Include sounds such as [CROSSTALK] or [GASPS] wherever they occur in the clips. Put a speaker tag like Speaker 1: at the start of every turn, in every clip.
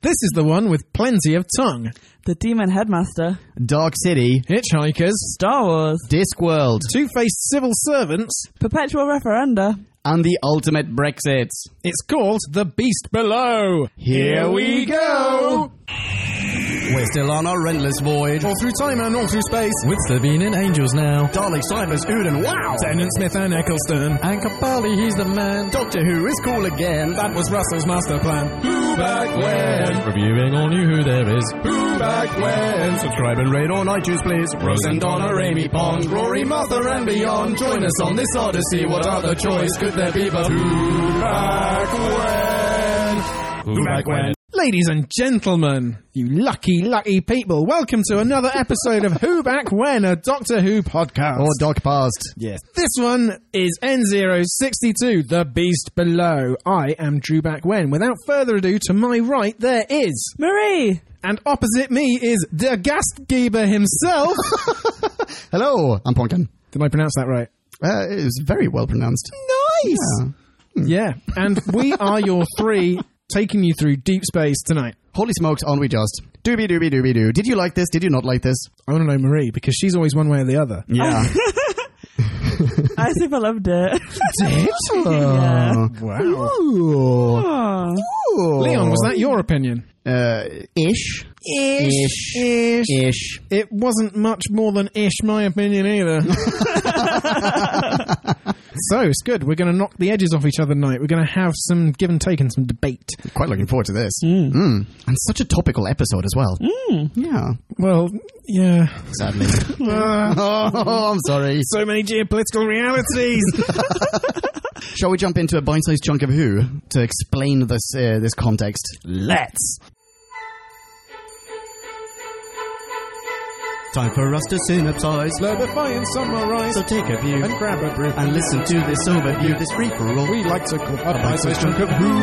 Speaker 1: This is the one with plenty of tongue.
Speaker 2: The Demon Headmaster,
Speaker 3: Dark City,
Speaker 1: Hitchhikers,
Speaker 2: Star Wars,
Speaker 3: Discworld,
Speaker 1: Two-Faced Civil Servants.
Speaker 2: Perpetual Referenda.
Speaker 3: and the Ultimate Brexit.
Speaker 1: It's called The Beast Below.
Speaker 3: Here we go. We're still on our relentless voyage.
Speaker 1: All through time and all through space.
Speaker 4: With Sabine and Angels now.
Speaker 3: Dalek, Cybers, Uden, wow!
Speaker 1: Tennant Smith and Eccleston.
Speaker 4: And Capaldi, he's the man.
Speaker 3: Doctor Who is cool again.
Speaker 1: That was Russell's master plan. Who back when?
Speaker 4: Reviewing all new Who There Is.
Speaker 1: Who back when?
Speaker 3: Subscribe and rate on iTunes, please.
Speaker 1: Rose and Donna, Amy Pond, Rory, Martha and beyond. Join us on this odyssey. What other choice could there be but who back when? Who back when? Ladies and gentlemen, you lucky, lucky people, welcome to another episode of Who Back When, a Doctor Who podcast.
Speaker 3: Or Doc Past.
Speaker 1: Yes. This one is N062, The Beast Below. I am Drew Back When. Without further ado, to my right there is,
Speaker 2: Marie!
Speaker 1: and opposite me is Der Gastgeber himself.
Speaker 3: Hello, I'm Ponkin.
Speaker 1: [LAUGHS] Did I pronounce that right?
Speaker 3: Uh, it was very well pronounced.
Speaker 1: Nice.
Speaker 3: Yeah.
Speaker 1: Yeah. And we are your three taking you through deep space tonight.
Speaker 3: Holy smokes, aren't we just? Doobie doobie doobie doo. Did you like this? Did you not like this?
Speaker 1: I want to know Marie because she's always one way or the other.
Speaker 3: Yeah.
Speaker 2: I super loved it.
Speaker 3: Oh,
Speaker 1: [LAUGHS] Wow.
Speaker 2: [LAUGHS]
Speaker 3: Ooh.
Speaker 2: Aw.
Speaker 1: Leon, was that your opinion?
Speaker 3: Uh, ish. Ish. Ish. Ish.
Speaker 1: It wasn't much more than ish, my opinion, [LAUGHS] either. so it's good. We're going to knock the edges off each other tonight. We're going to have some give and take and some debate.
Speaker 3: Quite looking forward to this. Mm. And such a topical episode as well. Yeah.
Speaker 1: Well, yeah.
Speaker 3: Hmm. Sadly. [LAUGHS] oh, I'm sorry.
Speaker 1: So many geopolitical [LAUGHS] realities.
Speaker 3: Shall we jump into a bite-sized chunk of Who to explain this uh, this context? Let's. Time for us to synopsize.
Speaker 1: Clarify and summarize
Speaker 3: So take a view
Speaker 1: and grab a brew.
Speaker 3: and listen to this overview, this free for all.
Speaker 1: we like to call a bite-sized chunk of who.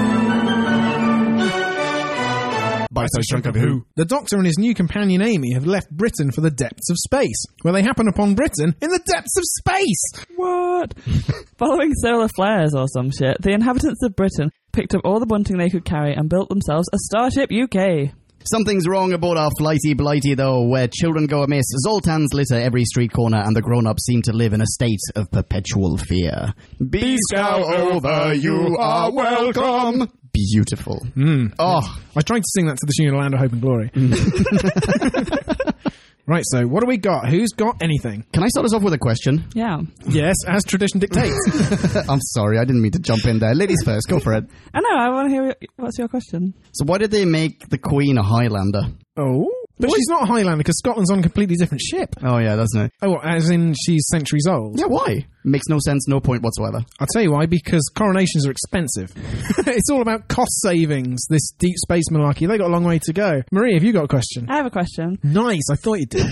Speaker 3: Bite-sized chunk of Who.
Speaker 1: The Doctor and his new companion Amy have left Britain for the depths of space, where they happen upon Britain in the depths of space.
Speaker 2: What? Following solar flares or some shit, the inhabitants of Britain picked up all the bunting they could carry and built themselves a Starship UK.
Speaker 3: Something's wrong aboard our flighty blighty, though, where children go amiss, Zoltans litter every street corner, and the grown-ups seem to live in a state of perpetual fear. Bees
Speaker 1: now over, you are Hmm. welcome.
Speaker 3: Beautiful. Oh,
Speaker 1: I tried to sing that to the tune of Land of Hope and Glory. Mm. [LAUGHS] right, so what do we got? Who's got anything?
Speaker 3: can I start us off with a question? [LAUGHS]
Speaker 2: Yeah.
Speaker 1: Yes, as tradition dictates.
Speaker 3: I'm sorry, I didn't mean to jump in there. Ladies first, go for it.
Speaker 2: I know, I want to hear what's your question.
Speaker 3: So, why did they make the Queen a Highlander?
Speaker 1: [COUGHS] oh. But she's not a Highlander because Scotland's on a completely different ship.
Speaker 3: Oh, yeah, that's no.
Speaker 1: Oh, what, as in she's centuries old.
Speaker 3: Yeah, why? Makes no sense, no point whatsoever.
Speaker 1: I'll tell you why, because coronations are [LAUGHS] expensive. it's all about cost savings, this deep space malarkey. They got a long way to go. Marie, have you got a question?
Speaker 2: I have a question.
Speaker 1: Nice, I thought you [LAUGHS] did.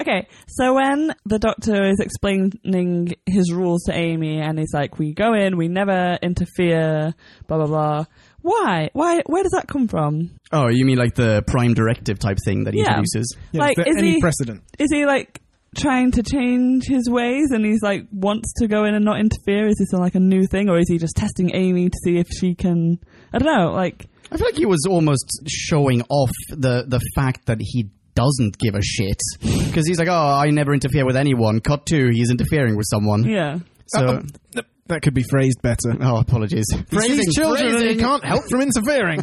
Speaker 2: Okay, so when the doctor is explaining his rules to Amy and he's like, we go in, we never interfere, blah, blah, blah. Why? Why? Where does that come from?
Speaker 3: Oh, you mean like the prime directive type thing that he
Speaker 2: Yeah.
Speaker 3: introduces?
Speaker 1: Yeah,
Speaker 2: Like,
Speaker 1: is there
Speaker 2: is
Speaker 1: any
Speaker 2: he-
Speaker 1: precedent?
Speaker 2: Is he like trying to change his ways and he's like wants to go in and not interfere? Is this like a new thing or is he just testing Amy to see if she can, I don't know, like,
Speaker 3: I feel like he was almost showing off the, the fact that he doesn't give a shit. Because he's like, oh, I never interfere with anyone. Cut two, he's interfering with someone.
Speaker 2: yeah.
Speaker 3: So,
Speaker 1: Uh, th- that could be phrased better.
Speaker 2: [LAUGHS]
Speaker 3: oh, apologies.
Speaker 1: Phrasing,
Speaker 3: Phrasing,
Speaker 1: children and
Speaker 3: phrasing.
Speaker 1: you can't help [LAUGHS] from interfering.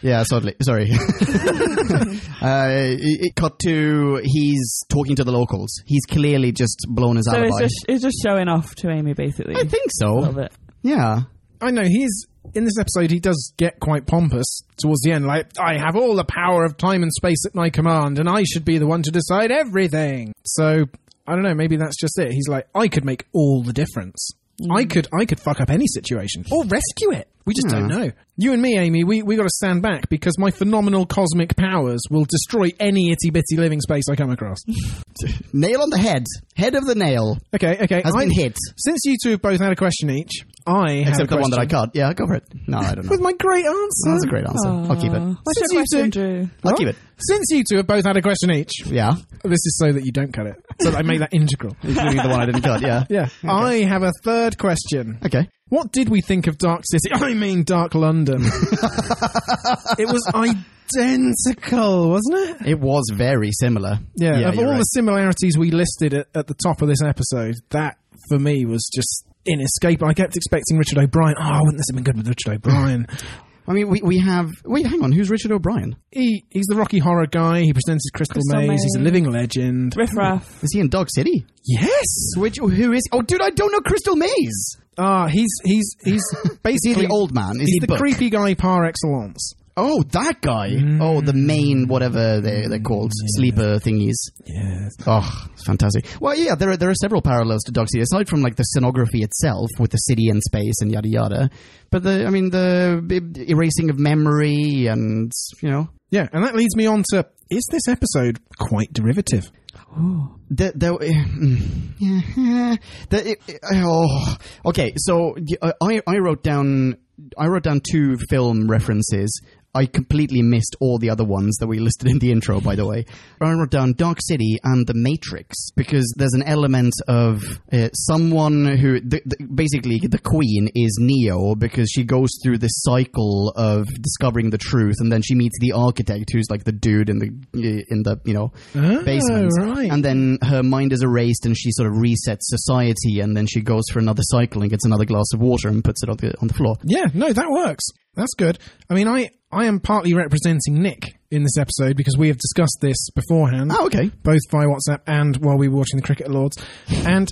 Speaker 3: Yeah, sorry. sorry. [LAUGHS] uh, it, it cut to he's talking to the locals. He's clearly just blown his
Speaker 2: So
Speaker 3: alibi.
Speaker 2: it's just, it's just showing off to Amy basically.
Speaker 3: I think
Speaker 2: Love
Speaker 3: so.
Speaker 2: it.
Speaker 3: Yeah.
Speaker 1: I know he's in this episode. He does get quite pompous towards the end. Like, I have all the power of time and space at my command, and I should be the one to decide everything. So I don't know. Maybe that's just it. He's like, I could make all the difference.
Speaker 3: Mm.
Speaker 1: I could, I could fuck up any situation or rescue it. We just don't
Speaker 3: Hmm.
Speaker 1: know. You and me, Amy, we we got to stand back because my phenomenal cosmic powers will destroy any itty bitty living space I come
Speaker 3: [LAUGHS]
Speaker 1: across.
Speaker 3: Nail on the head. Head of the nail
Speaker 1: Okay, okay.
Speaker 3: has been
Speaker 1: I-
Speaker 3: hit.
Speaker 1: Since you two have both had a question each, I had
Speaker 3: Except
Speaker 1: a
Speaker 3: the one that I
Speaker 1: question.
Speaker 3: cut. Yeah, go for it. No, I don't know.
Speaker 1: with my great answer.
Speaker 3: That's a great answer. I'll keep it.
Speaker 2: Aw. What's
Speaker 1: Since
Speaker 2: your
Speaker 1: you
Speaker 2: question,
Speaker 1: two-
Speaker 2: Drew?
Speaker 3: I'll
Speaker 1: What?
Speaker 3: keep it.
Speaker 1: Since you two have both had a question each,
Speaker 3: Yeah.
Speaker 1: this is so that you don't cut it. So that I make that integral.
Speaker 3: Including the one I didn't cut, [LAUGHS] yeah.
Speaker 1: Yeah. I have a third question.
Speaker 3: Okay.
Speaker 1: What did we think of Dark City? [LAUGHS] I mean, Dark
Speaker 3: [LAUGHS]
Speaker 1: London. it was identical, wasn't it?
Speaker 3: It was very similar.
Speaker 1: Yeah, of
Speaker 3: you're
Speaker 1: all
Speaker 3: right.
Speaker 1: the similarities we listed at, at the top of this episode, that for me was just inescapable. I kept expecting Richard O'Brien. Oh, wouldn't this have been good with Richard
Speaker 3: [LAUGHS]
Speaker 1: O'Brien?
Speaker 3: I mean, we, we have. Wait, hang on. Who's Richard O'Brien?
Speaker 1: he he's the Rocky Horror guy. He presented Crystal,
Speaker 2: Crystal
Speaker 1: Maze. He's a
Speaker 2: Maze.
Speaker 1: living legend.
Speaker 2: Riff raff.
Speaker 3: Is he in Dog City?
Speaker 1: Yes.
Speaker 3: Which who is? Oh, dude, I don't know Crystal Maze.
Speaker 1: Ah, he's he's he's
Speaker 3: [LAUGHS] Is he
Speaker 1: basically
Speaker 3: the old man? Is
Speaker 1: he's
Speaker 3: he
Speaker 1: the
Speaker 3: Buck?
Speaker 1: creepy guy par excellence.
Speaker 3: Oh, that guy. Oh, the main whatever they they're called sleeper thingies.
Speaker 1: Yes.
Speaker 3: Oh, it's fantastic. Well, yeah, there are there are several parallels to Dog City aside from like the scenography itself with the city and space and yada yada. But the I mean the b- erasing of memory and you know
Speaker 1: Yeah, and that leads me on to is this episode quite derivative?
Speaker 3: the the eh, mm, yeah, [LAUGHS] the eh, oh okay. So uh, I I wrote down I wrote down two film references. I completely missed all the other ones that we listed in the intro, by the way. I wrote down Dark City and The Matrix because there's an element of uh, someone who, the, the, basically, the Queen is Neo because she goes through this cycle of discovering the truth, and then she meets the Architect, who's like the dude in the eh, in the you know
Speaker 1: Oh,
Speaker 3: basement,
Speaker 1: right.
Speaker 3: and then her mind is erased and she sort of resets society and then she goes for another cycle and gets another glass of water and puts it on the, on the floor.
Speaker 1: Yeah, no, that works. That's good. I mean, I I am partly representing Nick in this episode because we have discussed this beforehand.
Speaker 3: Oh, okay.
Speaker 1: both via WhatsApp and while we were watching the Cricket Lords. And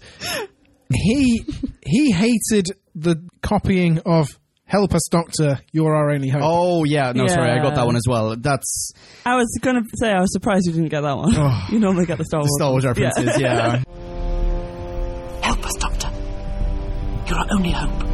Speaker 1: he he hated the copying of "Help us, Doctor, you're our only hope."
Speaker 3: Oh, yeah. No, sorry. I got
Speaker 2: Yeah.
Speaker 3: that one as well. That's
Speaker 2: I was gonna say I was surprised you didn't get that one. you normally get the Star Wars.
Speaker 3: Oh. Star Wars
Speaker 2: one. Yeah.
Speaker 3: references, yeah.
Speaker 5: [LAUGHS] Help us, Doctor. You're our only hope.
Speaker 3: [SIGHS]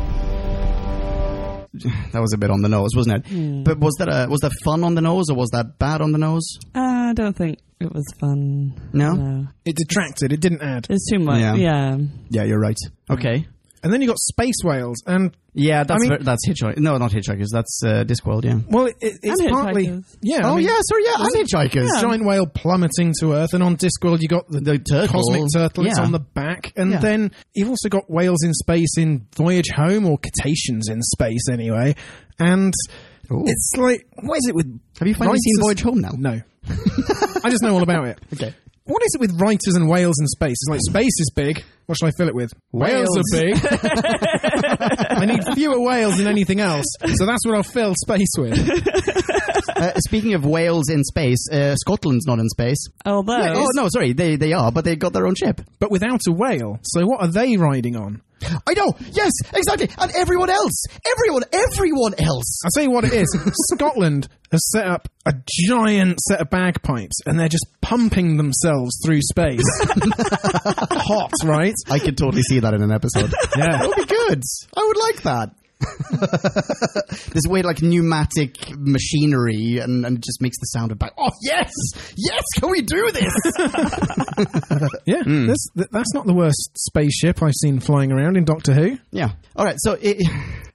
Speaker 3: that was a bit on the nose, wasn't it?
Speaker 5: Hmm.
Speaker 3: But was that, a, was that fun on the nose or was that bad on the nose?
Speaker 2: Uh, I don't think it was fun.
Speaker 3: No?
Speaker 2: no.
Speaker 1: It detracted. It didn't add.
Speaker 2: It's too much.
Speaker 3: Yeah.
Speaker 2: Yeah.
Speaker 3: Yeah, you're right. Okay.
Speaker 1: And then you got space whales, and
Speaker 3: Yeah, that's
Speaker 1: I mean-
Speaker 3: ver- that's Hitchhikers. No, not Hitchhikers. That's uh, Discworld, yeah.
Speaker 1: well, it, it, it's
Speaker 2: And
Speaker 1: partly
Speaker 2: hitchhikers.
Speaker 1: yeah. I
Speaker 3: Oh,
Speaker 1: mean,
Speaker 3: yeah, sorry, yeah. And Hitchhikers.
Speaker 1: Giant whale plummeting to Earth, and on Discworld you got the,
Speaker 3: The turtle.
Speaker 1: cosmic turtle. It's
Speaker 3: Yeah.
Speaker 1: on the back, and
Speaker 3: Yeah.
Speaker 1: then you've also got whales in space in Voyage Home or Cetaceans in space anyway. And
Speaker 3: Ooh.
Speaker 1: it's like, what is it with?
Speaker 3: Have you finally seen
Speaker 1: writers-
Speaker 3: Voyage Home now?
Speaker 1: No. [LAUGHS] I just know all about it.
Speaker 3: Okay.
Speaker 1: What is it with writers and whales in space? It's like space is big. What should I fill it with? Whales, are
Speaker 3: [LAUGHS]
Speaker 1: big. [LAUGHS] I need fewer whales than anything else, so that's what I'll fill space with.
Speaker 3: [LAUGHS] Uh, speaking of whales in space, uh, Scotland's not in space.
Speaker 2: Although
Speaker 3: Yeah, oh no, sorry, they they are, but they got their own ship.
Speaker 1: But without a whale, so what are they riding on?
Speaker 3: I know. Yes, exactly. And everyone else, everyone, everyone else.
Speaker 1: I'll tell you what it [LAUGHS] is. Scotland has set up a giant set of bagpipes, and they're just pumping themselves through space. [LAUGHS] Hot, right?
Speaker 3: I could totally see that in an [LAUGHS] episode.
Speaker 1: Yeah.
Speaker 3: that would be good. I would like that. [LAUGHS] this weird, like pneumatic machinery, and, and it just makes the sound of back. Oh yes, yes, can we do this?
Speaker 1: Yeah, that's, th- that's not the worst spaceship I've seen flying around in Doctor Who.
Speaker 3: yeah. All right. So, it,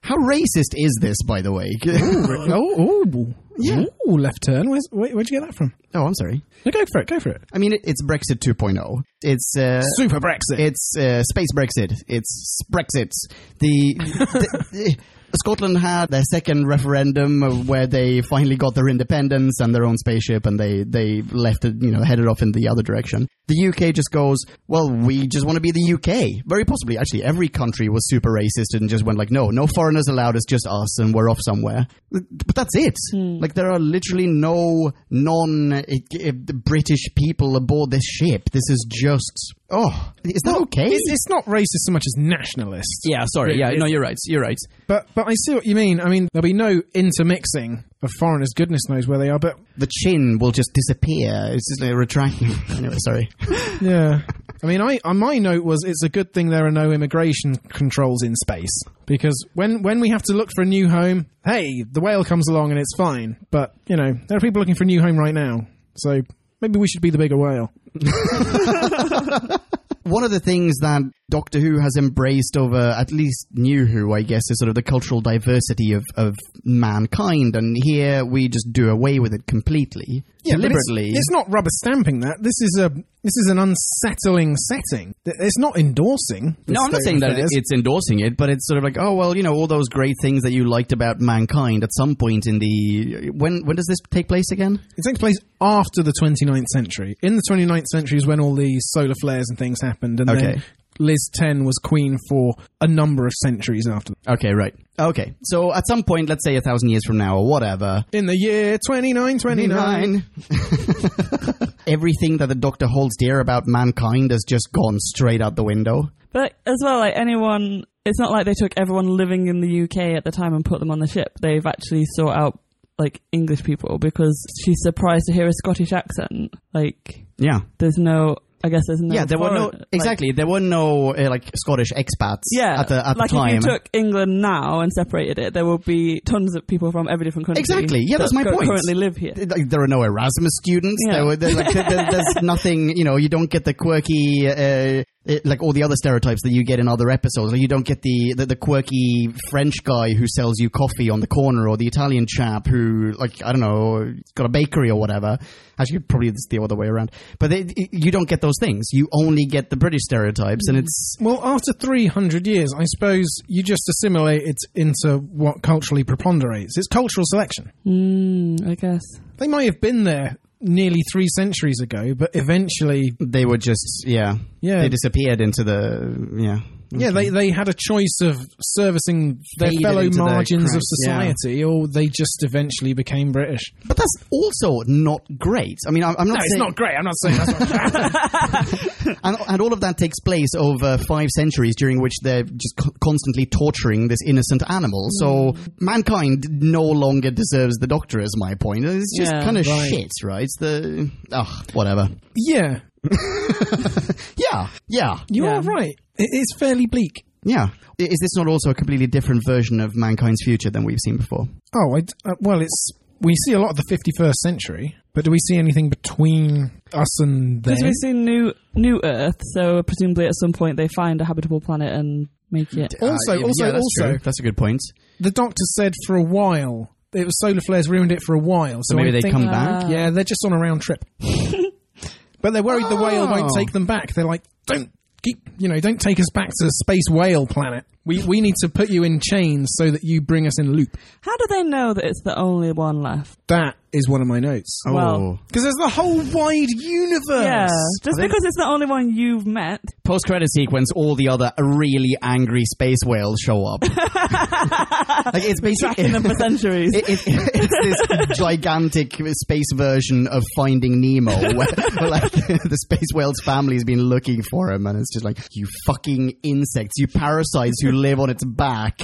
Speaker 3: [LAUGHS] how racist is this, by the way? [LAUGHS]
Speaker 1: oh, oh,
Speaker 3: Yeah.
Speaker 1: Ooh, left turn. Where's, where, where'd you get that from?
Speaker 3: oh, I'm sorry.
Speaker 1: No, go for it. Go for it.
Speaker 3: I mean, it, it's Brexit 2.0. It's uh,
Speaker 1: Super Brexit.
Speaker 3: It's uh, space Brexit. It's Brexit. The, the- the- Scotland had their second referendum uh, where they finally got their independence and their own spaceship, and they they left it, you know, headed off in the other direction. The UK just goes, well, we just want to be the UK. Very possibly, actually, every country was super racist and just went like, no, no foreigners allowed. It's just us, and we're off somewhere. But that's it. Like there are literally no non-British people aboard this ship. This is just oh, is that okay?
Speaker 1: it's, it's not racist so much as nationalist.
Speaker 3: Yeah, sorry. Yeah, no, you're right. You're right.
Speaker 1: But but I see what you mean. I mean, there'll be no intermixing of foreigners. Goodness knows where they are. But
Speaker 3: The chin will just disappear. It's just like retracting. [LAUGHS] anyway, sorry.
Speaker 1: yeah, I mean, I uh, my note was it's a good thing there are no immigration controls in space because when when we have to look for a new home, hey, the whale comes along and it's fine. But you know, there are people looking for a new home right now, so maybe we should be the bigger whale.
Speaker 3: One of the things that Doctor Who has embraced over at least New Who, I guess, is sort of the cultural diversity of, of mankind, and here we just do away with it completely,
Speaker 1: but it's-
Speaker 3: deliberately.
Speaker 1: It's, not rubber stamping that. This is a this is an unsettling setting. Th- It's not endorsing. this
Speaker 3: no, I'm not
Speaker 1: state
Speaker 3: saying
Speaker 1: of
Speaker 3: that
Speaker 1: affairs.
Speaker 3: it's endorsing it, but it's sort of like, oh well, you know, all those great things that you liked about mankind. At some point in the when when does this take place again?
Speaker 1: It takes place after the 29th century. In the 29th century is when all these solar flares and things happened, and
Speaker 3: Okay.
Speaker 1: then Liz 10 was queen for a number of centuries after.
Speaker 3: Okay, right. Okay, so at some point, let's say a thousand years from now or whatever,
Speaker 1: In the year 2929.
Speaker 3: [LAUGHS] Everything that the Doctor holds dear about mankind has just gone straight out the window.
Speaker 2: But as well, like anyone, it's not like they took everyone living in the UK at the time and put them on the ship. They've actually sought out like English people because she's surprised to hear a Scottish accent. Like
Speaker 3: Yeah.
Speaker 2: there's no, I guess there's no.
Speaker 3: yeah, there were no
Speaker 2: foreign- like-
Speaker 3: exactly. there were no uh, like Scottish expats.
Speaker 2: yeah,
Speaker 3: at the at
Speaker 2: like
Speaker 3: the time.
Speaker 2: if you took England now and separated it, there will be tons of people from every different country.
Speaker 3: Exactly. Yeah,
Speaker 2: that
Speaker 3: that's my
Speaker 2: cur-
Speaker 3: point.
Speaker 2: Currently live here.
Speaker 3: like, there are no Erasmus students.
Speaker 2: Yeah.
Speaker 3: There were, there, like, there, there-
Speaker 1: [LAUGHS]
Speaker 3: there's nothing. You know, you don't get the quirky, uh, it, like all the other stereotypes that you get in other episodes. Like, you don't get the, the the quirky French guy who sells you coffee on the corner, or the Italian chap who, like, I don't know, got a bakery or whatever. Actually, probably it's the other way around. But they, you don't get those things. You only get the British stereotypes, and it's
Speaker 1: Well, after 300 years, I suppose you just assimilate it into what culturally preponderates. It's cultural selection.
Speaker 2: Mm, I guess.
Speaker 1: They might have been there nearly three centuries ago, but eventually
Speaker 3: they were just yeah,
Speaker 1: Yeah.
Speaker 3: They disappeared into the yeah.
Speaker 1: Yeah, they, they had a choice of servicing their
Speaker 3: Mm-hmm. Faded
Speaker 1: fellow
Speaker 3: into the
Speaker 1: margins of
Speaker 3: cracks, yeah.
Speaker 1: society, or they just eventually became British.
Speaker 3: But that's also not great. I mean, I'm, I'm not.
Speaker 1: No, it's
Speaker 3: saying-
Speaker 1: not great. I'm not saying [LAUGHS] that's not
Speaker 3: And, and all of that takes place over five centuries, during which they're just co- constantly torturing this innocent animal. So
Speaker 2: Mm.
Speaker 3: mankind no longer deserves the Doctor, is my point. It's just
Speaker 2: Yeah,
Speaker 3: kind of
Speaker 1: right.
Speaker 3: shit, right? It's the oh, whatever.
Speaker 1: yeah,
Speaker 3: Yeah, yeah,
Speaker 1: you
Speaker 2: Yeah.
Speaker 1: are right. It is fairly bleak.
Speaker 3: yeah. I- Is this not also a completely different version of mankind's future than we've seen before?
Speaker 1: Oh, I d uh, well, it's we see a lot of the 51st century, but do we see anything between us and them?
Speaker 2: Because we've seen new new Earth, so presumably at some point they find a habitable planet and make it.
Speaker 1: Also,
Speaker 3: Uh, yeah,
Speaker 1: also,
Speaker 3: yeah, that's
Speaker 1: also,
Speaker 3: true. that's a good point.
Speaker 1: the Doctor said for a while it was solar flares ruined it for a while. So,
Speaker 3: So maybe
Speaker 1: I
Speaker 3: they
Speaker 1: think-
Speaker 3: come back.
Speaker 1: Yeah, they're just on a round
Speaker 3: [LAUGHS]
Speaker 1: trip. but they're worried the whale won't
Speaker 3: Oh.
Speaker 1: take them back. They're like, don't keep, you know, don't take us back to space whale planet. We we need to put you in chains so that you bring us in loop.
Speaker 2: How do they know that it's the only one left?
Speaker 1: That is one of my notes.
Speaker 3: Oh.
Speaker 2: Well-
Speaker 1: Because there's the whole wide universe.
Speaker 2: Yeah, just
Speaker 3: I think-
Speaker 2: because it's the only one you've met.
Speaker 3: Post credit sequence, all the other really angry space whales show
Speaker 2: [LAUGHS]
Speaker 3: up. like it's basically [LAUGHS]
Speaker 2: tracking them for centuries.
Speaker 3: It, it, it's this gigantic space version of Finding Nemo, [LAUGHS] where, where, like the space whale's family has been looking for him, and it's just like you fucking insects, you parasites who live on its back.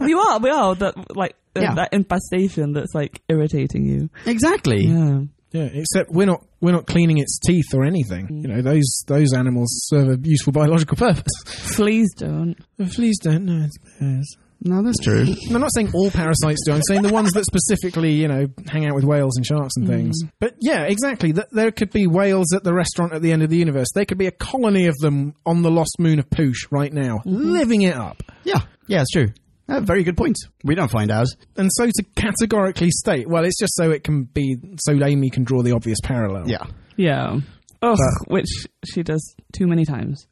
Speaker 2: we are, we are that like uh,
Speaker 3: Yeah.
Speaker 2: that infestation that's like irritating you.
Speaker 3: exactly.
Speaker 2: Yeah.
Speaker 1: Yeah, except we're not we're not cleaning its teeth or anything. You know, those those animals serve a useful biological purpose. [LAUGHS]
Speaker 2: Fleas don't.
Speaker 1: Please don't know it's bears.
Speaker 3: No, that's true.
Speaker 1: And I'm not saying all parasites do. I'm saying the ones that specifically, you know, hang out with whales and sharks and things. But yeah, exactly. Th- There could be whales at the restaurant at the end of the universe. There could be a colony of them on the lost moon of Poosh right now, living it up.
Speaker 3: Yeah, yeah, it's true. Uh, very good point. We don't find out.
Speaker 1: And so to categorically state, well, it's just so it can be, so Amy can draw the obvious parallel.
Speaker 3: Yeah.
Speaker 2: Yeah. Ugh, which she does too many times.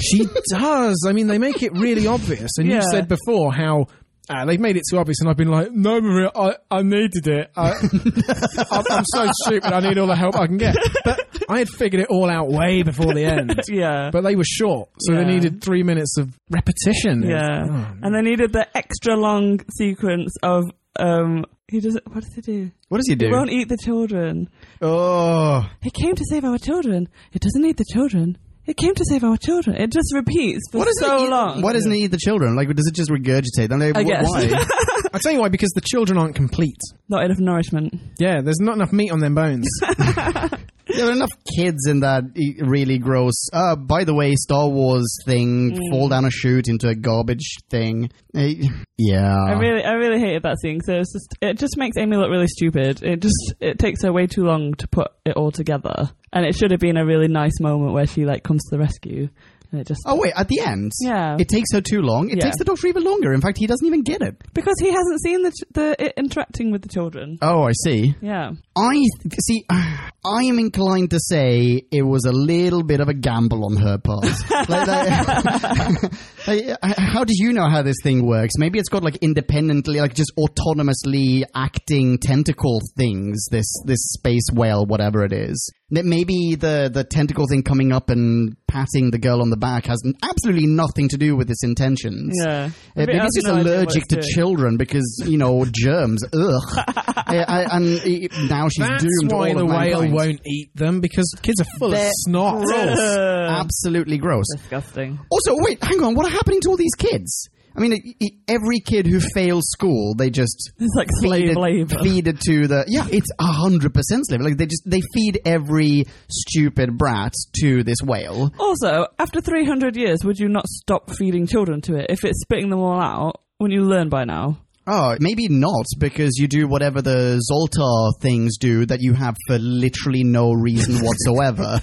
Speaker 1: She does. I mean, they make it really obvious. And you
Speaker 2: Yeah.
Speaker 1: said before how. Uh, they've made it too obvious, and I've been like, "No, Maria, I, I needed it. I, [LAUGHS] I'm, I'm so stupid. I need all the help I can get." But I had figured it all out way before the end.
Speaker 2: [LAUGHS] Yeah.
Speaker 1: But they were short, so
Speaker 2: Yeah.
Speaker 1: they needed three minutes of repetition.
Speaker 2: yeah. and they needed the extra long sequence of um he does what does he do?
Speaker 3: What does he
Speaker 2: He
Speaker 3: do?
Speaker 2: won't eat the children.
Speaker 3: Oh,
Speaker 2: It came to save our children. It doesn't eat the children. It came to save our children. It just repeats for
Speaker 3: what is
Speaker 2: so
Speaker 3: it eat,
Speaker 2: long.
Speaker 3: Why doesn't he eat the children? Like, does it just regurgitate? them? Like,
Speaker 2: I
Speaker 3: wh-
Speaker 2: guess.
Speaker 3: Why?
Speaker 1: I tell you why, because the children aren't complete.
Speaker 2: Not enough nourishment.
Speaker 1: Yeah, there's not enough meat on their bones.
Speaker 3: There are enough kids in that e- really gross. Uh, by the way, Star Wars thing,
Speaker 2: Mm.
Speaker 3: fall down a chute into a garbage thing. Eh, yeah.
Speaker 2: I really, I really hated that scene. So it's just, it just makes Amy look really stupid. It just, it takes her way too long to put it all together, and it should have been a really nice moment where she like comes to the rescue. And it just
Speaker 3: Oh wait, at the end,
Speaker 2: Yeah.
Speaker 3: it takes her too long. It
Speaker 2: Yeah.
Speaker 3: takes the doctor even longer. In fact, he doesn't even get it.
Speaker 2: because he hasn't seen the ch- the it interacting with the children.
Speaker 3: Oh, I see.
Speaker 2: Yeah,
Speaker 3: I th- see. I am inclined to say it was a little bit of a gamble on her part. like, that- like, [LAUGHS] how do you know how this thing works? Maybe it's got like independently, like just autonomously acting tentacle things. This this space whale, whatever it is. That maybe the the tentacle thing coming up and patting the girl on the back has absolutely nothing to do with its intentions.
Speaker 2: yeah.
Speaker 3: Uh, maybe it's just allergic to children because you know germs. [LAUGHS] Ugh. Uh, I- and uh, now she's
Speaker 1: That's
Speaker 3: doomed.
Speaker 1: why
Speaker 3: all
Speaker 1: the
Speaker 3: of
Speaker 1: whale
Speaker 3: mankind.
Speaker 1: won't eat them because kids are full
Speaker 3: They're
Speaker 1: of snot.
Speaker 3: Gross.
Speaker 2: Uh,
Speaker 3: Absolutely gross.
Speaker 2: Disgusting.
Speaker 3: Also, wait, hang on. What are happening to all these kids? I mean, e- e- every kid who fails school, they just
Speaker 2: It's like
Speaker 3: feed
Speaker 2: slave
Speaker 3: it,
Speaker 2: labor.
Speaker 3: feed it to the yeah. It's hundred percent slave. Like they just they feed every stupid brat to this whale.
Speaker 2: Also, after 300 years, would you not stop feeding children to it? If it's spitting them all out, wouldn't you learn by
Speaker 3: [LAUGHS]
Speaker 2: now?
Speaker 3: Oh, maybe not because you do whatever the Zoltar things do that you have for literally no [LAUGHS] reason whatsoever.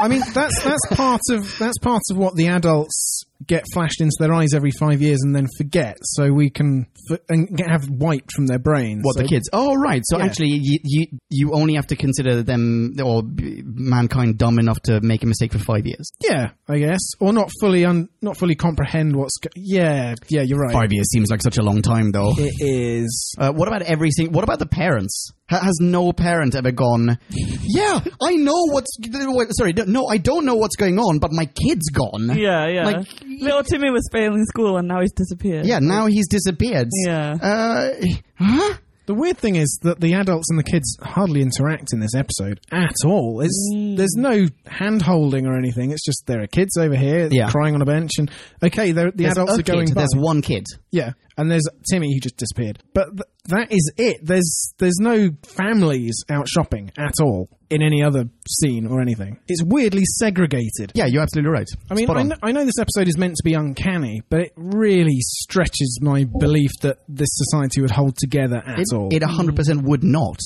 Speaker 1: I mean, that's that's part of that's part of what the adults get flashed into their eyes every five years and then forget, so we can f- and get- have wiped from their brains.
Speaker 3: What
Speaker 1: so,
Speaker 3: the kids? Oh, right. So
Speaker 1: Yeah.
Speaker 3: actually, you, you you only have to consider them or b- mankind dumb enough to make a mistake for five years.
Speaker 1: Yeah, I guess, or not fully un- not fully comprehend what's. Go- yeah, yeah, you're right.
Speaker 3: Five years seems like such a long time, though.
Speaker 1: It is.
Speaker 3: Uh, what about every sing- What about the parents? Ha- has no parent ever gone? Yeah, I know what's. wait, Sorry, no, I don't know what's going on, but my kid's gone.
Speaker 2: Yeah, yeah.
Speaker 3: Like-
Speaker 2: Little Timmy was failing school and now he's disappeared.
Speaker 3: Yeah, now he's disappeared.
Speaker 2: Yeah.
Speaker 3: Uh, huh?
Speaker 1: The weird thing is that the adults and the kids hardly interact in this episode at all. It's there's no hand holding or anything. It's just there are kids over here
Speaker 3: Yeah.
Speaker 1: crying on a bench, and okay, they're- the
Speaker 3: There's
Speaker 1: adults
Speaker 3: a
Speaker 1: are going.
Speaker 3: kid,
Speaker 1: by.
Speaker 3: There's one kid.
Speaker 1: Yeah, and there's Timmy who just disappeared. But th- that is it. There's there's no families out shopping at all in any other scene or anything. It's weirdly segregated.
Speaker 3: Yeah, you're absolutely right.
Speaker 1: I mean,
Speaker 3: Spot
Speaker 1: I
Speaker 3: on.
Speaker 1: know, I know this episode is meant to be uncanny, but it really stretches my belief that this society would hold together at
Speaker 3: it,
Speaker 1: all.
Speaker 3: It 100% would not.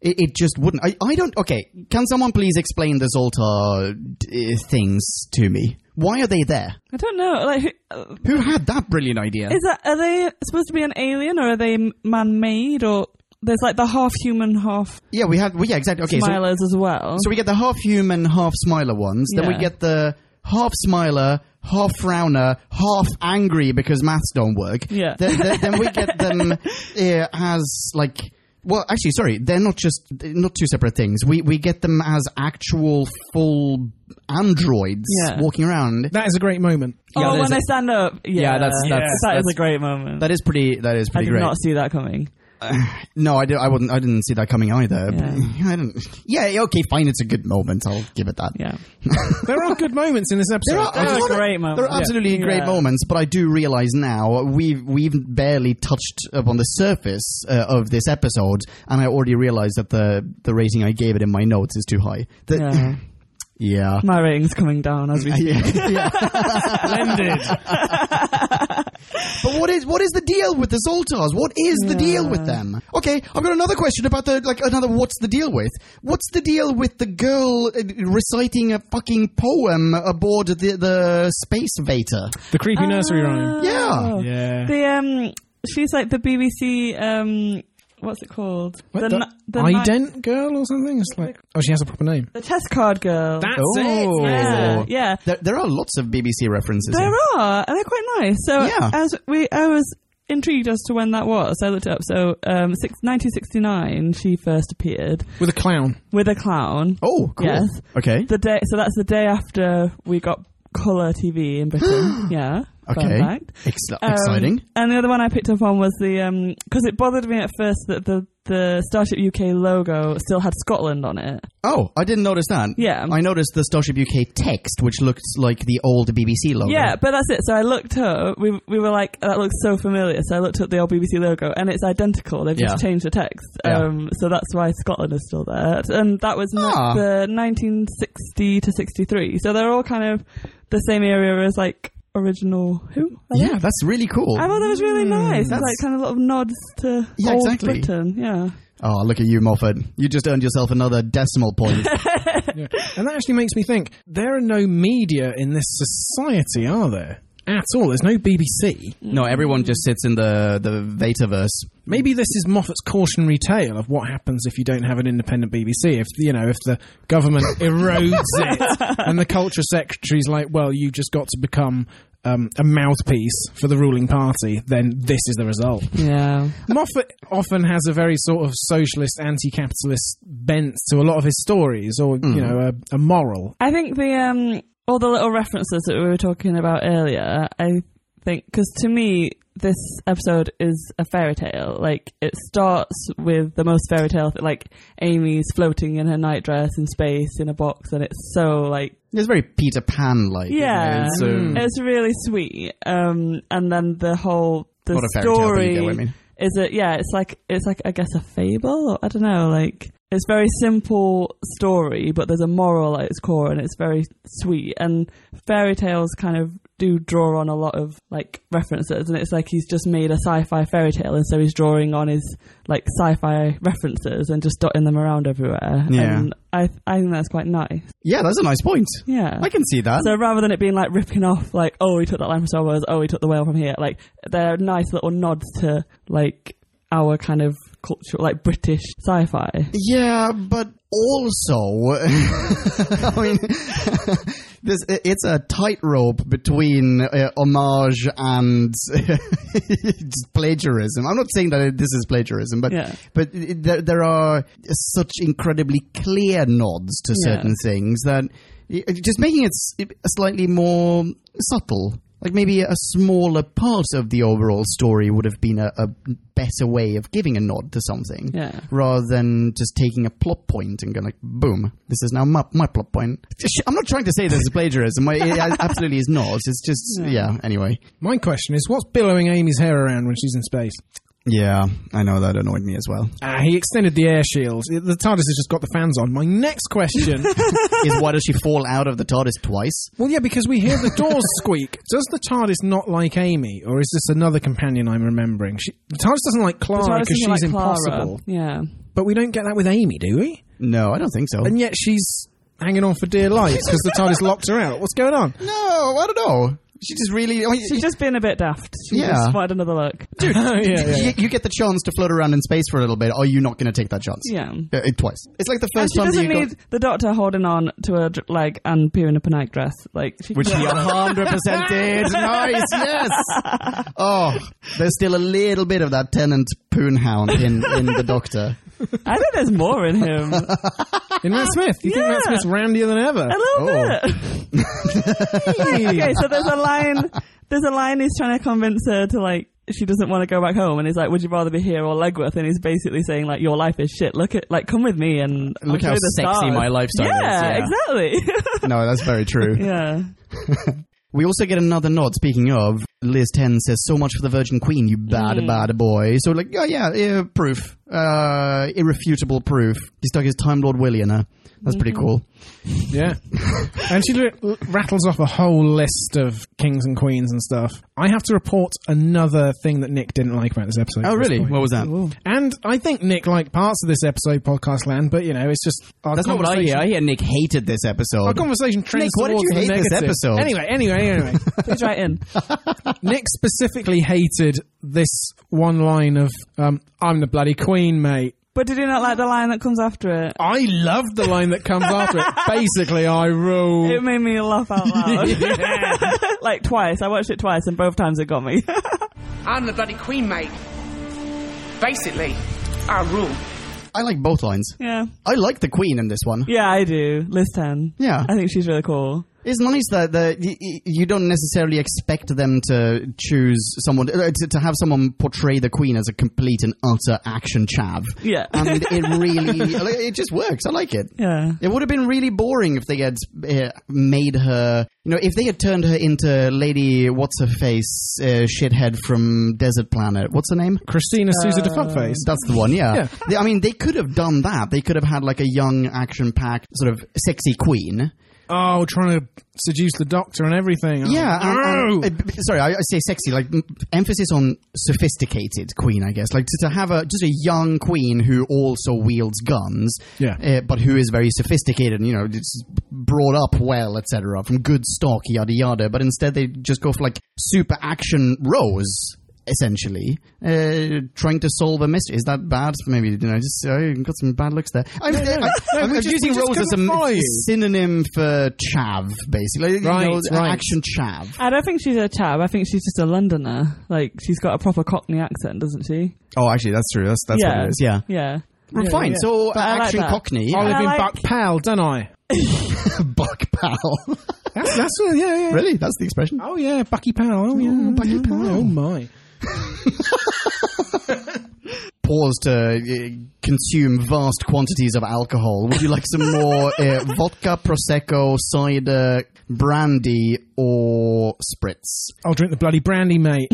Speaker 3: It, it just wouldn't. I, I don't. Okay, can someone please explain the Zoltar uh, things to me? Why are they there?
Speaker 2: I don't know. Like, who-
Speaker 3: Who had that brilliant idea?
Speaker 2: is that are they supposed to be an alien or are they man-made or there's like the half human, half
Speaker 3: yeah, we had. Well, yeah, exactly. Okay, so,
Speaker 2: smilers as well.
Speaker 3: so we get the half human, half smiler ones. Then we
Speaker 2: Yeah.
Speaker 3: get the half smiler, half frowner, half angry because maths don't work.
Speaker 2: Yeah.
Speaker 3: Then, then, then we
Speaker 2: [LAUGHS]
Speaker 3: get them uh, as like. Well, actually, sorry, they're not just they're not two separate things. We we get them as actual full androids
Speaker 2: Yeah.
Speaker 3: walking around.
Speaker 1: that is a great moment.
Speaker 2: oh,
Speaker 3: yeah, there's
Speaker 2: when
Speaker 3: a-
Speaker 2: they stand up. Yeah,
Speaker 3: that's- that's-
Speaker 2: that is
Speaker 3: that's-
Speaker 2: a great moment.
Speaker 3: That is pretty. That is
Speaker 2: I
Speaker 3: pretty
Speaker 2: did
Speaker 3: great.
Speaker 2: not see that coming.
Speaker 3: No, I, did, I wouldn't. I didn't see that coming either.
Speaker 2: Yeah.
Speaker 3: [LAUGHS] I didn't. Yeah. Okay. Fine. It's a good moment. I'll give it that.
Speaker 2: Yeah.
Speaker 1: there are good moments in this episode.
Speaker 3: There are,
Speaker 2: That was
Speaker 3: there
Speaker 2: a
Speaker 3: are-
Speaker 2: great moment.
Speaker 3: There are absolutely
Speaker 2: Yeah.
Speaker 3: great
Speaker 2: Yeah.
Speaker 3: moments, but I do realize now we've we've barely touched upon the surface uh, of this episode, and I already realize that the the rating I gave it in my notes is too high. The-
Speaker 2: Yeah.
Speaker 3: [COUGHS] yeah.
Speaker 2: My rating's coming down as we speak. [LAUGHS]
Speaker 3: Yeah, yeah. but what is what is the deal with the Zoltars? What is the deal with them? Okay, I've got another question about the like another. What's the deal with? What's the deal with the girl uh, reciting a fucking poem aboard the the space Vader?
Speaker 1: The creepy nursery
Speaker 2: Uh,
Speaker 1: rhyme.
Speaker 3: Yeah.
Speaker 1: Yeah.
Speaker 2: Ah. The um, she's like the BBC um, what's it called?
Speaker 1: What,
Speaker 2: the
Speaker 1: the
Speaker 2: ni- the ni-
Speaker 1: ident girl or something? It's like oh, she has a proper name.
Speaker 2: the test card girl.
Speaker 1: That's
Speaker 3: Oh.
Speaker 1: it.
Speaker 2: yeah, yeah.
Speaker 3: There, there are lots of BBC references.
Speaker 2: There
Speaker 3: here.
Speaker 2: are, and they're quite nice. So
Speaker 3: Yeah.
Speaker 2: as we, I was intrigued as to when that was. I looked it up. So um, six, 1969, she first appeared
Speaker 1: With a clown.
Speaker 2: with a clown.
Speaker 3: Oh, cool.
Speaker 2: Yes.
Speaker 3: Okay.
Speaker 2: The day, so that's the day after we got color TV
Speaker 3: [GASPS]
Speaker 2: in Britain. yeah. fun
Speaker 3: Okay.
Speaker 2: fact.
Speaker 3: Ex-
Speaker 2: Um,
Speaker 3: exciting.
Speaker 2: And the other one I picked up on was the because it bothered me at first that the the Starship UK logo still had Scotland on it.
Speaker 3: Oh, I didn't notice that.
Speaker 2: Yeah.
Speaker 3: I noticed the Starship UK text, which looked like the old BBC logo.
Speaker 2: Yeah, but that's it. So I looked up. We we were like that looks so familiar. So I looked up the old BBC logo, and it's identical. They've just
Speaker 3: Yeah.
Speaker 2: changed the text.
Speaker 3: Yeah.
Speaker 2: Um, so that's why Scotland is still there. And that was ni-
Speaker 3: Ah.
Speaker 2: the 1960 to 63. So they're all kind of the same area as like original who. I
Speaker 3: Yeah, that's really cool.
Speaker 2: I thought that was really nice. It's
Speaker 3: that's-
Speaker 2: like kind of a lot of nods to
Speaker 3: Yeah,
Speaker 2: old
Speaker 3: exactly.
Speaker 2: Britain. Yeah.
Speaker 3: Oh, look at you, Moffat. You just earned yourself another decimal point.
Speaker 1: And that actually makes me think there are no media in this society, are there? At all. There's no BBC.
Speaker 3: [LAUGHS] no, everyone just sits in the the Vetaverse.
Speaker 1: Maybe this is Moffat's cautionary tale of what happens if you don't have an independent BBC. If you know, if the government erodes it, and the culture secretary's like, "Well, you just got to become um, a mouthpiece for the ruling party," then this is the result.
Speaker 2: Yeah.
Speaker 1: Moffat often has a very sort of socialist, anti-capitalist bent to a lot of his stories, or you know, a, a moral.
Speaker 2: I think the um all the little references that we were talking about earlier. I think because to me this episode is a fairy tale. Like it starts with the most fairy tale, like Amy's floating in her nightdress in space in a box, and it's so like
Speaker 3: It's very Peter Pan like.
Speaker 2: Yeah. Mm.
Speaker 3: So
Speaker 2: it's really sweet. Um, and then the whole the
Speaker 3: Not a fairy tale, but you
Speaker 2: story
Speaker 3: get what I mean.
Speaker 2: is it? Yeah, it's like it's like I guess a fable. Or, I don't know. Like it's very simple story, but there's a moral at its core, and it's very sweet. And fairy tales kind of do draw on a lot of like references, and it's like he's just made a sci-fi fairy tale, and so he's drawing on his like sci-fi references and just dotting them around everywhere.
Speaker 3: Yeah.
Speaker 2: And I I think that's quite nice.
Speaker 3: yeah, that's a nice point.
Speaker 2: Yeah.
Speaker 3: I can see that.
Speaker 2: So rather than it being like ripping off, like, oh, he took that line from Star Wars, oh, he took the whale from here, like, they're nice little nods to, like, our kind of cultural, like, British sci fi.
Speaker 3: Yeah, but also, [LAUGHS] I mean, [LAUGHS] this it's a tightrope between uh, homage and [LAUGHS] plagiarism. I'm not saying that this is plagiarism, but
Speaker 2: Yeah.
Speaker 3: but it, there, there are such incredibly clear nods to
Speaker 2: Yeah.
Speaker 3: certain things that it- just making it s- slightly more subtle. Like maybe a smaller part of the overall story would have been a, a better way of giving a nod to something
Speaker 2: Yeah.
Speaker 3: rather than just taking a plot point and going like, boom, this is now my, my plot point. Sh- I'm not trying to say this is plagiarism.
Speaker 2: [LAUGHS]
Speaker 3: I- It a- absolutely is not. It's just, yeah, anyway.
Speaker 1: My question is, what's billowing Amy's hair around when she's in space?
Speaker 3: Yeah, I know that annoyed me as well.
Speaker 1: Ah, he extended the air shield. The TARDIS has just got the fans on. My next [LAUGHS] question.
Speaker 3: [LAUGHS] is why does she fall out of the TARDIS twice?
Speaker 1: well, yeah, because we hear the doors squeak. Does the TARDIS not like Amy, or is this another companion I'm remembering? She, the TARDIS doesn't like
Speaker 2: Oh,
Speaker 1: Clara because she's impossible.
Speaker 2: Yeah.
Speaker 1: But we don't get that with Amy, do we?
Speaker 3: No, I don't think so.
Speaker 1: And yet she's hanging on for dear life because the TARDIS locked her out. What's going on?
Speaker 3: no, I don't know. She just really. I mean,
Speaker 2: She's just being a bit daft. She
Speaker 3: Yeah.
Speaker 2: just wanted another look.
Speaker 1: Dude, [LAUGHS] yeah, yeah.
Speaker 3: you, you get the chance to float around in space for a little bit. Are you not going to take that chance?
Speaker 2: Yeah.
Speaker 3: Uh, it- twice. It's like the
Speaker 2: And
Speaker 3: first
Speaker 2: she
Speaker 3: time that
Speaker 2: doesn't
Speaker 3: you got-
Speaker 2: need the doctor holding on to her dr- leg and peering up a nightdress. Like,
Speaker 1: [LAUGHS]
Speaker 2: she
Speaker 3: Which
Speaker 2: can-
Speaker 3: he 100% did. Nice, yes. Oh, there's still a little bit of that tenant poonhound in, in the Doctor.
Speaker 2: [LAUGHS] I think there's more in him. [LAUGHS] A
Speaker 1: In Matt Smith. You
Speaker 2: Yeah.
Speaker 1: think Matt Smith's roundier than ever?
Speaker 2: little
Speaker 3: Oh.
Speaker 2: bit. [LAUGHS] okay, so there's a line. There's a line he's trying to convince her to like. She doesn't want to go back home, and he's like, "Would you rather be here or Legworth?" And he's basically saying like, "Your life is shit. Look at like, come with me and I'll
Speaker 3: Look how
Speaker 2: show the
Speaker 3: sexy
Speaker 2: stars."
Speaker 3: my lifestyle is,
Speaker 2: Yeah,
Speaker 3: yeah.
Speaker 2: exactly. [LAUGHS]
Speaker 3: No, that's very true.
Speaker 2: yeah,
Speaker 3: We also get another nod. Speaking of, Liz Ten says so much for the Virgin Queen, you bad, bad boy. So like, oh yeah, yeah proof, uh, irrefutable proof. He stuck his Time Lord Willie in her. That's pretty cool. [LAUGHS]
Speaker 1: Yeah. and she li- rattles off a whole list of kings and queens and stuff. I have to report another thing that Nick didn't like about this episode.
Speaker 3: Oh
Speaker 1: at this
Speaker 3: really?
Speaker 1: point.
Speaker 3: What was that?
Speaker 1: And I think Nick liked parts of this episode, Podcast Land, but you know, it's just. Our
Speaker 3: That's not what I hear.
Speaker 1: conversation-
Speaker 3: I hear Nick hated this
Speaker 1: Our
Speaker 3: episode.
Speaker 1: conversation trends
Speaker 3: Nick, why did
Speaker 1: towards
Speaker 3: you
Speaker 1: the
Speaker 3: hate this
Speaker 1: negative.
Speaker 3: episode?
Speaker 1: Anyway, anyway,
Speaker 3: [LAUGHS]
Speaker 1: anyway.
Speaker 2: he's right in.
Speaker 1: Nick specifically hated this one line of, um, I'm the bloody queen, mate.
Speaker 2: But did he not like the line that comes after it?
Speaker 1: I love the line that comes
Speaker 3: [LAUGHS]
Speaker 1: after it. Basically, I rule.
Speaker 2: It made me laugh out
Speaker 3: [LAUGHS]
Speaker 2: loud, [LAUGHS] like twice. I watched it twice, and both times it got me. [LAUGHS]
Speaker 5: I'm the bloody queen, mate. Basically, I rule.
Speaker 3: I like both lines.
Speaker 2: yeah,
Speaker 3: I like the Queen in this one.
Speaker 2: yeah, I do. Liz Ten.
Speaker 3: Yeah.
Speaker 2: I think she's really cool.
Speaker 3: It's nice that the, y- y- you don't necessarily expect them to choose someone uh, to, to have someone portray the queen as a complete and utter action chav.
Speaker 2: Yeah. [LAUGHS]
Speaker 3: and it really like, it just works. I like it.
Speaker 2: Yeah.
Speaker 3: It would have been really boring if they had uh, made her You know, if they had turned her into Lady What's Her Face uh, shithead from Desert Planet, what's her name?
Speaker 1: Christina Sousa
Speaker 3: Uh,
Speaker 1: de Fuckface.
Speaker 3: That's the one, yeah.
Speaker 1: Yeah.
Speaker 3: They- I mean, they could have done that. They could have had like a young, action-packed, sort of sexy queen.
Speaker 1: Oh, trying to seduce the doctor and everything. Oh,
Speaker 3: Yeah. and-
Speaker 1: no.
Speaker 3: and- uh, b- b- sorry, I, I say sexy. Like m- emphasis on sophisticated queen, I guess. Like to, to have a just a young queen who also wields guns.
Speaker 1: Yeah.
Speaker 3: Uh, but who is very sophisticated and you know it's brought up well, etc. From good stock, yada yada. But instead, they just go for like super action rose. Essentially, uh, trying to solve a mystery. Is that bad? Maybe, you know, just uh, got some bad looks there. I'm, I,
Speaker 1: No,
Speaker 3: am
Speaker 1: we just-
Speaker 3: using
Speaker 1: we just
Speaker 3: rose as a
Speaker 1: couldn't follow
Speaker 3: m-
Speaker 1: you.
Speaker 3: synonym for chav, basically. You
Speaker 1: Right,
Speaker 3: know,
Speaker 1: right.
Speaker 3: Action chav.
Speaker 2: I don't think she's a chab. I think she's just a Londoner. Like she's got a proper Cockney accent, doesn't she?
Speaker 3: Oh, actually, that's true. That's that's
Speaker 2: Yeah.
Speaker 3: what it is. Yeah.
Speaker 2: Yeah.
Speaker 1: Yeah,
Speaker 3: Fine.
Speaker 1: yeah.
Speaker 2: [LAUGHS]
Speaker 3: So
Speaker 2: I like
Speaker 3: action
Speaker 2: that.
Speaker 3: cockney,
Speaker 1: I
Speaker 2: And
Speaker 1: live
Speaker 3: [LAUGHS]
Speaker 2: I
Speaker 1: in
Speaker 2: like-
Speaker 1: Oh, Buck Pal, don't I?
Speaker 3: buck pal.
Speaker 1: That's, that's yeah, yeah.
Speaker 3: really? That's the expression.
Speaker 1: Oh yeah, Bucky Pal. Oh yeah,
Speaker 3: Oh, Bucky
Speaker 1: yeah,
Speaker 3: Powell.
Speaker 1: Oh my.
Speaker 3: Pause to uh, consume vast quantities of alcohol. Would you like some more uh, vodka, prosecco, cider, brandy, or spritz?
Speaker 1: I'll drink the bloody brandy,
Speaker 3: [LAUGHS]
Speaker 1: mate.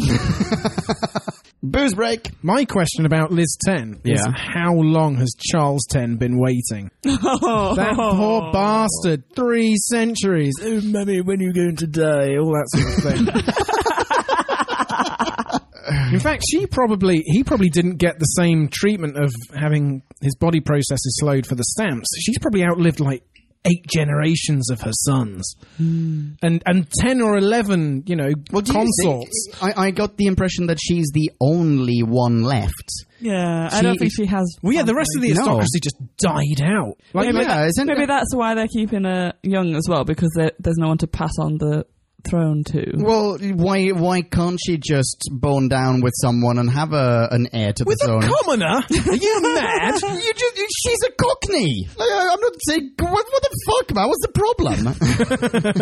Speaker 3: Booze break.
Speaker 1: My question about Liz Ten is
Speaker 3: Yeah.
Speaker 1: how long has Charles Ten been waiting? That poor bastard, three centuries. Oh, mummy, when are you going to die? All that sort of thing. [LAUGHS] In fact, she probably he probably didn't get the same treatment of having his body processes slowed for the stamps. She's probably outlived like eight generations of her sons, and and ten or eleven, you know,
Speaker 3: What do you think?
Speaker 1: consorts.
Speaker 3: I, I got the impression that she's the only one left.
Speaker 2: Yeah. I don't
Speaker 3: She-
Speaker 2: think she has.
Speaker 1: Well, yeah, the rest of the
Speaker 3: No.
Speaker 1: aristocracy just died out. Like, like-
Speaker 3: yeah, isn't
Speaker 2: Maybe that's why they're keeping her young as well because there- there's no one to pass on the throne to.
Speaker 3: Well, why why can't she just bone down with someone and have a an heir to
Speaker 1: with
Speaker 3: the throne?
Speaker 1: a
Speaker 3: [LAUGHS]
Speaker 1: commoner? Are you mad?
Speaker 3: you just, she's a cockney. Like, I, I'm not saying what, what the fuck, man. What's the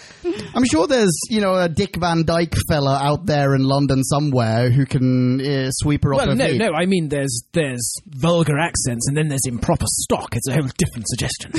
Speaker 3: problem?
Speaker 1: [LAUGHS]
Speaker 3: I'm sure there's you know a Dick Van Dyke fella out there in London somewhere who can uh, sweep her off
Speaker 1: Well,
Speaker 3: her
Speaker 1: no,
Speaker 3: feet.
Speaker 1: no. I mean, there's there's vulgar accents, and then there's improper stock. It's a whole different suggestion.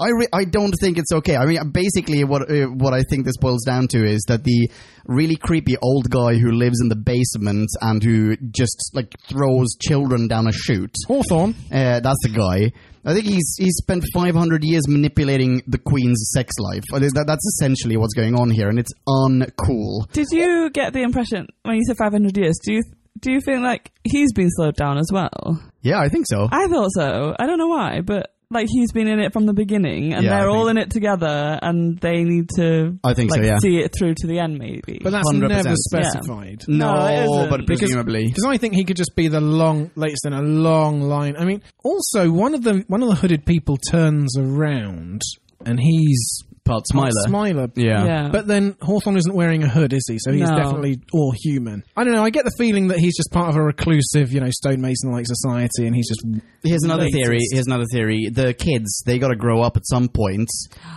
Speaker 3: I, re- I don't think it's okay. I mean, basically, what uh, what I think this boils down to is that the really creepy old guy who lives in the basement and who just like throws children down a chute.
Speaker 1: Hawthorne.
Speaker 3: Uh, that's the guy. I think he's he's spent 500 years manipulating the queen's sex life. Uh, That, that's essentially what's going on here, and it's uncool.
Speaker 2: Did you get the impression when you said 500 years? Do you do you think like he's been slowed down as well?
Speaker 3: Yeah, I think so.
Speaker 2: I thought so. I don't know why, but like he's been in it from the beginning, and
Speaker 3: Yeah,
Speaker 2: they're
Speaker 3: I
Speaker 2: all in
Speaker 3: think-
Speaker 2: it together, and they need to.
Speaker 3: I think so,
Speaker 2: like,
Speaker 3: yeah.
Speaker 2: See it through to the end, maybe.
Speaker 1: But that's
Speaker 3: 100%.
Speaker 1: never
Speaker 3: Yeah.
Speaker 1: specified.
Speaker 2: No, it isn't.
Speaker 1: Because- Because I think he could just be the long latest in a long line. I mean, also one of the one of the hooded people turns around, and he's
Speaker 3: part
Speaker 1: part Smiler.
Speaker 2: Yeah.
Speaker 1: But then Hawthorne isn't wearing a hood, is he? So he's
Speaker 2: No.
Speaker 1: definitely all human. I don't know. I get the feeling that he's just part of a reclusive, you know, stonemason-like society, and he's just
Speaker 3: Here's another
Speaker 1: Latest.
Speaker 3: theory. Here's another theory. The kids, they got to grow up at some point.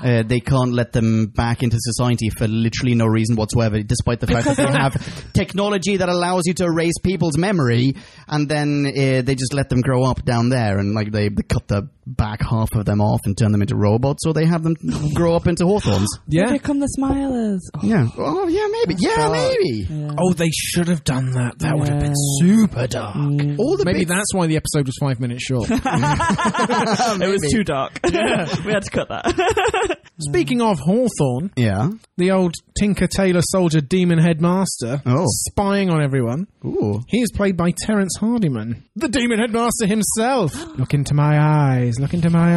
Speaker 3: Uh, they can't let them back into society for literally no reason whatsoever, despite the fact that they have [LAUGHS] technology that allows you to erase people's memory, and then uh, they just let them grow up down there, and like they, they cut the back half of them off and turn them into robots, or they have them grow up into Hawthorns.
Speaker 1: yeah.
Speaker 2: Here come the smilers. Oh,
Speaker 3: yeah. Oh, yeah, maybe. Yeah, maybe.
Speaker 1: Oh, they should have done that. That would have been super dark.
Speaker 3: All the
Speaker 1: Maybe
Speaker 3: big-
Speaker 1: that's why the episode was five minutes short.
Speaker 2: it was too dark. [LAUGHS] we had to cut that.
Speaker 1: [LAUGHS] Speaking of Hawthorne,
Speaker 3: Yeah.
Speaker 1: the old Tinker Tailor Soldier Demon Headmaster,
Speaker 3: Oh.
Speaker 1: spying on everyone,
Speaker 3: Ooh.
Speaker 1: he is played by Terence Hardiman, the Demon Headmaster [GASPS] himself. look into my eyes, look into my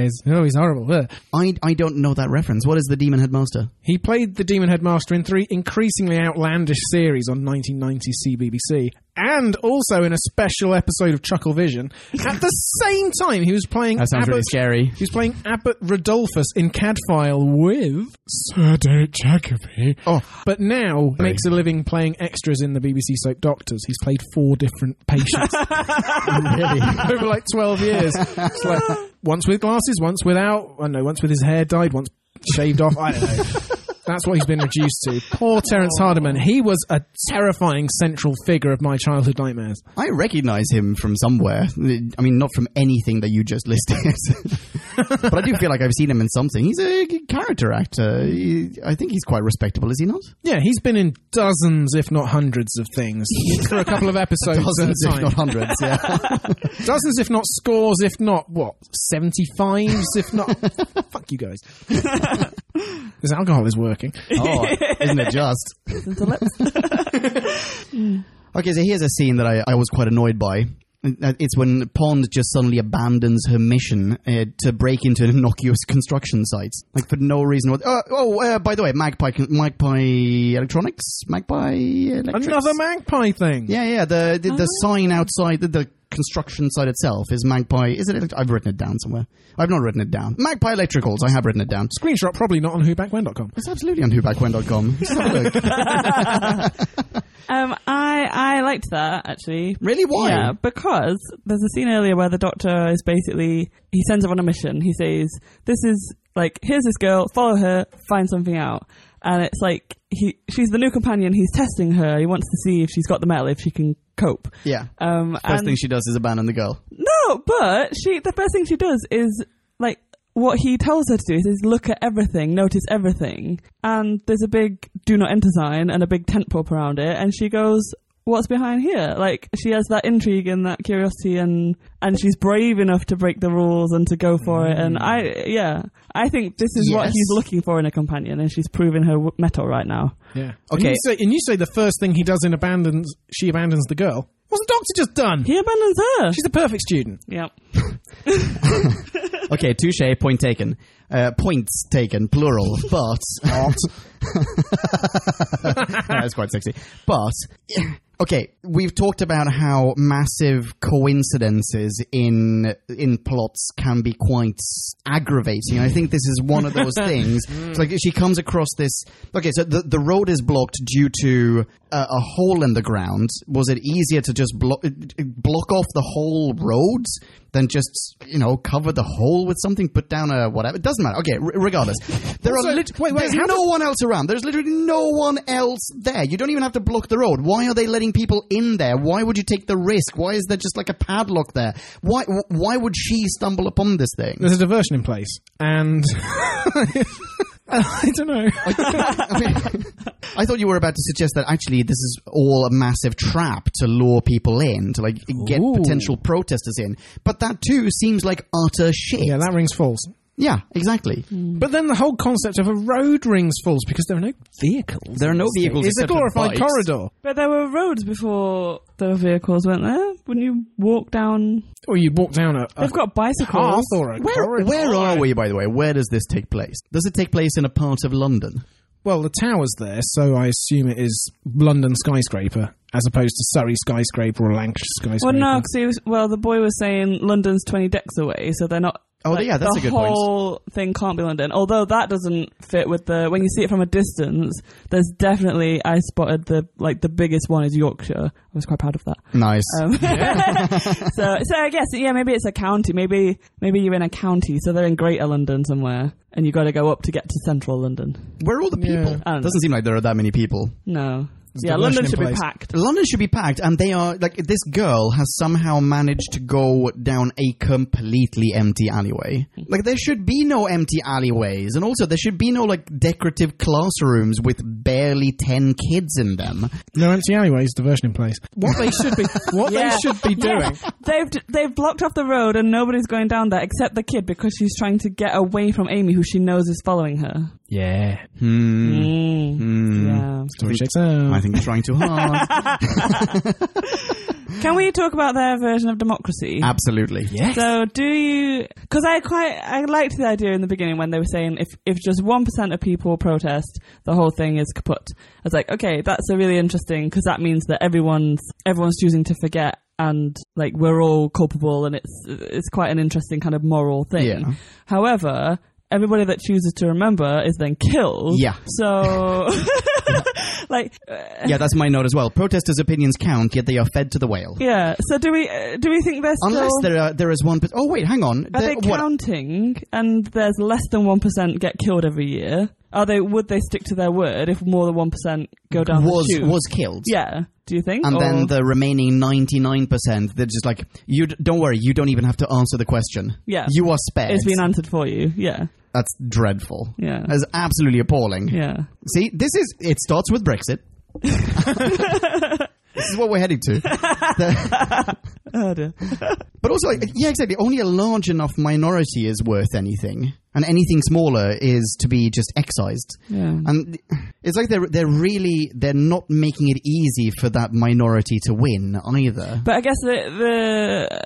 Speaker 1: eyes. Oh, he's horrible. Ugh.
Speaker 3: I, I don't know that reference. What is the Demon Headmaster?
Speaker 1: He played the Demon Headmaster in three increasingly outlandish series on 1990 CBBC, and also in a special episode of Chuckle Vision. At the same time, he was playing. Abbot-
Speaker 3: scary.
Speaker 1: He was playing Abbot Rodolphus in Cadfile with Sir Derek Jacobi.
Speaker 3: Oh.
Speaker 1: But now makes a living playing extras in the BBC soap Doctors. He's played four different patients over like 12 years. It's like, once with glasses, once without. I don't know, once with his hair dyed, once shaved off. I don't know. That's what he's been reduced to. Poor Terence Hardiman. He was a terrifying central figure of my childhood nightmares.
Speaker 3: I recognize him from somewhere. I mean, not from anything that you just listed. [LAUGHS] but I do feel like I've seen him in something. He's a g- character actor. He, I think he's quite respectable, is he not?
Speaker 1: Yeah, he's been in dozens, if not hundreds, of
Speaker 3: [LAUGHS]
Speaker 1: things for a couple of episodes
Speaker 3: Dozens,
Speaker 1: at a
Speaker 3: if
Speaker 1: time.
Speaker 3: not hundreds. Yeah.
Speaker 1: dozens, if not scores, if not what seventy fives, if not
Speaker 3: [LAUGHS]
Speaker 1: fuck you guys. this alcohol is working.
Speaker 3: oh, isn't it just? [LAUGHS] Okay, so here's a scene that I, I was quite annoyed by. Uh, It's when Pond just suddenly abandons her mission uh, to break into [LAUGHS] an innocuous construction site, like for no reason. what- Uh, oh, uh, by the way, Magpie, con- Magpie Electronics, Magpie Electrics.
Speaker 1: Another magpie thing.
Speaker 3: Yeah, yeah. The the, the sign outside the, the construction site itself is Magpie. Is it? elect- I've written it down somewhere. I've not written it down. Magpie Electricals. I have written it down.
Speaker 1: Screenshot probably not on whobackwhen.com.
Speaker 3: It's absolutely on whobackwhen.com. Just have a look.
Speaker 2: Um, I I liked that actually.
Speaker 3: Really? Why?
Speaker 2: Yeah, because there's a scene earlier where the doctor is basically he sends her on a mission. He says, "This is like here's this girl, follow her, find something out." And it's like he she's the new companion. He's testing her. He wants to see if she's got the metal, if she can cope.
Speaker 3: Yeah.
Speaker 2: Um,
Speaker 3: First
Speaker 2: and-
Speaker 3: thing she does is abandon the girl.
Speaker 2: no, but she the first thing she does is like what he tells her to do is look at everything, notice everything. And there's a big do not enter sign and a big tent pole around it and she goes What's behind here? Like she has that intrigue and that curiosity, and and she's brave enough to break the rules and to go for it. And I, yeah, I think this is what
Speaker 3: Yes.
Speaker 2: he's looking for in a companion, and she's proving her w- metal right now.
Speaker 1: Yeah. And
Speaker 3: Okay.
Speaker 1: you, say, and you say the first thing he does in abandons, she abandons the girl. What's the doctor just done?
Speaker 2: He abandons her.
Speaker 1: She's the perfect student.
Speaker 2: yeah,
Speaker 3: Okay, touche, point taken. Uh, points taken, plural, [LAUGHS] but. Yeah, [LAUGHS] That's quite sexy. But, okay, we've talked about how massive coincidences in in plots can be quite aggravating. And I think this is one of
Speaker 1: [LAUGHS]
Speaker 3: those things.
Speaker 1: Mm.
Speaker 3: It's like she comes across this. Okay, so the, the road is blocked due to a, a hole in the ground. Was it easier to just block block off the whole roads than just you know cover the hole with something, put down a whatever? It doesn't matter. Okay, r- regardless, there are
Speaker 1: Also,
Speaker 3: lit-
Speaker 1: wait, wait,
Speaker 3: there's
Speaker 1: how
Speaker 3: no one else around. There's literally no one else there. You don't even have to block the road. Why are they letting people in there? Why would you take the risk? Why is there just like a padlock there? Why wh- why would she stumble upon this thing?
Speaker 1: There's a diversion in place, and [LAUGHS] I don't know.
Speaker 3: I mean, I thought you were about to suggest that actually this is all a massive trap to lure people in, to like get
Speaker 1: Ooh.
Speaker 3: potential protesters in. But that too seems like utter shit.
Speaker 1: yeah, that rings false.
Speaker 3: Yeah, exactly.
Speaker 1: But then the whole concept of a road rings false because there are no vehicles.
Speaker 3: There are no vehicles.
Speaker 1: It's a
Speaker 3: except for
Speaker 1: glorified
Speaker 3: bikes.
Speaker 1: corridor.
Speaker 2: but there were roads before there were vehicles, weren't there? Wouldn't you walk down
Speaker 1: Or you walk down a, a
Speaker 2: They've got
Speaker 1: path
Speaker 2: bicycles.
Speaker 1: or a
Speaker 3: Where,
Speaker 1: corridor.
Speaker 3: where are we, by the way? Where does this take place? Does it take place in a part of London?
Speaker 1: Well, the tower's there, so I assume it is London skyscraper as opposed to Surrey skyscraper or Lancashire
Speaker 2: Well,
Speaker 1: skyscraper.
Speaker 2: no, 'cause he was, well, the boy was saying London's 20 decks away, so they're not.
Speaker 3: Oh, yeah, that's
Speaker 2: the
Speaker 3: a good point.
Speaker 2: whole thing can't be London. Although that doesn't fit with the when you see it from a distance. There's definitely I spotted the like the biggest one is Yorkshire. I was quite proud
Speaker 3: [LAUGHS]
Speaker 2: of that.
Speaker 3: Nice.
Speaker 2: Um, so, so I guess yeah, maybe it's a county. Maybe maybe you're in a county, so they're in Greater London somewhere, and you got to go up to get to Central London.
Speaker 3: Where are all the
Speaker 1: Yeah.
Speaker 3: people?
Speaker 2: I don't
Speaker 3: Doesn't seem like there are that many people.
Speaker 2: No, yeah,
Speaker 1: diversion
Speaker 2: London
Speaker 1: in
Speaker 2: should be
Speaker 1: place.
Speaker 2: packed.
Speaker 3: London should be packed, and they are like this girl has somehow managed to go down a completely empty alleyway. Like there should be no empty alleyways, and also there should be no like decorative classrooms with barely ten kids in them.
Speaker 1: No empty alleyways, diversion in place. What they should be, what
Speaker 2: [LAUGHS] Yeah.
Speaker 1: they should be doing.
Speaker 2: Yes, they've they've blocked off the road and nobody's going down there except the kid because she's trying to get away from Amy, who she knows is following her.
Speaker 1: Yeah,
Speaker 3: Hmm.
Speaker 2: Mm.
Speaker 1: story checks out.
Speaker 3: I think they're trying too hard.
Speaker 2: Yeah. Can we talk about their version of democracy?
Speaker 3: [LAUGHS] Absolutely.
Speaker 1: yes.
Speaker 2: So do you? Because I quite I liked the idea in the beginning when they were saying if if just one percent of people protest, the whole thing is kaput. I was like, okay, that's a really interesting because that means that everyone's everyone's choosing to forget and like we're all culpable and it's it's quite an interesting kind of moral thing.
Speaker 3: Yeah.
Speaker 2: However. Everybody that chooses to remember is then killed.
Speaker 3: Yeah.
Speaker 2: So, [LAUGHS] like, uh,
Speaker 3: Yeah, that's my note as well. Protesters' opinions count, yet they are fed to the whale.
Speaker 2: yeah. So, do we uh, do we think they're still
Speaker 3: Unless there are, there is one. per- Oh wait, hang on.
Speaker 2: Are
Speaker 3: There-
Speaker 2: they
Speaker 3: what-
Speaker 2: counting? And there's less than one percent get killed every year. Are they? Would they stick to their word if more than one percent go down
Speaker 3: was
Speaker 2: the tube?
Speaker 3: was killed.
Speaker 2: yeah. Do you think?
Speaker 3: And then
Speaker 2: Or-
Speaker 3: the remaining 99%, they're just like, you d- don't worry, you don't even have to answer the question.
Speaker 2: Yeah.
Speaker 3: You are spared.
Speaker 2: it's been answered for you. Yeah.
Speaker 3: That's dreadful.
Speaker 2: Yeah.
Speaker 3: That's absolutely appalling.
Speaker 2: Yeah.
Speaker 3: See, this is, it starts
Speaker 2: [LAUGHS]
Speaker 3: with Brexit. this is what we're heading to.
Speaker 2: Oh dear.
Speaker 3: But also, like, yeah, exactly. Only a large enough minority is worth anything, and anything smaller is to be just excised.
Speaker 2: Yeah.
Speaker 3: And it's like they're they're really they're not making it easy for that minority to win either.
Speaker 2: But I guess the the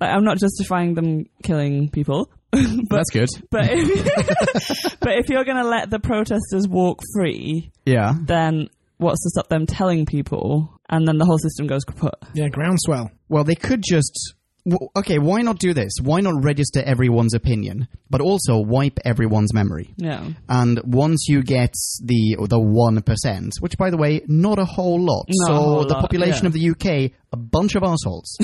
Speaker 2: like I'm not justifying them killing people, [LAUGHS] but
Speaker 4: That's good.
Speaker 2: but if, [LAUGHS] but if you're going to let the protesters walk free,
Speaker 3: Yeah,
Speaker 2: then what's to stop them telling people? And then the whole system goes kaput.
Speaker 1: Yeah, groundswell.
Speaker 3: Well, they could just. w- Okay, why not do this? Why not register everyone's opinion, but also wipe everyone's memory?
Speaker 2: Yeah.
Speaker 3: And once you get the the one percent, which by the way, not a whole lot.
Speaker 2: Not
Speaker 3: so
Speaker 2: a whole
Speaker 3: the
Speaker 2: lot,
Speaker 3: population
Speaker 2: yeah.
Speaker 3: of the UK, a bunch
Speaker 2: [LAUGHS]
Speaker 3: of assholes.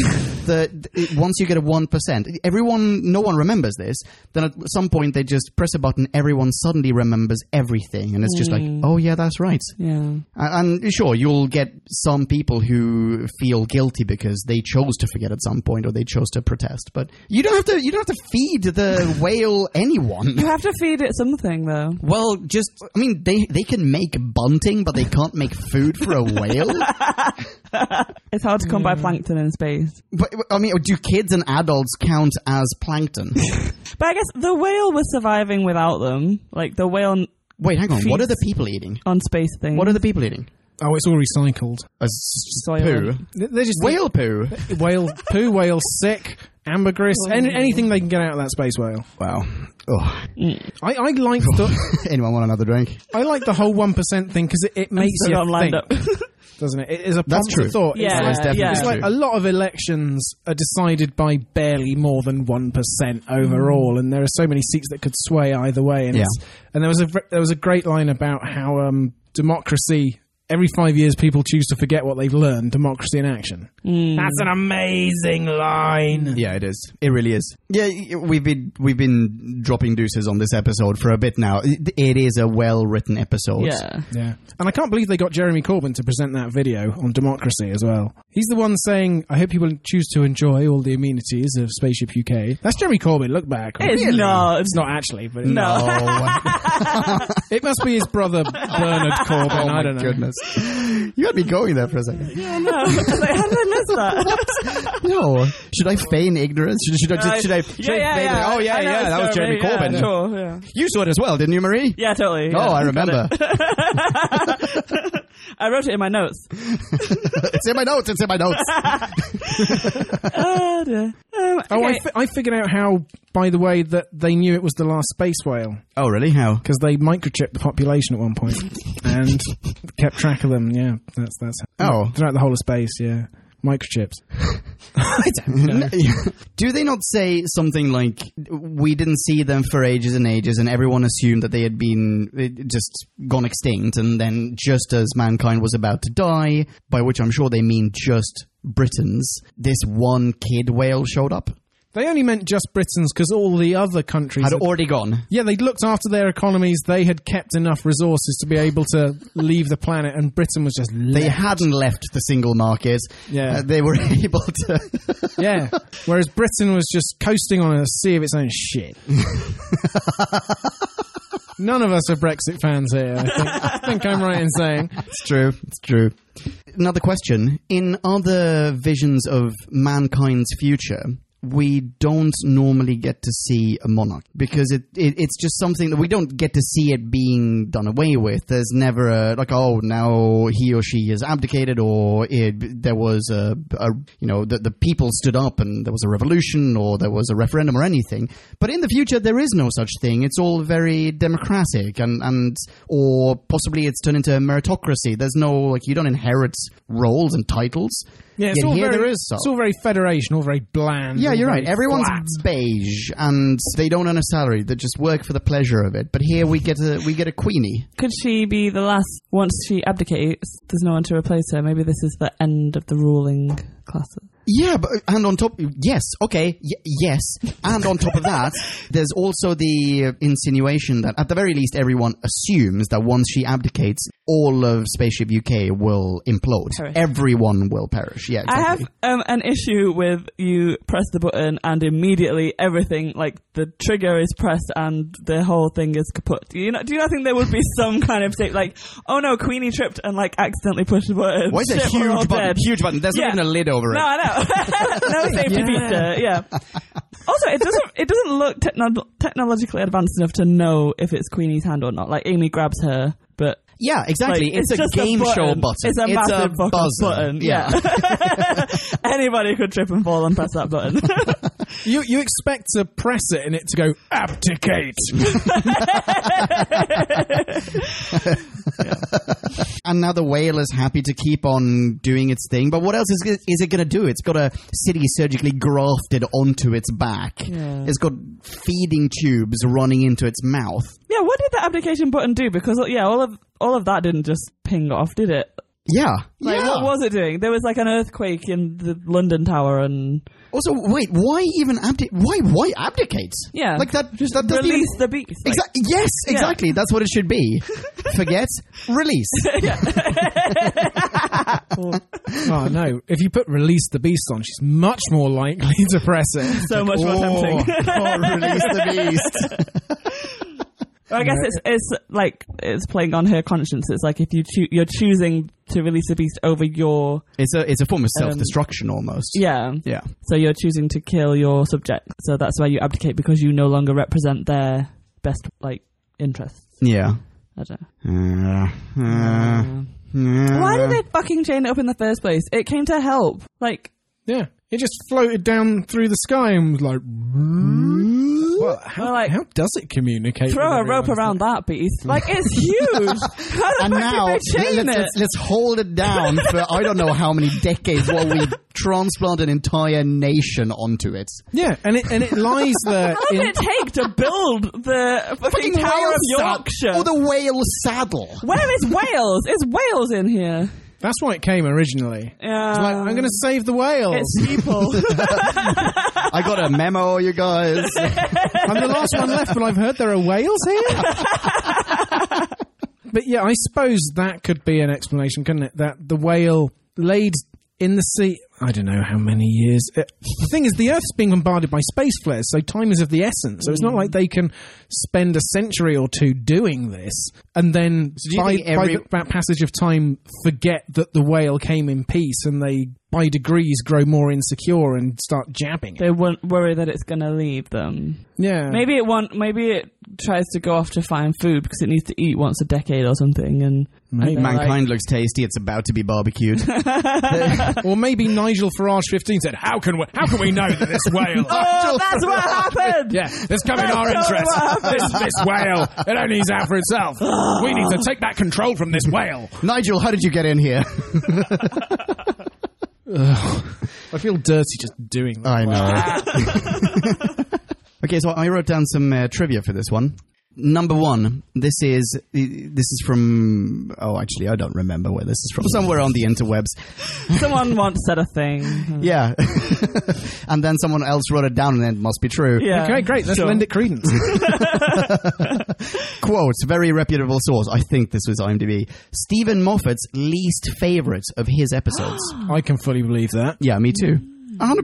Speaker 3: the, the- once you get a one percent, everyone, no one remembers this. Then at some point, they just press a button. Everyone suddenly remembers everything, and it's just
Speaker 2: Mm.
Speaker 3: like, oh yeah, that's right.
Speaker 2: Yeah.
Speaker 3: And, and sure, you'll get some people who feel guilty because they chose to forget at some point or they chose to protest. But you don't have to. You don't have to feed [LAUGHS] the whale anyone.
Speaker 2: You have to feed it something though.
Speaker 3: Well, just I mean, they they can make bunting, but they can't make food for a [LAUGHS] whale.
Speaker 2: It's hard to come by plankton in space.
Speaker 3: but I mean, do kids and adults count as [LAUGHS] plankton?
Speaker 2: But I guess the whale was surviving without them. Like the whale
Speaker 3: Wait, hang on. What are the people eating?
Speaker 2: on space thing.
Speaker 3: What are the people eating?
Speaker 1: Oh, it's all recycled.
Speaker 3: A s-
Speaker 2: Soil.
Speaker 3: poo.
Speaker 1: They're just
Speaker 3: Whale poo.
Speaker 1: whale poo, whale sick, ambergris, an- anything they can get out of that space whale.
Speaker 3: Wow. Oh.
Speaker 1: I, I
Speaker 3: [LAUGHS]
Speaker 1: like the
Speaker 3: Anyone want another drink?
Speaker 1: I like the whole one percent thing because it, it makes
Speaker 2: still
Speaker 1: you
Speaker 2: got 'em lined
Speaker 1: think,
Speaker 2: up. [LAUGHS]
Speaker 1: doesn't it? It is a
Speaker 3: That's
Speaker 1: prompt
Speaker 3: true.
Speaker 1: to thought. It's
Speaker 2: Yeah,
Speaker 1: like-
Speaker 3: That's definitely
Speaker 2: yeah.
Speaker 1: It's like
Speaker 3: true.
Speaker 1: a lot of elections are decided by barely more than one percent overall, and there are so many seats that could sway either way. And,
Speaker 3: Yeah.
Speaker 1: it's- and there was a v- there was a great line about how um, democracy. Every five years, people choose to forget what they've learned. Democracy in action.
Speaker 2: Mm.
Speaker 1: That's an amazing line.
Speaker 3: Yeah, it is. It really is. Yeah, y- we've been we've been dropping deuces on this episode for a bit now. It it is a well written episode.
Speaker 2: Yeah.
Speaker 1: Yeah. And I can't believe they got Jeremy Corbyn to present that video on democracy as well. He's the one saying, I hope you will choose to enjoy all the amenities of Spaceship UK. That's Jeremy Corbyn, look back.
Speaker 2: It's not.
Speaker 1: It's not actually, but
Speaker 2: No.
Speaker 3: Oh, [LAUGHS]
Speaker 1: it must be his
Speaker 2: [LAUGHS]
Speaker 1: brother Bernard Corbyn. I don't know.
Speaker 3: Oh, goodness. You had me going there for a second.
Speaker 2: I know. [LAUGHS] I was like, how did I miss that?
Speaker 3: No. Should I feign ignorance? Should, should I
Speaker 2: [LAUGHS]
Speaker 3: just should I? Should I feign ignorance? Oh yeah,
Speaker 2: I know
Speaker 3: yeah.
Speaker 2: it's
Speaker 3: That was Jeremy
Speaker 2: yeah,
Speaker 3: Corbyn.
Speaker 2: Sure, yeah.
Speaker 3: You saw it as well, didn't you, Marie?
Speaker 2: Yeah, totally. yeah.
Speaker 3: Oh, I remember.
Speaker 2: I wrote it in my notes. [LAUGHS]
Speaker 3: it's in my notes. It's in my notes.
Speaker 2: Oh, dear. Um, okay.
Speaker 1: Oh, I, fi- I figured out how, by the way, that they knew it was the last space whale
Speaker 3: oh, really? How?
Speaker 1: because they microchipped the population at one point and kept track of them. Yeah, that's that's
Speaker 3: Oh.
Speaker 1: throughout the whole of space. Yeah, microchips. [LAUGHS]
Speaker 3: Do they not say something like, "We didn't see them for ages and ages, and everyone assumed that they had been eh, just gone extinct," and then just as mankind was about to die, by which I'm sure they mean just Britons, this one kid whale showed up,
Speaker 1: They only meant just Britons because all the other countries
Speaker 3: had
Speaker 1: had-
Speaker 3: already gone.
Speaker 1: Yeah, they'd looked after their economies. They had kept enough resources to be able to leave the planet, and Britain was just
Speaker 3: They
Speaker 1: left.
Speaker 3: hadn't left the single market.
Speaker 1: Yeah.
Speaker 3: Uh, they were [LAUGHS] able to.
Speaker 1: yeah. Whereas Britain was just coasting on a sea of its own
Speaker 3: [LAUGHS]
Speaker 1: shit. None of us are Brexit fans here. I think, I think I'm right in saying.
Speaker 3: It's true. It's true. Another question. In other visions of mankind's future, we don't normally get to see a monarch because it, it it's just something that we don't get to see it being done away with. There's never a like oh now he or she has abdicated or it, there was a, a you know the, the people stood up and there was a revolution or there was a referendum or anything. But in the future there is no such thing. It's all very democratic and and or possibly it's turned into a meritocracy. There's no like you don't inherit roles and titles.
Speaker 1: Yeah, it's
Speaker 3: Yet
Speaker 1: all
Speaker 3: here
Speaker 1: very
Speaker 3: there is some.
Speaker 1: it's all very federation, all very bland.
Speaker 3: Yeah,
Speaker 1: all
Speaker 3: you're right.
Speaker 1: very
Speaker 3: Everyone's
Speaker 1: flat.
Speaker 3: beige and they don't earn a salary. They just work for the pleasure of it. But here we get a we get a queenie.
Speaker 2: Could she be the last, once she abdicates, there's no one to replace her? Maybe this is the end of the ruling classes.
Speaker 3: Yeah, but uh, and on top, yes, okay, y- yes, and on top of that, there's also the uh, insinuation that at the very least, everyone assumes that once she abdicates, all of Spaceship UK will implode.
Speaker 2: Perish.
Speaker 3: Everyone will perish. Yeah,
Speaker 2: I
Speaker 3: exactly.
Speaker 2: have um, an issue with you press the button and immediately everything, like the trigger is pressed and the whole thing is kaput. Do you not, do you not think there would be [LAUGHS] some kind of shape like, oh no, Queenie tripped and like accidentally pushed the button?
Speaker 3: Why is there a
Speaker 2: Shit, we're all
Speaker 3: huge button?
Speaker 2: dead.
Speaker 3: Huge button. There's
Speaker 2: Yeah.
Speaker 3: not even a lid over it.
Speaker 2: No, I know. [LAUGHS] no
Speaker 3: [LAUGHS]
Speaker 2: safety feature. Yeah. Also, it doesn't it doesn't look techno- technologically advanced enough to know if it's Queenie's hand or not. Like Amy grabs her, but
Speaker 3: Yeah, exactly.
Speaker 2: like,
Speaker 3: it's, a
Speaker 2: just
Speaker 3: game show button.
Speaker 2: It's a massive fucking
Speaker 3: buzzer.
Speaker 2: button. Yeah. [LAUGHS] Anybody could trip and fall and press that button. [LAUGHS]
Speaker 1: You you expect to press it and it to go abdicate.
Speaker 3: [LAUGHS] And now the whale is happy to keep on doing its thing. But what else is it- is it going to do? It's got a city surgically grafted onto its back.
Speaker 2: Yeah.
Speaker 3: It's got feeding tubes running into its mouth.
Speaker 2: yeah. What did the application button do? Because uh, yeah, all of all of that didn't just ping off, did it?
Speaker 3: Yeah.
Speaker 2: Like,
Speaker 3: yeah.
Speaker 2: what was it doing? There was like an earthquake in the London Tower, and
Speaker 3: also, wait, why even abdicate? Why why abdicate?
Speaker 2: yeah,
Speaker 3: Like that just that doesn't
Speaker 2: release
Speaker 3: even
Speaker 2: the beast. Like,
Speaker 3: Exactly. Yes,
Speaker 2: Yeah.
Speaker 3: exactly. That's what it should be.
Speaker 2: [LAUGHS]
Speaker 3: Forget, release.
Speaker 1: oh no! If you put release the beast on, she's much more likely to press it.
Speaker 2: so much more tempting.
Speaker 1: [LAUGHS]
Speaker 3: oh, release the beast.
Speaker 2: Well, I guess it's it's like it's playing on her conscience. It's like if you choo- you're choosing to release the beast over your
Speaker 3: It's a it's a form of self destruction almost.
Speaker 2: Um, yeah,
Speaker 3: Yeah.
Speaker 2: so you're choosing to kill your subject. So that's why you abdicate because you no longer represent their best like interests.
Speaker 3: Yeah.
Speaker 2: I don't know.
Speaker 3: Uh, uh,
Speaker 2: Why
Speaker 3: uh.
Speaker 2: did they fucking chain it up in the first place? It came to help. Like
Speaker 1: Yeah, it just floated down through the sky and was
Speaker 2: [LAUGHS]
Speaker 1: like. Well, how,
Speaker 2: Well, like-
Speaker 1: how does it communicate?
Speaker 2: throw
Speaker 1: with
Speaker 2: a rope
Speaker 1: everyone?
Speaker 2: around that beast. Like it's huge. How the
Speaker 3: [LAUGHS] And
Speaker 2: fuck
Speaker 3: now
Speaker 2: did they chain
Speaker 3: let's,
Speaker 2: it?
Speaker 3: let's, let's hold it down for I don't know how many decades while we transplant an entire nation onto it.
Speaker 1: Yeah, and it and it
Speaker 2: [LAUGHS]
Speaker 1: lies there.
Speaker 2: How
Speaker 1: in,
Speaker 2: long did it take to build the fucking, Tower of Yorkshire?
Speaker 3: or the whale saddle.
Speaker 2: Where is Wales? Is Wales in here?
Speaker 1: that's why it came originally.
Speaker 2: Yeah.
Speaker 1: It's like, I'm going to save the whales.
Speaker 2: Um, It's people.
Speaker 3: I got a memo,
Speaker 2: [LAUGHS]
Speaker 3: you guys.
Speaker 1: I'm the last one left, but I've heard there are whales here.
Speaker 3: [LAUGHS]
Speaker 1: but yeah, I suppose that could be an explanation, couldn't it? That the whale laid in the sea. I don't know how many years. Uh, the thing is, the Earth's being bombarded by space flares, so time is of the essence. So it's not like they can spend a century or two doing this and then
Speaker 3: do you
Speaker 1: by,
Speaker 3: think
Speaker 1: by
Speaker 3: every-
Speaker 1: the, that passage of time forget that the whale came in peace and they by degrees grow more insecure and start jabbing it.
Speaker 2: they won't worry that it's going to leave them.
Speaker 1: Yeah.
Speaker 2: Maybe it won't. Maybe it tries to go off to find food because it needs to eat once a decade or something. And
Speaker 1: Maybe.
Speaker 2: and they're like,
Speaker 3: Mankind looks tasty. It's about to be barbecued.
Speaker 2: [LAUGHS]
Speaker 1: [LAUGHS] Or maybe Nigel Farage fifteen said, "How can we? How can we know that this whale?
Speaker 2: [LAUGHS] oh, that's what happened.
Speaker 1: yeah, it's coming our interest. This this whale, it only is out for itself. we need to take back control from this whale."
Speaker 3: Nigel, how did you get in here?
Speaker 1: I feel dirty just doing that.
Speaker 3: I know. [LAUGHS] okay, so I wrote down some uh, trivia for this one. Number one, this is this is from. Oh, actually, I don't remember where this is from. Somewhere on the interwebs.
Speaker 2: Someone once said a thing.
Speaker 3: Yeah, [LAUGHS] and then someone else wrote it down, and then it must be true.
Speaker 2: Yeah.
Speaker 1: Okay, great. Let's
Speaker 2: Sure.
Speaker 1: lend it credence.
Speaker 3: Quote, very reputable source. I think this was IMDb. Stephen Moffat's least favorite of his episodes.
Speaker 1: [LAUGHS] I can fully believe that.
Speaker 3: yeah, me too. 100%.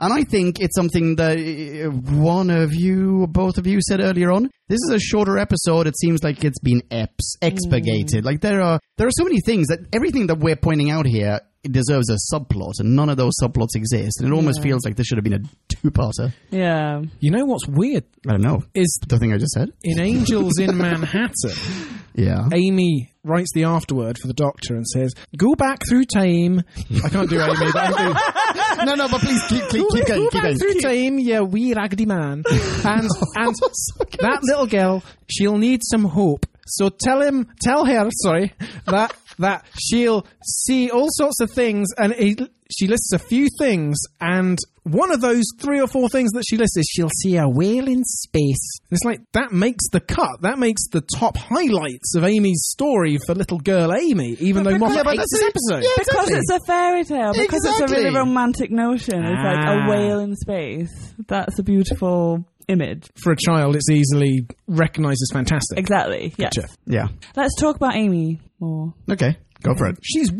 Speaker 3: And I think it's something that uh, one of you, or both of you said earlier on. This is a shorter episode. It seems like it's been eps, expurgated. Like there are, there are so many things that everything that we're pointing out here deserves a subplot and none of those subplots exist. And it almost feels like this should have been a two-parter.
Speaker 2: Yeah.
Speaker 1: You know what's weird
Speaker 3: I don't know.
Speaker 1: is
Speaker 3: The thing I just said?
Speaker 1: in Angels in Manhattan.
Speaker 3: Yeah.
Speaker 1: Amy writes the afterword for the doctor and says, "Go back through time." I can't do Amy, but I can do
Speaker 3: no, no, but please keep, keep, keep going,
Speaker 1: Go
Speaker 3: keep
Speaker 1: back
Speaker 3: going.
Speaker 1: through time, yeah, wee raggedy man. And and that little girl, she'll need some hope. So tell him, tell her, sorry, that that she'll see all sorts of things, and he, she lists a few things, and one of those three or four things that she lists is she'll see a whale in space. And it's like that makes the cut. That makes the top highlights of Amy's story for little girl Amy, even though Moffat hates this episode.
Speaker 2: Because it's a fairy tale, because it's a really
Speaker 3: Exactly.
Speaker 2: romantic notion. It's like
Speaker 1: Ah.
Speaker 2: a whale in space. That's a beautiful image.
Speaker 1: for a child, it's easily recognised as fantastic.
Speaker 2: Exactly. Yes.
Speaker 1: Gotcha.
Speaker 3: yeah.
Speaker 2: Let's talk about Amy more.
Speaker 3: Okay, go for it.
Speaker 1: She's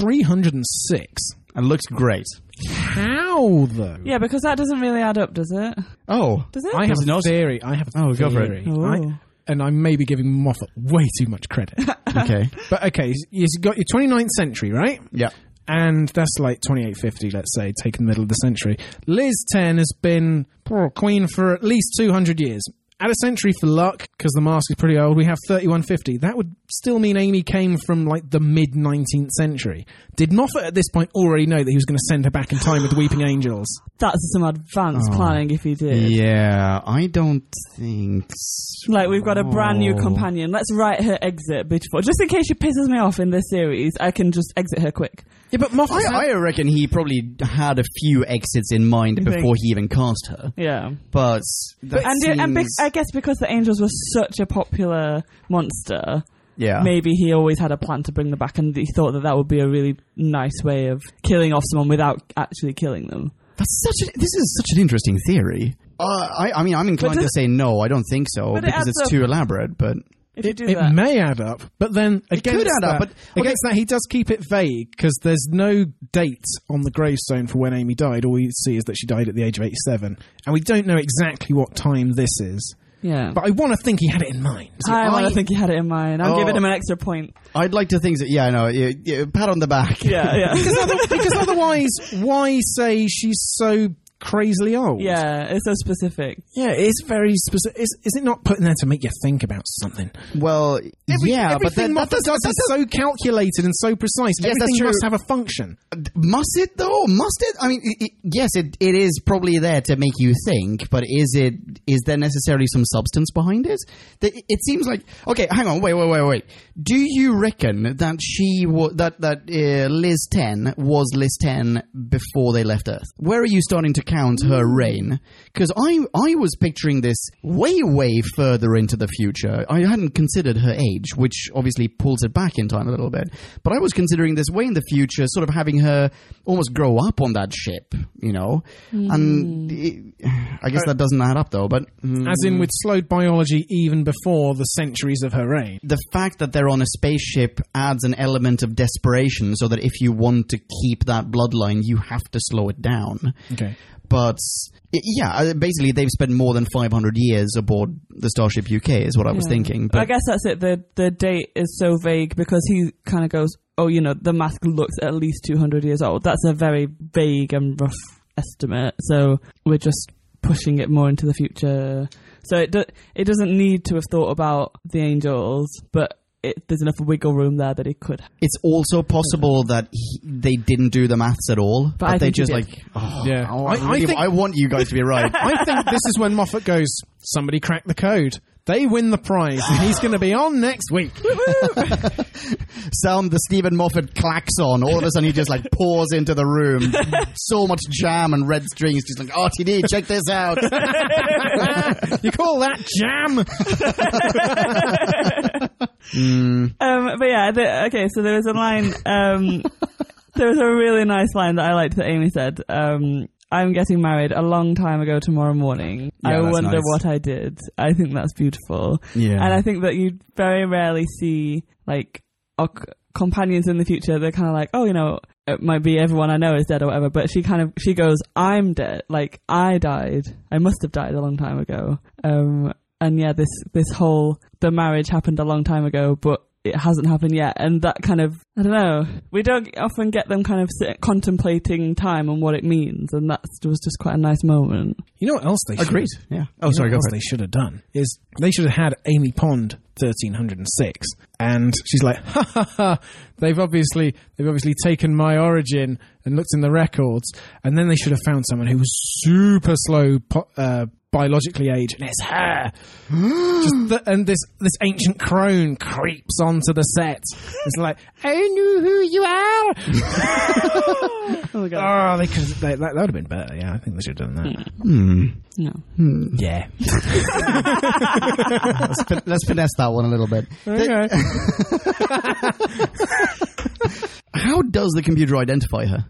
Speaker 1: 1,306.
Speaker 3: And looks great.
Speaker 1: How, though?
Speaker 2: Yeah, because that doesn't really add up, does it?
Speaker 3: Oh,
Speaker 2: Does it?
Speaker 1: I have
Speaker 3: Does
Speaker 1: a
Speaker 3: it not?
Speaker 1: theory. I have a
Speaker 3: Oh, go for it.
Speaker 1: theory.
Speaker 2: Oh.
Speaker 1: I- and I may be giving Moffat way too much credit.
Speaker 2: [LAUGHS]
Speaker 3: okay.
Speaker 1: but okay, you've got your 29th century, right?
Speaker 3: yeah.
Speaker 1: And that's like 2850, let's say, taking the middle of the century. Liz 10 has been queen for at least 200 years. Add a century for luck, because the mask is pretty old. We have 3150. That would still mean Amy came from like the mid 19th century. Did Moffat at this point already know that he was going to send her back in time with the Weeping Angels?
Speaker 2: That's some advanced planning if you did.
Speaker 3: Yeah, I don't think. so.
Speaker 2: Like we've got a brand new
Speaker 3: Oh.
Speaker 2: companion. Let's write her exit beautiful. Just in case she pisses me off in this series, I can just exit her quick.
Speaker 1: Yeah, but Moffat.
Speaker 3: I, I reckon he probably had a few exits in mind
Speaker 2: think?
Speaker 3: before he even cast her.
Speaker 2: Yeah.
Speaker 3: But that
Speaker 2: and
Speaker 3: seems,
Speaker 2: and be- I guess because the angels were such a popular monster,
Speaker 3: yeah,
Speaker 2: maybe he always had a plan to bring them back, and he thought that that would be a really nice way of killing off someone without actually killing them.
Speaker 3: That's such. A, this is such an interesting theory. Uh, I, I mean, I'm inclined to
Speaker 2: does-
Speaker 3: say no. I don't think so
Speaker 2: But it
Speaker 3: because
Speaker 2: adds
Speaker 3: it's
Speaker 2: up.
Speaker 3: too elaborate. But
Speaker 2: If
Speaker 1: It,
Speaker 2: you do
Speaker 1: it
Speaker 2: that,
Speaker 1: may add up, but then against
Speaker 3: could add
Speaker 1: that,
Speaker 3: up, but- okay.
Speaker 1: against that, he does keep it vague because there's no date on the gravestone for when Amy died. All we see is that she died at the age of 87, and we don't know exactly what time this is.
Speaker 2: yeah.
Speaker 1: But I want to think he had it in
Speaker 3: [LAUGHS]
Speaker 1: mind.
Speaker 2: I want
Speaker 3: I-
Speaker 2: to think he had it in mind. I'm
Speaker 3: Oh.
Speaker 2: giving him an extra point.
Speaker 3: I'd like to think that. Yeah, no. Yeah, yeah, pat on the back.
Speaker 2: Yeah,
Speaker 1: [LAUGHS]
Speaker 2: [LAUGHS] yeah,
Speaker 1: because otherwise, why say she's so crazily old?
Speaker 2: yeah. It's so specific.
Speaker 1: yeah, it's very specific. Is, is it not putting there to make you think about something?
Speaker 3: [LAUGHS] Well,
Speaker 1: Every-
Speaker 3: yeah, but
Speaker 1: everything
Speaker 3: then that,
Speaker 1: Moffat
Speaker 3: does, that
Speaker 1: does is so calculated and so precise.
Speaker 3: Yes, that's
Speaker 1: everything
Speaker 3: true.
Speaker 1: must have a function.
Speaker 3: does- must it though? Must it? I mean, i i yes, it, it is probably there to make you think, but is it? Is there necessarily some substance behind it? That it seems like okay. Hang on, wait, wait, wait, wait. Do you reckon that she wa- that that uh, Liz Ten was Liz Ten before they left Earth? Where are you starting to count her reign? Because I I was picturing this way way further into the future. I hadn't considered her age, which obviously pulls it back in time a little bit. But I was considering this way in the future, sort of having her almost grow up on that ship, you know. And it, I guess that doesn't add up though. But mm,
Speaker 1: Hmm. as in with slowed biology even before the centuries of her reign.
Speaker 3: the fact that they're on a spaceship adds an element of desperation, so that if you want to keep that bloodline, you have to slow it down.
Speaker 1: Okay.
Speaker 3: But i- yeah, uh, basically they've spent more than 500 years aboard the Starship UK is what I was
Speaker 2: Yeah.
Speaker 3: thinking.
Speaker 2: Hmm. I
Speaker 3: But
Speaker 2: guess that's it. The the date is so vague because he kind of goes, "Oh, you know, the mask looks at least two hundred years old." That's a very vague and rough estimate. So we're just pushing it more into the future. So it do- it doesn't need to have thought about the angels, but it, there's enough wiggle room there that he could.
Speaker 3: it's also possible that he, they didn't do the maths at all. But,
Speaker 2: I
Speaker 3: they
Speaker 2: think he
Speaker 3: just
Speaker 2: did.
Speaker 3: like, oh,
Speaker 1: Yeah.
Speaker 3: oh,
Speaker 1: I-
Speaker 3: I,
Speaker 1: I
Speaker 3: really-
Speaker 1: think-
Speaker 3: I want you guys to
Speaker 1: [LAUGHS]
Speaker 3: be right.
Speaker 1: I think this is when Moffat goes, somebody cracked the code. They win the prize, and he's going to be on next week. [LAUGHS]
Speaker 3: Sound the Stephen Moffat klaxon. All of a sudden, he just like pours into
Speaker 1: [LAUGHS]
Speaker 3: the room. so much jam and red strings. Just like RTD, check this out.
Speaker 1: You call that jam?
Speaker 2: Um, but yeah, the, okay. So there was a line.
Speaker 3: [LAUGHS]
Speaker 2: Um, there was a really nice line that I liked that Amy said. Um, I'm getting married a long time ago tomorrow morning.
Speaker 3: Yeah,
Speaker 2: I
Speaker 3: that's
Speaker 2: wonder
Speaker 3: nice.
Speaker 2: what I did. I think that's beautiful.
Speaker 3: Yeah.
Speaker 2: And I think that you very rarely see like our c- companions in the future. They're kind of like, oh, you know, it might be everyone I know is dead or whatever. But she kind of she goes, I'm dead. Like I died. I must have died a long time ago. Um, and yeah, this this whole the marriage happened a long time ago, but it hasn't happened yet, and that kind of I don't know. We don't often get them kind of sit, contemplating time and what it means, and that was just quite a nice moment.
Speaker 1: You know what else they should
Speaker 3: Agreed. Yeah. Oh,
Speaker 1: you know
Speaker 3: sorry.
Speaker 1: what
Speaker 3: Go
Speaker 1: else
Speaker 3: for
Speaker 1: they
Speaker 3: it.
Speaker 1: should have done is they should have had Amy Pond 1306, and she's like, ha ha ha. They've obviously they've obviously taken my origin and looked in the records, and then they should have found someone who was super slow po- uh, biologically age, and it's
Speaker 3: [GASPS]
Speaker 1: her. Just the, and this this ancient crone creeps onto the set. It's like, I knew who you
Speaker 3: [LAUGHS]
Speaker 1: are.
Speaker 2: Oh my god.
Speaker 1: oh, they could they, that, that would have been better. Yeah, I think they should have done that.
Speaker 2: No.
Speaker 1: Yeah,
Speaker 3: Fin- Let's finesse that one a little bit.
Speaker 1: okay. [LAUGHS]
Speaker 3: [LAUGHS] How does the computer identify her?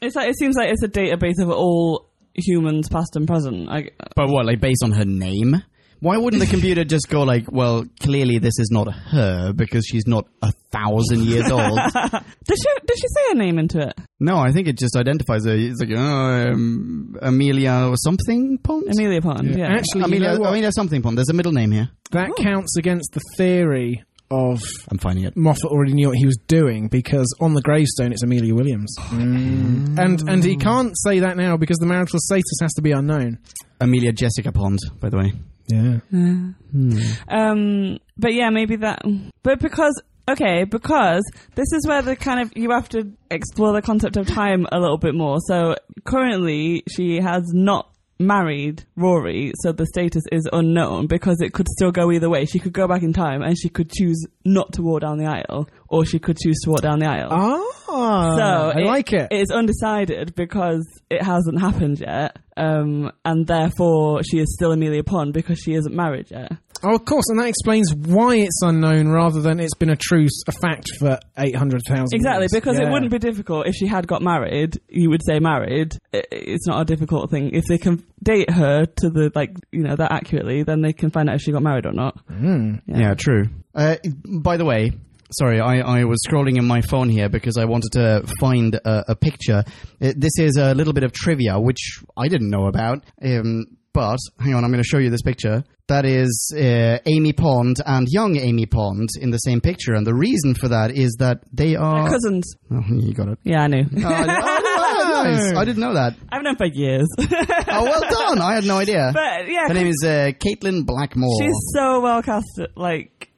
Speaker 2: It's like it seems like it's a database of all humans, past and present. I,
Speaker 3: But what, like based on her name? Why wouldn't the [LAUGHS] computer just go like, well, clearly this is not her because she's not a thousand years [LAUGHS] old?
Speaker 2: did she did she say her name into it?
Speaker 3: no, I think it just identifies her. It's like, oh, um, Amelia or something Pond?
Speaker 2: Amelia Pond. Yeah.
Speaker 1: Actually, you
Speaker 3: Amelia,
Speaker 1: know what?
Speaker 3: Amelia something Pond. There's a middle name here.
Speaker 1: that counts against the theory of
Speaker 3: I'm finding it.
Speaker 1: Moffat already knew what he was doing because on the gravestone it's Amelia Williams, and and he can't say that now because the marital status has to be unknown.
Speaker 3: Amelia Jessica Pond, by the way.
Speaker 1: Yeah,
Speaker 2: Um, but yeah, maybe that. But because okay, because this is where the kind of you have to explore the concept of time a little bit more. So currently, she has not married Rory, so the status is unknown because it could still go either way. She could go back in time and she could choose not to walk down the aisle, or she could choose to walk down the aisle.
Speaker 1: ah,
Speaker 2: So
Speaker 1: I like it.
Speaker 2: It's undecided because it hasn't happened yet, um, and therefore she is still Amelia Pond because she isn't married yet.
Speaker 1: Oh, of course, and that explains why it's unknown rather than it's been a truce, a fact for eight hundred thousand.
Speaker 2: Exactly, because
Speaker 1: yeah.
Speaker 2: it wouldn't be difficult if she had got married. You would say married. I- It's not a difficult thing if they can date her to the like you know that accurately. Then they can find out if she got married or not. Yeah.
Speaker 3: Yeah, true. Uh, by the way, sorry, I, I was scrolling in my phone here because I wanted to find a, a picture. Uh, this is a little bit of trivia, which I didn't know about. Um, but hang on, I'm going to show you this picture. That is uh, Amy Pond and young Amy Pond in the same picture. And the reason for that is that they are.
Speaker 2: Cousins.
Speaker 3: [LAUGHS] Oh, you got it.
Speaker 2: Yeah, I knew.
Speaker 3: Oh, I- oh, [LAUGHS] nice. I didn't know that.
Speaker 2: I've known for years, [LAUGHS]
Speaker 3: Oh, well done. I had no idea.
Speaker 2: but
Speaker 3: Her
Speaker 2: yeah,
Speaker 3: name is uh, Caitlin Blackmore.
Speaker 2: she's so well cast. Like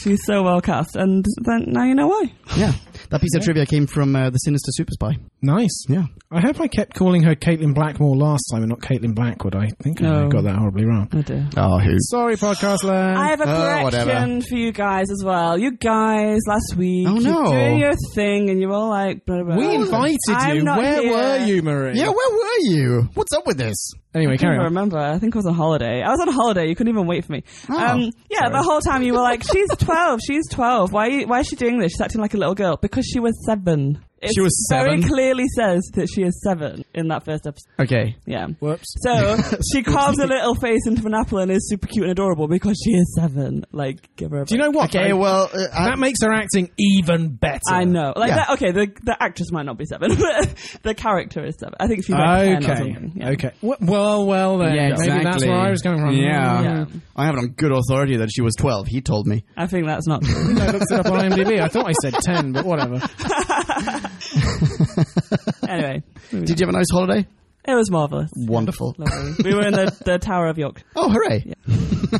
Speaker 2: she's so well cast, and then now you know why.
Speaker 3: Yeah. That piece of trivia came from uh, the Sinister Super Spy.
Speaker 1: nice.
Speaker 3: Yeah.
Speaker 1: I hope I kept calling her Caitlin Blackmore last time and not Caitlin Blackwood. I think I
Speaker 2: No.
Speaker 1: got that horribly wrong.
Speaker 2: I do.
Speaker 3: Oh, who's?
Speaker 1: Sorry, podcast land.
Speaker 2: I have a
Speaker 1: Uh,
Speaker 3: Oh, whatever.
Speaker 2: correction for you guys as well. You guys last week,
Speaker 3: Oh, no.
Speaker 2: you're doing your thing, and you're all like, blah, blah, blah.
Speaker 1: we invited
Speaker 2: I'm
Speaker 1: you.
Speaker 2: not
Speaker 1: Where
Speaker 2: here.
Speaker 1: were you, Marie?
Speaker 3: Yeah, where were you? What's up with this?
Speaker 1: Anyway,
Speaker 2: I
Speaker 1: carry
Speaker 2: can't
Speaker 1: on.
Speaker 2: remember. I think I was on holiday. I was on holiday. You couldn't even wait for me.
Speaker 1: Oh,
Speaker 2: um, yeah, the whole time you were like, "She's [LAUGHS] twelve. She's twelve. Why? are you- Why is she doing this? She's acting like a little girl because she was seven. It
Speaker 3: She was
Speaker 2: Very
Speaker 3: seven?
Speaker 2: clearly says that she is seven in that first episode.
Speaker 3: Okay.
Speaker 2: Yeah.
Speaker 1: Whoops. [LAUGHS]
Speaker 2: So she carves a little face into an apple and is super cute and adorable because she is seven. Like, give her a.
Speaker 1: Do you know what?
Speaker 3: Okay,
Speaker 1: though?
Speaker 3: well, uh, I,
Speaker 1: that makes her acting even better.
Speaker 2: I know. Like
Speaker 3: Yeah.
Speaker 2: that. Okay, the the actress might not be seven, [LAUGHS] but the character is seven. I think she's like ten or
Speaker 1: Okay.
Speaker 2: something. Yeah.
Speaker 1: Okay. Wh- Well, well, then.
Speaker 3: yeah,
Speaker 1: Maybe that's
Speaker 3: exactly.
Speaker 1: where I was Mm, coming from.
Speaker 3: Yeah.
Speaker 2: Yeah.
Speaker 3: I have it on good authority that she was 12. He told me.
Speaker 2: I think that's not
Speaker 3: [LAUGHS]
Speaker 2: true.
Speaker 1: I looked it [LAUGHS] up on IMDb. I thought I said 10, but whatever.
Speaker 2: anyway,
Speaker 3: Did you have a nice holiday?
Speaker 2: it was marvelous.
Speaker 3: Wonderful.
Speaker 2: Lovely. we were in the, the Tower of York.
Speaker 3: [LAUGHS] Oh, hooray. Yeah.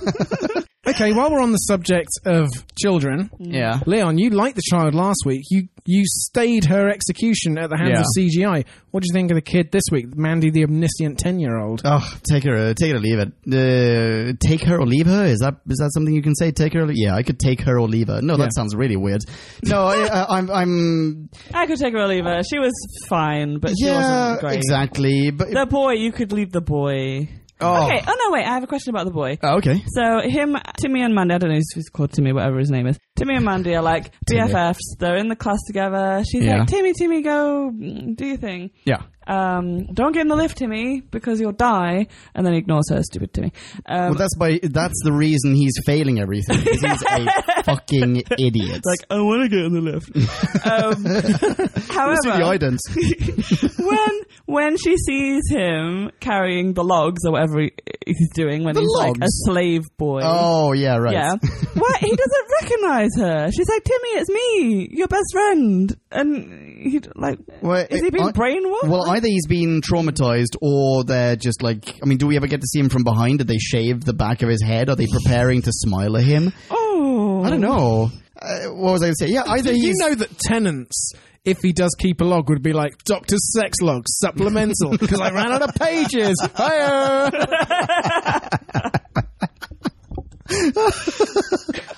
Speaker 1: Okay, while we're on the subject of children, Leon, you liked the child last week. You you stayed her execution at the hands
Speaker 3: Yeah.
Speaker 1: of CGI. What do you think of the kid this week, Mandy, the omniscient ten-year-old?
Speaker 3: Oh, take her, uh, take it or leave it. Uh, take her or leave her. Is that is that something you can say? Take her. Or, yeah, I could take her or leave her. No, that
Speaker 1: Yeah.
Speaker 3: sounds really weird. No, I, uh, I'm, I'm.
Speaker 2: I could take her or leave her. She was fine, but she
Speaker 3: Yeah,
Speaker 2: wasn't great.
Speaker 3: exactly. But
Speaker 2: The boy, you could leave the boy.
Speaker 3: oh,
Speaker 2: Okay. Oh no, wait. I have a question about the boy.
Speaker 3: Oh, okay.
Speaker 2: So him, Timmy and Mandy. I don't know if he's called Timmy, whatever his name is. Timmy and Mandy are like BFFs. They're in the class together. She's
Speaker 3: Yeah.
Speaker 2: like, Timmy, Timmy, go mm, do your thing.
Speaker 3: Yeah.
Speaker 2: um, don't get in the lift, Timmy, because you'll die. And then he ignores her, stupid Timmy. Um,
Speaker 3: Well, that's by that's the reason he's failing everything. 'cause He's a fucking idiot.
Speaker 2: like, I want to get in the lift. [LAUGHS]
Speaker 3: [LAUGHS]
Speaker 2: um,
Speaker 3: Let's do the
Speaker 2: however, [LAUGHS]
Speaker 3: idents.
Speaker 2: when when she sees him carrying the logs or whatever he, he's doing, when
Speaker 3: The
Speaker 2: he's like a
Speaker 3: logs?
Speaker 2: slave boy.
Speaker 3: Oh yeah, right.
Speaker 2: Yeah. what? He doesn't recognize her. She's like, Timmy, it's me, your best friend. And he, like,
Speaker 3: Well,
Speaker 2: is he being
Speaker 3: I-
Speaker 2: brainwashed?
Speaker 3: [LAUGHS] Well, either he's been traumatized, or they're just like. I mean, do we ever get to see him from behind? Did they shave the back of his head? Are they preparing to smile at him?
Speaker 2: oh.
Speaker 3: I don't know. Uh, what was I going to say? Yeah, either
Speaker 1: you
Speaker 3: he's.
Speaker 1: know that Tenants if he does keep a log, would be like Doctor's sex log supplemental [LAUGHS] because I ran out of pages. Hiya!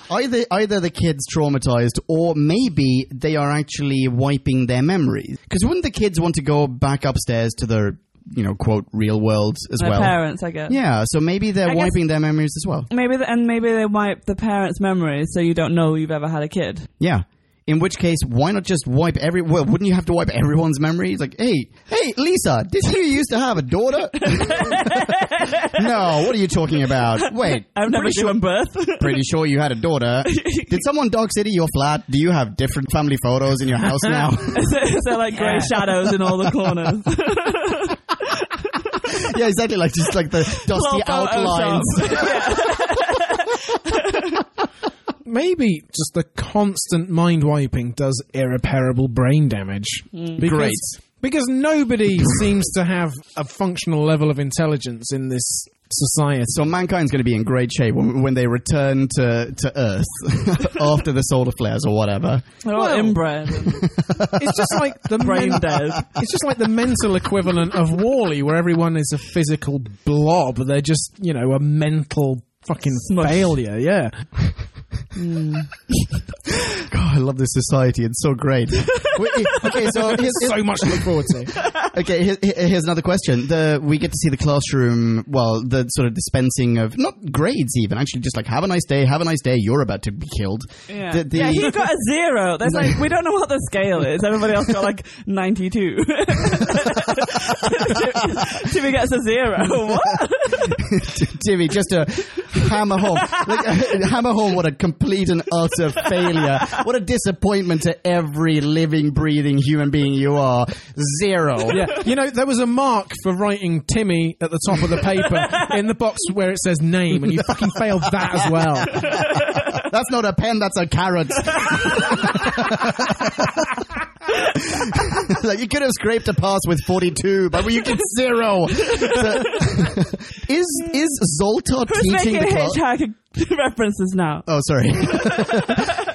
Speaker 3: Either either the kids traumatized, or maybe they are actually wiping their memories. Because wouldn't the kids want to go back upstairs to their, you know, quote real world as
Speaker 2: My
Speaker 3: well?
Speaker 2: parents, I guess.
Speaker 3: Yeah, so maybe they're
Speaker 2: I guess-
Speaker 3: wiping their memories as well.
Speaker 2: Maybe the, and maybe they wipe the parents' memories so you don't know you've ever had a kid.
Speaker 3: Yeah. In which case, why not just wipe every? Well, wouldn't you have to wipe everyone's memory? It's like, hey, hey, Lisa, did you used to have a daughter? [LAUGHS] no, what are you talking about? Wait,
Speaker 2: I've never
Speaker 3: pretty sure,
Speaker 2: given birth. [LAUGHS]
Speaker 3: pretty sure you had a daughter. Did someone dog city your flat? Do you have different family photos in your house now?
Speaker 2: so, so like grey shadows in
Speaker 3: [LAUGHS]
Speaker 2: all the corners.
Speaker 3: yeah, exactly. Like just like the dusty
Speaker 2: Photoshop.
Speaker 3: outlines. [LAUGHS]
Speaker 1: Maybe just the constant mind wiping does irreparable brain damage. Because,
Speaker 3: Great.
Speaker 1: Because nobody seems to have a functional level of intelligence in this society.
Speaker 3: So mankind's going to be in great shape when, when they return to to Earth [LAUGHS] after the solar flares or whatever.
Speaker 2: They're all
Speaker 1: Well.
Speaker 2: inbred,
Speaker 1: [LAUGHS]
Speaker 2: and
Speaker 1: It's just like the
Speaker 2: brain
Speaker 1: men-
Speaker 2: dead.
Speaker 1: [LAUGHS] It's just like the mental equivalent of Wally, where everyone is a physical blob. They're just, you know, a mental fucking
Speaker 2: Smush.
Speaker 1: failure. Yeah.
Speaker 3: God, I love this society. It's
Speaker 1: [LAUGHS]
Speaker 3: so great. Wait, eh, okay, so here's, here's-
Speaker 1: So much to look forward to.
Speaker 3: [LAUGHS] okay, here, here- here's another question. The we get to see the classroom. Well, the sort of dispensing of not grades, even actually, just like have a nice day, have a nice day. You're about to be killed.
Speaker 2: Yeah.
Speaker 3: The- the-
Speaker 2: yeah, he got a zero. There's like we don't know what the scale is. Everybody else got like [LAUGHS] 92. Timmy gets a
Speaker 3: [LAUGHS]
Speaker 2: zero. What?
Speaker 3: [LAUGHS] Timmy, just to hammer home, like, hammer home what a complete and utter failure. What a disappointment to every living, breathing human being you are. Zero.
Speaker 1: Yeah. You know, there was a mark for writing Timmy at the top of the
Speaker 2: [LAUGHS]
Speaker 1: paper in the box where it says name, and you fucking failed that as well.
Speaker 3: That's not a pen, that's
Speaker 2: [LAUGHS]
Speaker 3: a carrot. like you could have scraped a pass with 42, but you get zero. So- [LAUGHS] is is Zoltar
Speaker 2: Who's
Speaker 3: teaching
Speaker 2: making
Speaker 3: the class?
Speaker 2: hitchhiking [LAUGHS] references now?
Speaker 3: Oh,
Speaker 2: [LAUGHS]
Speaker 3: sorry.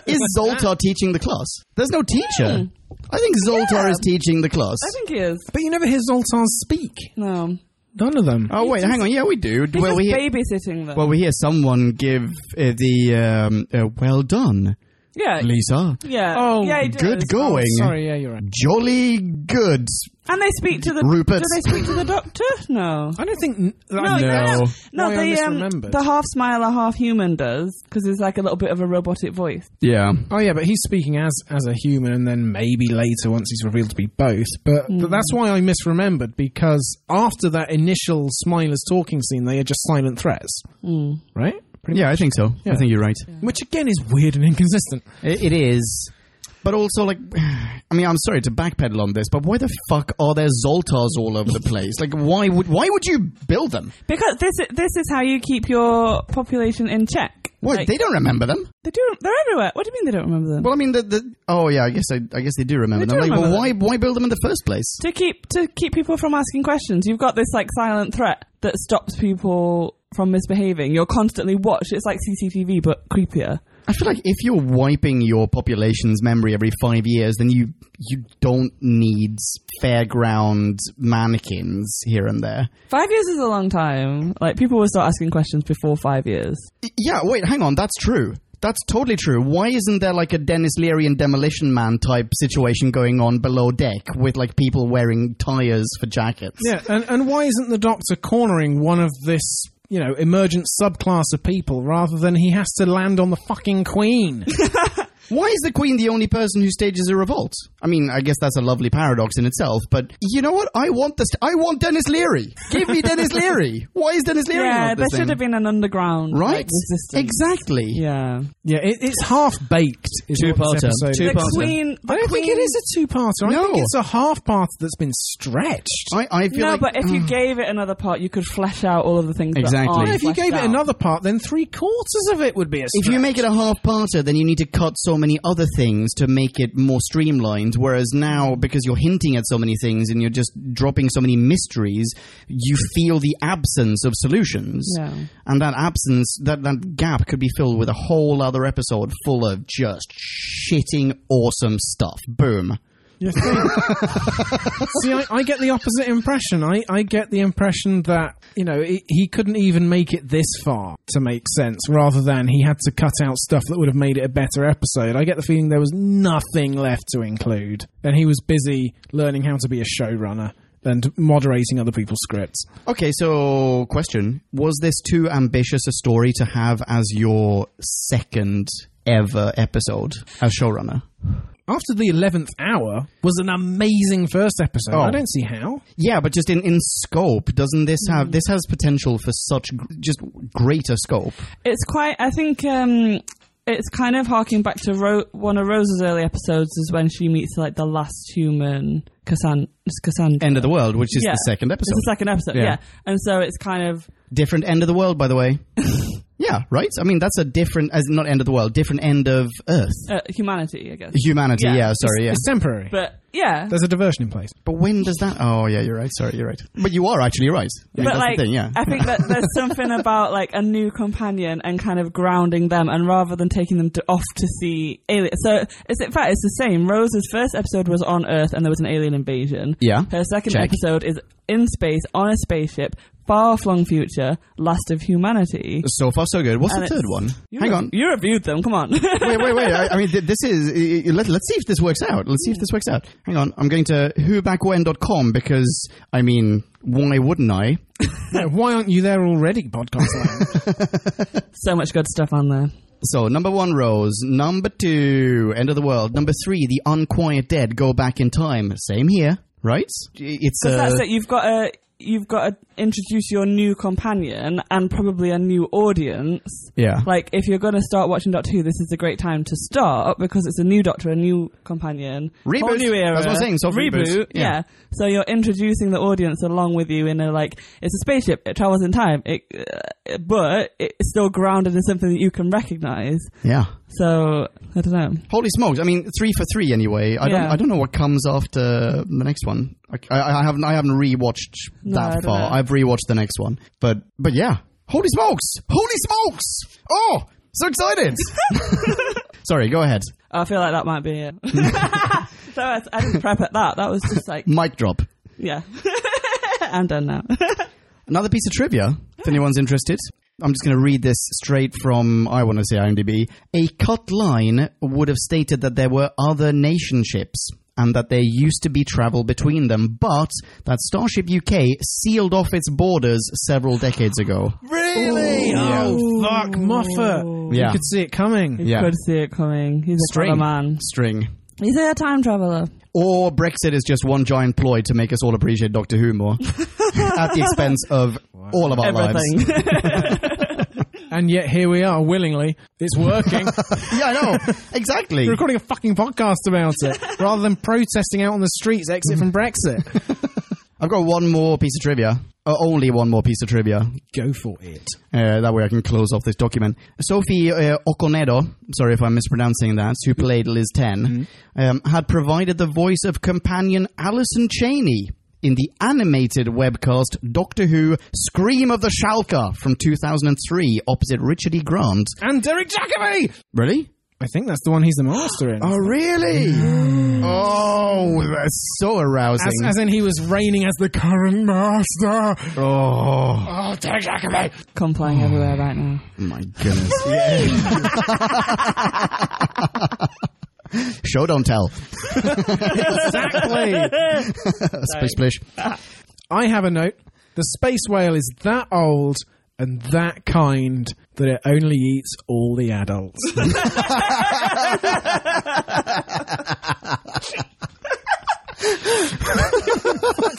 Speaker 3: is Zoltar teaching the class? There's no teacher. I think Zoltar
Speaker 2: Hmm. Yeah.
Speaker 3: is teaching the class.
Speaker 2: I think he is.
Speaker 1: But you never hear Zoltar speak.
Speaker 2: No,
Speaker 1: None of them.
Speaker 3: Oh wait, hang on. Yeah, we do.
Speaker 2: he's just
Speaker 3: Well, we hear,
Speaker 2: babysitting them.
Speaker 3: well we hear someone give uh, the um, uh, well done,
Speaker 2: yeah,
Speaker 3: Lisa.
Speaker 2: yeah.
Speaker 1: Oh,
Speaker 2: yeah, he does.
Speaker 3: Good going.
Speaker 1: Sorry, yeah, you're right.
Speaker 3: Jolly good.
Speaker 2: And they speak to the
Speaker 3: Rupert.
Speaker 2: Do they speak to the doctor? No.
Speaker 1: I don't think. N-
Speaker 2: No,
Speaker 1: I-
Speaker 2: no, no. No,
Speaker 1: Why I
Speaker 2: the, um,
Speaker 1: misremembered.
Speaker 2: the half smiler, half human does because it's like a little bit of a robotic voice.
Speaker 3: Yeah.
Speaker 1: Oh yeah, but he's speaking as as a human, and then maybe later once he's revealed to be both. But,
Speaker 2: Mm.
Speaker 1: but that's why I misremembered because after that initial Smiler's talking scene, they are just silent threats,
Speaker 2: Mm.
Speaker 1: right? Pretty
Speaker 3: Yeah, I think so. I think you're right.
Speaker 1: much. Which again is weird and inconsistent.
Speaker 3: It, it is. But also, like, [SIGHS] I mean, I'm sorry to backpedal on this, but why the fuck are there Zoltars all over the place? Like, why would why would you build them?
Speaker 2: Because this i- this is how you keep your population in check.
Speaker 3: What
Speaker 2: Like,
Speaker 3: they don't remember them.
Speaker 2: they do. They're everywhere. What do you mean they don't remember them?
Speaker 3: Well, I mean, the, the oh yeah, I guess I, I guess they do remember
Speaker 2: They do
Speaker 3: them. like,
Speaker 2: remember
Speaker 3: well, why why build them in the first place?
Speaker 2: to keep to keep people from asking questions. You've got this like silent threat that stops people from misbehaving. You're constantly watched. It's like CCTV but creepier.
Speaker 3: I feel like if you're wiping your population's memory every five years, then you you don't need fairground mannequins here and there.
Speaker 2: Five years is a long time. Like people will start asking questions before five years.
Speaker 3: Yeah, wait, hang on. That's true. That's totally true. Why isn't there like a Dennis Leary and Demolition Man type situation going on below deck with like people wearing tires for jackets?
Speaker 1: Yeah, and and why isn't the Doctor cornering one of this? You know, emergent subclass of people, rather than he has to land on the fucking
Speaker 2: [LAUGHS]
Speaker 1: Queen.
Speaker 3: Why is the Queen the only person who stages a revolt? I mean, I guess that's a lovely paradox in itself, but you know what? I want this. I want Dennis Leary. Give me
Speaker 2: [LAUGHS]
Speaker 3: Dennis Leary. Why is Dennis Leary?
Speaker 2: yeah,
Speaker 3: not this
Speaker 2: there should
Speaker 3: thing?
Speaker 2: have been an underground like,
Speaker 3: right.
Speaker 2: resistance.
Speaker 3: Exactly.
Speaker 2: Yeah.
Speaker 1: yeah, it, it's half baked.
Speaker 3: Two-parter.
Speaker 2: The
Speaker 3: Two-parter.
Speaker 2: queen. The
Speaker 1: I don't
Speaker 2: queen,
Speaker 1: think it is a two-parter. I
Speaker 3: No.
Speaker 1: think it's a half-part that's been stretched.
Speaker 3: I, I feel
Speaker 2: No,
Speaker 3: like "Ah."
Speaker 2: but if you gave it another part, you could flesh out all of the things. that
Speaker 3: Exactly.
Speaker 2: aren't
Speaker 3: Yeah,
Speaker 1: if you
Speaker 2: fleshed
Speaker 1: gave it
Speaker 2: out.
Speaker 1: another part, then three quarters of it would be a.
Speaker 3: If you
Speaker 1: stretch.
Speaker 3: make it a half parter, then you need to cut so many other things to make it more streamlined. Whereas now, because you're hinting at so many things and you're just dropping so many mysteries, you feel the absence of solutions.
Speaker 2: Yeah.
Speaker 3: And that absence, that, that gap could be filled with a whole other episode full of just shitting awesome stuff. Boom.
Speaker 1: You think? See, I, I get the opposite impression. I, I get the impression that, you know, he, he couldn't even make it this far to make sense, rather than he had to cut out stuff that would have made it a better episode. I get the feeling there was nothing left to include, and he was busy learning how to be a showrunner and moderating other people's scripts.
Speaker 3: Okay, so question: Was this too ambitious a story to have as your second ever episode as showrunner?
Speaker 1: After the 11th hour was an amazing first episode.
Speaker 3: Oh.
Speaker 1: I don't see how.
Speaker 3: Yeah, but just in, in scope, doesn't this
Speaker 2: Mm.
Speaker 3: have this has potential for such gr- just greater scope?
Speaker 2: It's quite. I think um, it's kind of harking back to Ro- one of Rose's early episodes, is when she meets like the last human, Cassan- Cassandra.
Speaker 3: End of the world, which is
Speaker 2: Yeah.
Speaker 3: the second
Speaker 2: It's
Speaker 3: episode.
Speaker 2: the second episode,
Speaker 3: Yeah.
Speaker 2: yeah. And so it's kind of
Speaker 3: different end of the world, by
Speaker 2: [LAUGHS]
Speaker 3: the way. yeah, right. I mean, that's a different as not end of the world, different end of Earth,
Speaker 2: uh, humanity, I guess.
Speaker 3: humanity. Yeah,
Speaker 2: Yeah.
Speaker 3: sorry. Yeah,
Speaker 1: It's temporary.
Speaker 2: But yeah,
Speaker 1: There's a diversion in
Speaker 3: [LAUGHS]
Speaker 1: place.
Speaker 3: but when does that? Oh, yeah, you're right. Sorry, you're right. But you are actually right. I
Speaker 2: but
Speaker 3: mean, that's
Speaker 2: like,
Speaker 3: the thing. Yeah.
Speaker 2: I think that
Speaker 3: [LAUGHS]
Speaker 2: there's something about like a new companion and kind of grounding them, and rather than taking them to, off to see alien. So it's in fact it's the same. Rose's first episode was on Earth, and there was an alien invasion.
Speaker 3: Yeah.
Speaker 2: Her second
Speaker 3: Check.
Speaker 2: episode is in space on a spaceship, far flung future, last of humanity.
Speaker 3: So far, so good. What's
Speaker 2: And
Speaker 3: the third
Speaker 2: it's-
Speaker 3: one?
Speaker 2: You
Speaker 3: Hang
Speaker 2: re-
Speaker 3: on.
Speaker 2: you reviewed them. Come on.
Speaker 3: wait, wait, wait. I, I mean, th- this is. i- i- Let, let's see if this works out. Let's see if this works out. Hang on. I'm going to whobackwhen.com because, I mean, why wouldn't I?
Speaker 1: Yeah, why aren't you there already, podcast
Speaker 3: [LAUGHS]
Speaker 1: land?
Speaker 2: [LAUGHS] so much good stuff on there.
Speaker 3: So, number one, Rose. Number two, End of the World. Number three, The Unquiet Dead Go Back in Time. Same here, right? It's
Speaker 2: Because
Speaker 3: uh,
Speaker 2: that's it. You've got to you've got to introduce your new companion and probably a new audience.
Speaker 3: Yeah.
Speaker 2: Like if you're going to start watching Doctor Who, this is a great time to start because it's a new Doctor, a new companion,
Speaker 3: Reboot.
Speaker 2: whole new era.
Speaker 3: That's what I'm saying, soft
Speaker 2: reboot.
Speaker 3: reboot. Yeah.
Speaker 2: Yeah. So you're introducing the audience along with you in a like it's a spaceship. It travels in time. It, uh, but it's still grounded in something that you can recognize.
Speaker 3: Yeah.
Speaker 2: So I don't know.
Speaker 3: Holy smokes! I mean, three for three anyway. I don't.
Speaker 2: Yeah.
Speaker 3: I don't know what comes after the next one. I, I, I haven't. I haven't rewatched
Speaker 2: No, I
Speaker 3: that
Speaker 2: don't
Speaker 3: far.
Speaker 2: know.
Speaker 3: I've rewatched the next one, but but yeah. Holy smokes! Holy smokes! Oh,
Speaker 2: [LAUGHS]
Speaker 3: so excited! [LAUGHS] Sorry, go ahead.
Speaker 2: I feel like that might be
Speaker 3: [LAUGHS]
Speaker 2: it. [LAUGHS] so I, I didn't prep at that. That was just like
Speaker 3: Mic drop.
Speaker 2: Yeah. [LAUGHS] I'm done now.
Speaker 3: Another piece of trivia, if anyone's interested. I'm just going to read this straight from, I want to say IMDb. A cut line would have stated that there were other nation ships and that there used to be travel between them, but that Starship UK sealed off its borders several decades ago.
Speaker 1: Really? Oh, fuck, Moffat.
Speaker 3: Yeah.
Speaker 1: You could see it coming.
Speaker 3: Yeah.
Speaker 2: Could see it coming. He's a
Speaker 3: String.
Speaker 2: clever man.
Speaker 3: String.
Speaker 2: He's a time traveler.
Speaker 3: Or Brexit is just one giant ploy to make us all appreciate Doctor Who more at the expense of all of our lives.
Speaker 2: Everything.
Speaker 1: And yet here we are, willingly. It's [LAUGHS] working.
Speaker 3: Yeah, I know. Exactly.
Speaker 1: We're recording a fucking podcast about it rather than protesting out on the streets, exit from Brexit.
Speaker 3: I've got one more piece of trivia. Uh, only one more piece of trivia.
Speaker 1: [LAUGHS] Go for it.
Speaker 3: Uh, that way I can close off this document. Sophie uh, Okonedo, sorry if I'm mispronouncing that, who played Liz 10,
Speaker 1: Mm-hmm.
Speaker 3: um, had provided the voice of companion Alison Cheney in the animated webcast Doctor Who Scream of the Shalka from 2003 opposite Richard E. Grant.
Speaker 1: And Derek Jacobi!
Speaker 3: Really?
Speaker 1: I think that's the one he's the [GASPS] master in.
Speaker 3: Oh, really? oh, that's so arousing.
Speaker 1: Mm. As, as in, he was reigning as the current master.
Speaker 3: oh.
Speaker 1: Oh, Derek Jacobi!
Speaker 2: Come flying everywhere right [LAUGHS] now.
Speaker 3: My
Speaker 1: [LAUGHS]
Speaker 3: goodness. [LAUGHS] Show don't tell.
Speaker 1: Exactly. [LAUGHS]
Speaker 3: Splish splish.
Speaker 1: I have a note. The space whale is that old and that kind that it only eats all the [LAUGHS] adults.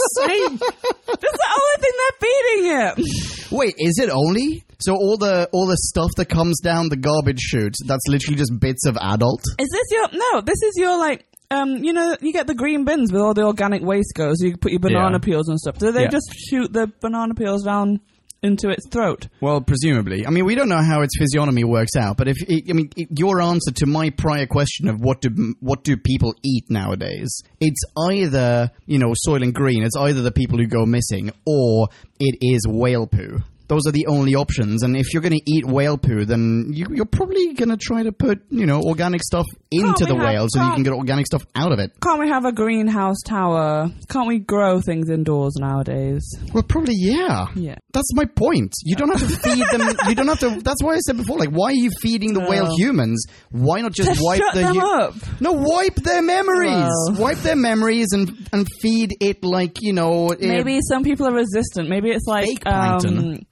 Speaker 2: That's the only thing they're feeding it.
Speaker 3: Wait, is it only? So all the all the stuff that comes down the garbage chute, that's literally just bits of adult.
Speaker 2: Is this your no, this is your like um, you know, you get the green bins with all the organic waste goes. You put your banana
Speaker 3: Yeah.
Speaker 2: peels and stuff. Do they
Speaker 3: Yeah.
Speaker 2: just shoot the banana peels down into its throat?
Speaker 3: Well, presumably. I mean, we don't know how its physiognomy works out, but if it, I mean it, your answer to my prior question of what do what do people eat nowadays? It's either you know soil and green. It's either the people who go missing, or it is whale poo. Those are the only options. And if you're going to eat whale poo, then you, you're probably going to try to put, you know, organic stuff into
Speaker 2: we
Speaker 3: the
Speaker 2: have
Speaker 3: whale so you
Speaker 2: fun.
Speaker 3: can get organic stuff out of it.
Speaker 2: Can't we have a greenhouse tower? Can't we grow things indoors nowadays?
Speaker 3: Well, probably yeah.
Speaker 2: Yeah.
Speaker 3: That's my point. You
Speaker 2: [LAUGHS]
Speaker 3: don't have to feed them. You don't have to. That's why I said before. Like, why are you feeding the whale
Speaker 2: Well.
Speaker 3: humans? Why not just wipe
Speaker 2: Shut
Speaker 3: the
Speaker 2: them
Speaker 3: hu-
Speaker 2: up.
Speaker 3: No, wipe their memories.
Speaker 2: Well.
Speaker 3: Wipe their memories and and feed it like you know. eh,
Speaker 2: Maybe some people are resistant. Maybe it's
Speaker 3: Fake
Speaker 2: like um,
Speaker 3: plankton.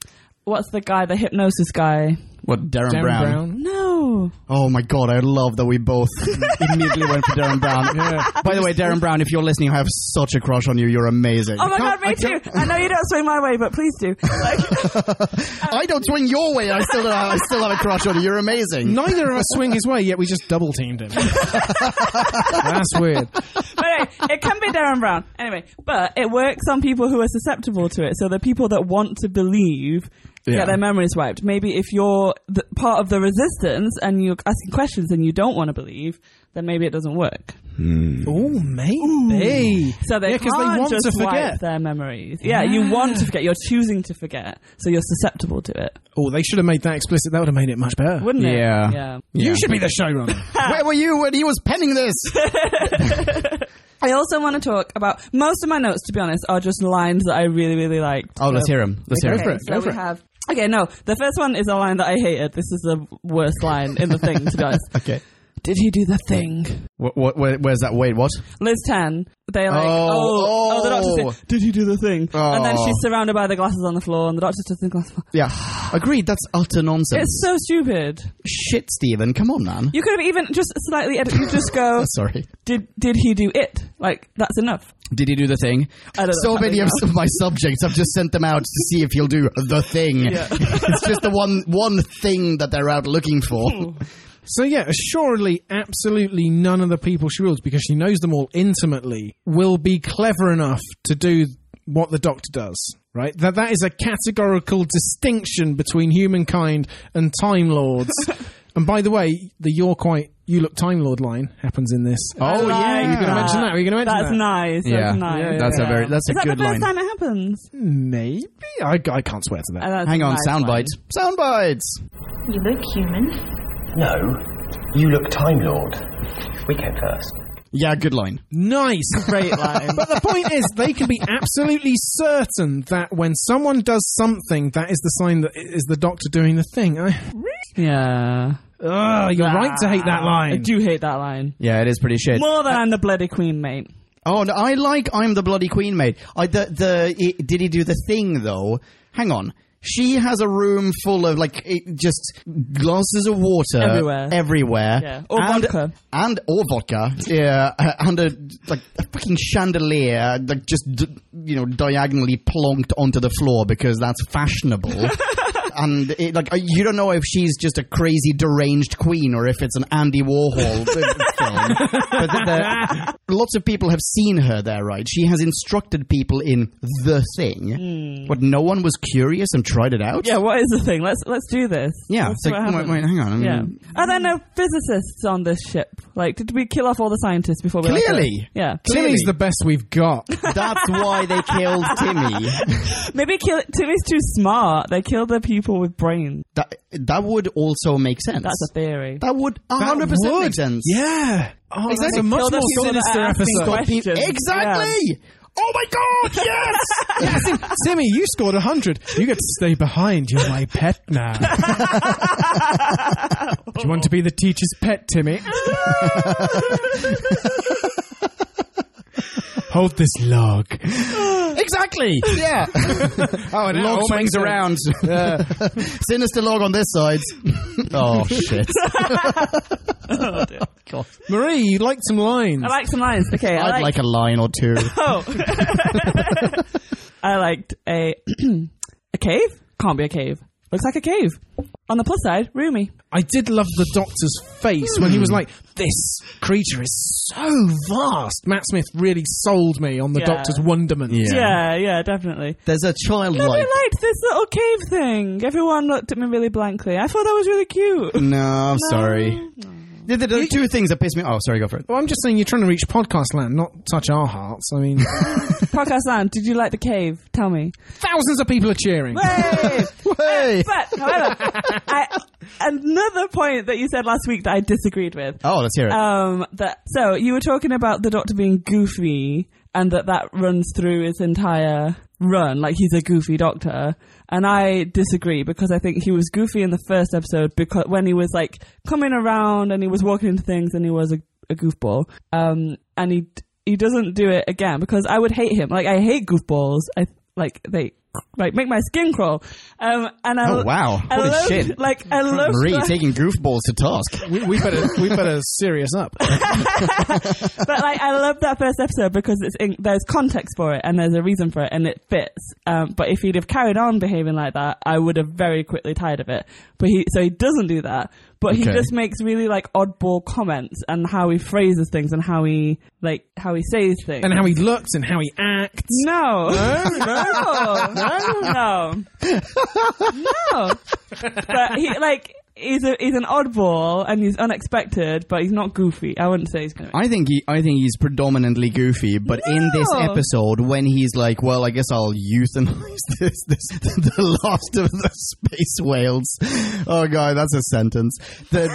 Speaker 2: what's the guy, the hypnosis guy?
Speaker 3: what Darren,
Speaker 1: Darren
Speaker 3: Brown.
Speaker 1: Brown.
Speaker 2: No.
Speaker 3: Oh my god, I love that
Speaker 2: [LAUGHS]
Speaker 3: we both immediately went for Darren Brown. By the way, Darren Brown, if you're listening, I have such a crush on you. You're amazing.
Speaker 2: Oh my
Speaker 1: can't-
Speaker 2: god, me
Speaker 1: I
Speaker 2: too.
Speaker 1: can't-
Speaker 2: I know you don't swing my way, but please do. Like,
Speaker 3: I don't swing your way. I still uh, I still have a crush on you. You're amazing.
Speaker 1: Neither of us swing his way, yet we just double teamed him. That's weird.
Speaker 2: but anyway, it can be Darren Brown. Anyway, but it works on people who are susceptible to it. So the people that want to believe
Speaker 3: Yeah.
Speaker 2: get their memories wiped. Maybe if you're the, part of the resistance and you're asking questions and you don't want to believe, then maybe it doesn't work.
Speaker 1: Oh, maybe.
Speaker 2: So they
Speaker 1: Yeah, 'cause
Speaker 2: can't
Speaker 1: they want
Speaker 2: just
Speaker 1: to forget.
Speaker 2: wipe their memories. Yeah, you want to forget. You're choosing to forget, so you're susceptible to it,
Speaker 1: Oh, they should have made that explicit. That would have made it much better.
Speaker 2: wouldn't it?
Speaker 3: Yeah.
Speaker 2: Yeah.
Speaker 1: You should be the showrunner.
Speaker 3: Where were you when he was penning this?
Speaker 2: I also want to talk about most of my notes. To be honest, are just lines that I really, really liked.
Speaker 3: Oh, let's hear him. Let's hear
Speaker 1: Okay.
Speaker 3: him.
Speaker 1: Go for it, go
Speaker 2: Okay, so
Speaker 1: for
Speaker 2: we
Speaker 1: it.
Speaker 2: have. Okay, no, the first one is a line that I hated. This is the worst line in the thing. To be honest,
Speaker 3: Okay.
Speaker 2: did he do the thing?
Speaker 3: What, what, where, where's that? Wait, what?
Speaker 2: Liz Tan. They're like,
Speaker 3: Oh,
Speaker 2: oh, oh, the
Speaker 3: oh.
Speaker 2: doctor said, did he do the thing? And then
Speaker 3: Oh.
Speaker 2: she's surrounded by the glasses on the floor, and the doctor does the glasses.
Speaker 3: Yeah. [SIGHS] Agreed, that's utter nonsense.
Speaker 2: It's so stupid.
Speaker 3: Shit, Stephen, come on, man.
Speaker 2: You could have even just slightly edited. You just go,
Speaker 3: Sorry.
Speaker 2: did did he do it? Like that's enough.
Speaker 3: Did he do the thing?
Speaker 2: I don't know.
Speaker 3: So
Speaker 2: Uh, I don't
Speaker 3: many of
Speaker 2: know.
Speaker 3: my subjects, I've just sent them out to see if he'll do the thing. [LAUGHS] it's just the one one thing that they're out looking for.
Speaker 1: So yeah, assuredly, absolutely none of the people she rules, because she knows them all intimately, will be clever enough to do what the Doctor does. Right? That that is a categorical distinction between humankind and Time [LAUGHS] Lords. and by the way, the "You're quite you look Time Lord" line happens in this.
Speaker 2: I
Speaker 3: Oh,
Speaker 2: like
Speaker 3: yeah, you were gonna
Speaker 2: that.
Speaker 1: mention that. Were you gonna mention
Speaker 2: that's
Speaker 1: that?
Speaker 2: nice. That's
Speaker 3: Yeah.
Speaker 2: nice. Hmm.
Speaker 1: Yeah, yeah, That's a
Speaker 3: very- that's a
Speaker 2: Is that
Speaker 3: good
Speaker 2: the first
Speaker 3: line.
Speaker 2: time it happens?
Speaker 1: Maybe I, I can't swear to
Speaker 2: Uh,
Speaker 1: that.
Speaker 2: that's
Speaker 3: Hang
Speaker 2: a
Speaker 3: on,
Speaker 2: nice
Speaker 3: soundbite. Soundbites!
Speaker 6: You look human.
Speaker 7: No, you look Time Lord. We came first.
Speaker 3: Yeah, good line.
Speaker 1: Nice. [LAUGHS]
Speaker 2: Great line.
Speaker 1: But the point is, they can be absolutely certain that when someone does something, that is the sign that it is the doctor doing the thing. I,
Speaker 2: yeah.
Speaker 1: Ugh, you're right to hate that
Speaker 2: I
Speaker 1: line.
Speaker 2: do hate that line.
Speaker 3: Yeah, it is pretty shit.
Speaker 2: More than I'm the bloody queen, mate.
Speaker 3: Oh, no, I like I'm the bloody queen maid. I the the i did he do the thing though? Hang on. She has a room full of like it, just glasses of water
Speaker 2: Everywhere.
Speaker 3: everywhere,
Speaker 2: Yeah. Or
Speaker 3: and,
Speaker 2: vodka.
Speaker 3: and or vodka, yeah, [LAUGHS] and a like a fucking chandelier, like just d- you know diagonally plonked onto the floor because that's
Speaker 2: [LAUGHS]
Speaker 3: fashionable. and it, like uh, you don't know if she's just a crazy deranged queen or if it's an Andy Warhol [LAUGHS] film. But th- there- lots of people have seen her there, right? She has instructed people in the thing, but no one was curious and tried it out.
Speaker 2: Hmm. Yeah, what is the thing? Let's let's do this.
Speaker 3: yeah.
Speaker 2: Let's
Speaker 3: It's
Speaker 2: see what
Speaker 3: like, wait,
Speaker 2: happens.
Speaker 3: wait, hang on. I mean,
Speaker 2: yeah. Are there no physicists on this ship? Like, did we kill off all the scientists before we? left
Speaker 3: Clearly.
Speaker 2: Earth? Yeah.
Speaker 1: Timmy's the best we've
Speaker 2: [LAUGHS]
Speaker 1: got.
Speaker 3: That's why they killed Timmy.
Speaker 2: Maybe kill Timmy's too smart. They kill the people with brains.
Speaker 3: That that would also make sense.
Speaker 2: That's a theory.
Speaker 3: that would 100% make
Speaker 1: would.
Speaker 3: sense.
Speaker 1: Yeah. Oh, that's
Speaker 3: Exactly.
Speaker 1: a much
Speaker 2: Kill the
Speaker 1: more
Speaker 2: people that
Speaker 1: sinister
Speaker 2: are asking
Speaker 1: episode.
Speaker 2: questions.
Speaker 3: Pe-
Speaker 2: Yeah.
Speaker 3: Exactly. Oh my god, yes!
Speaker 1: [LAUGHS] Yeah, Sim- Simmy, you scored 100. You get to stay behind. You're my pet now. Do you want to be the teacher's pet, Timmy? Hold this log.
Speaker 2: [LAUGHS]
Speaker 3: exactly. Yeah.
Speaker 1: Oh, and
Speaker 3: log swings [LAUGHS] around. Sinister log on this side. [LAUGHS] oh shit! [LAUGHS]
Speaker 1: Marie, you liked some lines.
Speaker 2: I like some lines. Okay, I
Speaker 3: I'd like,
Speaker 2: like.
Speaker 3: a line or two.
Speaker 2: oh. [LAUGHS] I liked a [CLEARS THROAT] a cave. Can't be a cave. Looks like a cave. On the plus side, roomy.
Speaker 1: I did love the Doctor's face when he was like, "This creature is so vast." Matt Smith really sold me on the
Speaker 2: Yeah.
Speaker 1: Doctor's wonderment.
Speaker 2: Yeah, yeah, definitely.
Speaker 3: There's a
Speaker 2: I
Speaker 3: childlike.
Speaker 2: liked this little cave
Speaker 3: [LAUGHS]
Speaker 2: thing. Everyone looked at me really blankly. I thought that was really cute.
Speaker 3: No, I'm sorry. The, the, the two things that piss me. Oh, sorry, go for it.
Speaker 1: Well, I'm just saying you're trying to reach podcast land, not touch our hearts. I
Speaker 2: [LAUGHS]
Speaker 1: mean,
Speaker 2: Podcast Land, did you like the cave? Tell me.
Speaker 1: thousands of people are cheering.
Speaker 2: [LAUGHS] Hey!
Speaker 3: Hey!
Speaker 2: But, however, I, another point that you said last week that I disagreed with.
Speaker 3: Oh, let's hear it.
Speaker 2: Um, that so you were talking about the Doctor being goofy and that that runs through his entire run, like he's a goofy Doctor. And I disagree because I think he was goofy in the first episode because when he was like coming around and he was walking into things and he was a, a goofball. Um, and he he doesn't do it again because I would hate him. Like I hate goofballs. I like they like make my skin crawl. Um, and I
Speaker 3: Oh, wow.
Speaker 2: I
Speaker 3: Holy
Speaker 2: love,
Speaker 3: shit.
Speaker 2: Like I love
Speaker 3: Marie
Speaker 2: the-
Speaker 3: taking goofballs to task.
Speaker 1: We, we better we better serious up.
Speaker 2: but like I love that first episode because it's in, there's context for it and there's a reason for it and it fits. Um, but if he'd have carried on behaving like that, I would have very quickly tired of it. But he so he doesn't do that. But he
Speaker 3: Okay.
Speaker 2: just makes really like oddball comments and how he phrases things and how he like how he says things.
Speaker 1: And how he looks and how he acts.
Speaker 2: no. No, [LAUGHS] no, no, no. But he like he's a, he's an oddball and he's unexpected, but he's not goofy. I wouldn't say he's gonna.
Speaker 3: [LAUGHS] I think he, I think he's predominantly goofy, but in this
Speaker 2: No.
Speaker 3: episode, when he's like, "Well, I guess I'll euthanize [LAUGHS] this, this the last of the space whales." Oh god, that's a sentence. The,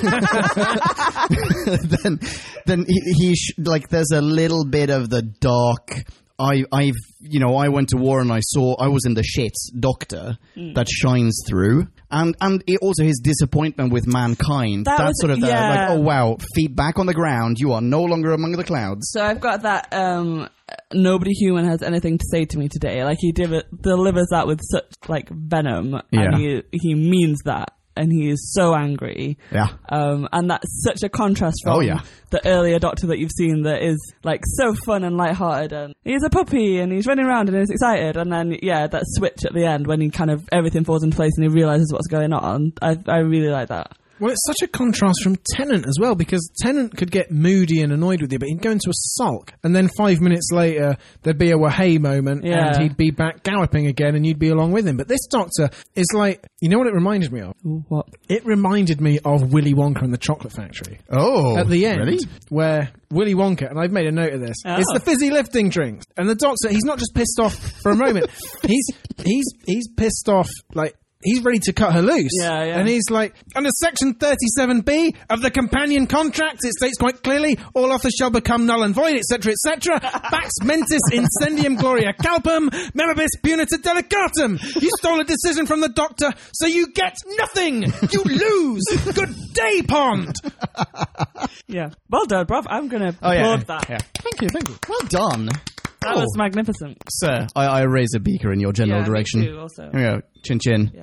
Speaker 3: the- [LAUGHS] then, then he, he sh- like, there's a little bit of the dark. I, I've, you know, I went to war and I saw I was in the shits doctor
Speaker 2: Mm.
Speaker 3: that shines through, and and it, also his disappointment with mankind.
Speaker 2: That
Speaker 3: that's
Speaker 2: was-
Speaker 3: sort of the
Speaker 2: yeah.
Speaker 3: like, oh wow, feet back on the ground. You are no longer among the clouds.
Speaker 2: So I've got that. Um, nobody human has anything to say to me today. Like he div- delivers that with such like venom,
Speaker 3: Yeah.
Speaker 2: and he he means that, and he is so angry.
Speaker 3: Yeah.
Speaker 2: Um, and that's such a contrast from
Speaker 3: Oh, yeah.
Speaker 2: the earlier Doctor that you've seen that is like so fun and lighthearted, and he's a puppy and he's running around and he's excited, and then yeah, that switch at the end when he kind of everything falls into place and he realizes what's going on. I I really like that.
Speaker 1: Well, it's such a contrast from Tennant as well, because Tennant could get moody and annoyed with you, but he'd go into a sulk, and then five minutes later, there'd be a wahey moment,
Speaker 2: Yeah.
Speaker 1: and he'd be back galloping again, and you'd be along with him. But this Doctor is like, you know what it reminded me of?
Speaker 2: Ooh, what?
Speaker 1: It reminded me of Willy Wonka and the Chocolate Factory.
Speaker 3: Oh,
Speaker 1: At the end,
Speaker 3: really?
Speaker 1: where Willy Wonka, and I've made a note of this,
Speaker 2: Ah.
Speaker 1: it's the fizzy lifting drinks. And the doctor, he's not just pissed off for a
Speaker 2: [LAUGHS]
Speaker 1: moment. he's he's he's pissed off like he's ready to cut her loose.
Speaker 2: Yeah, yeah.
Speaker 1: And he's like, under section 37B of the companion contract, it states quite clearly, all offers shall become null and void, etc.,
Speaker 2: [LAUGHS]
Speaker 1: etc. Pax mentis incendium gloria calpum, memibus punita delicatum. You stole a decision from the doctor, so you get nothing. You lose. Good day, Pond.
Speaker 2: Yeah. Well done, bruv. I'm gonna applaud
Speaker 3: Oh, yeah. Oh.
Speaker 2: that.
Speaker 3: Yeah.
Speaker 1: Thank you, thank you.
Speaker 3: Well done,
Speaker 2: That was magnificent.
Speaker 3: sir. I, I raise a beaker in your general
Speaker 2: Yeah, me
Speaker 3: direction.
Speaker 2: too, also.
Speaker 3: Here we go, chin chin.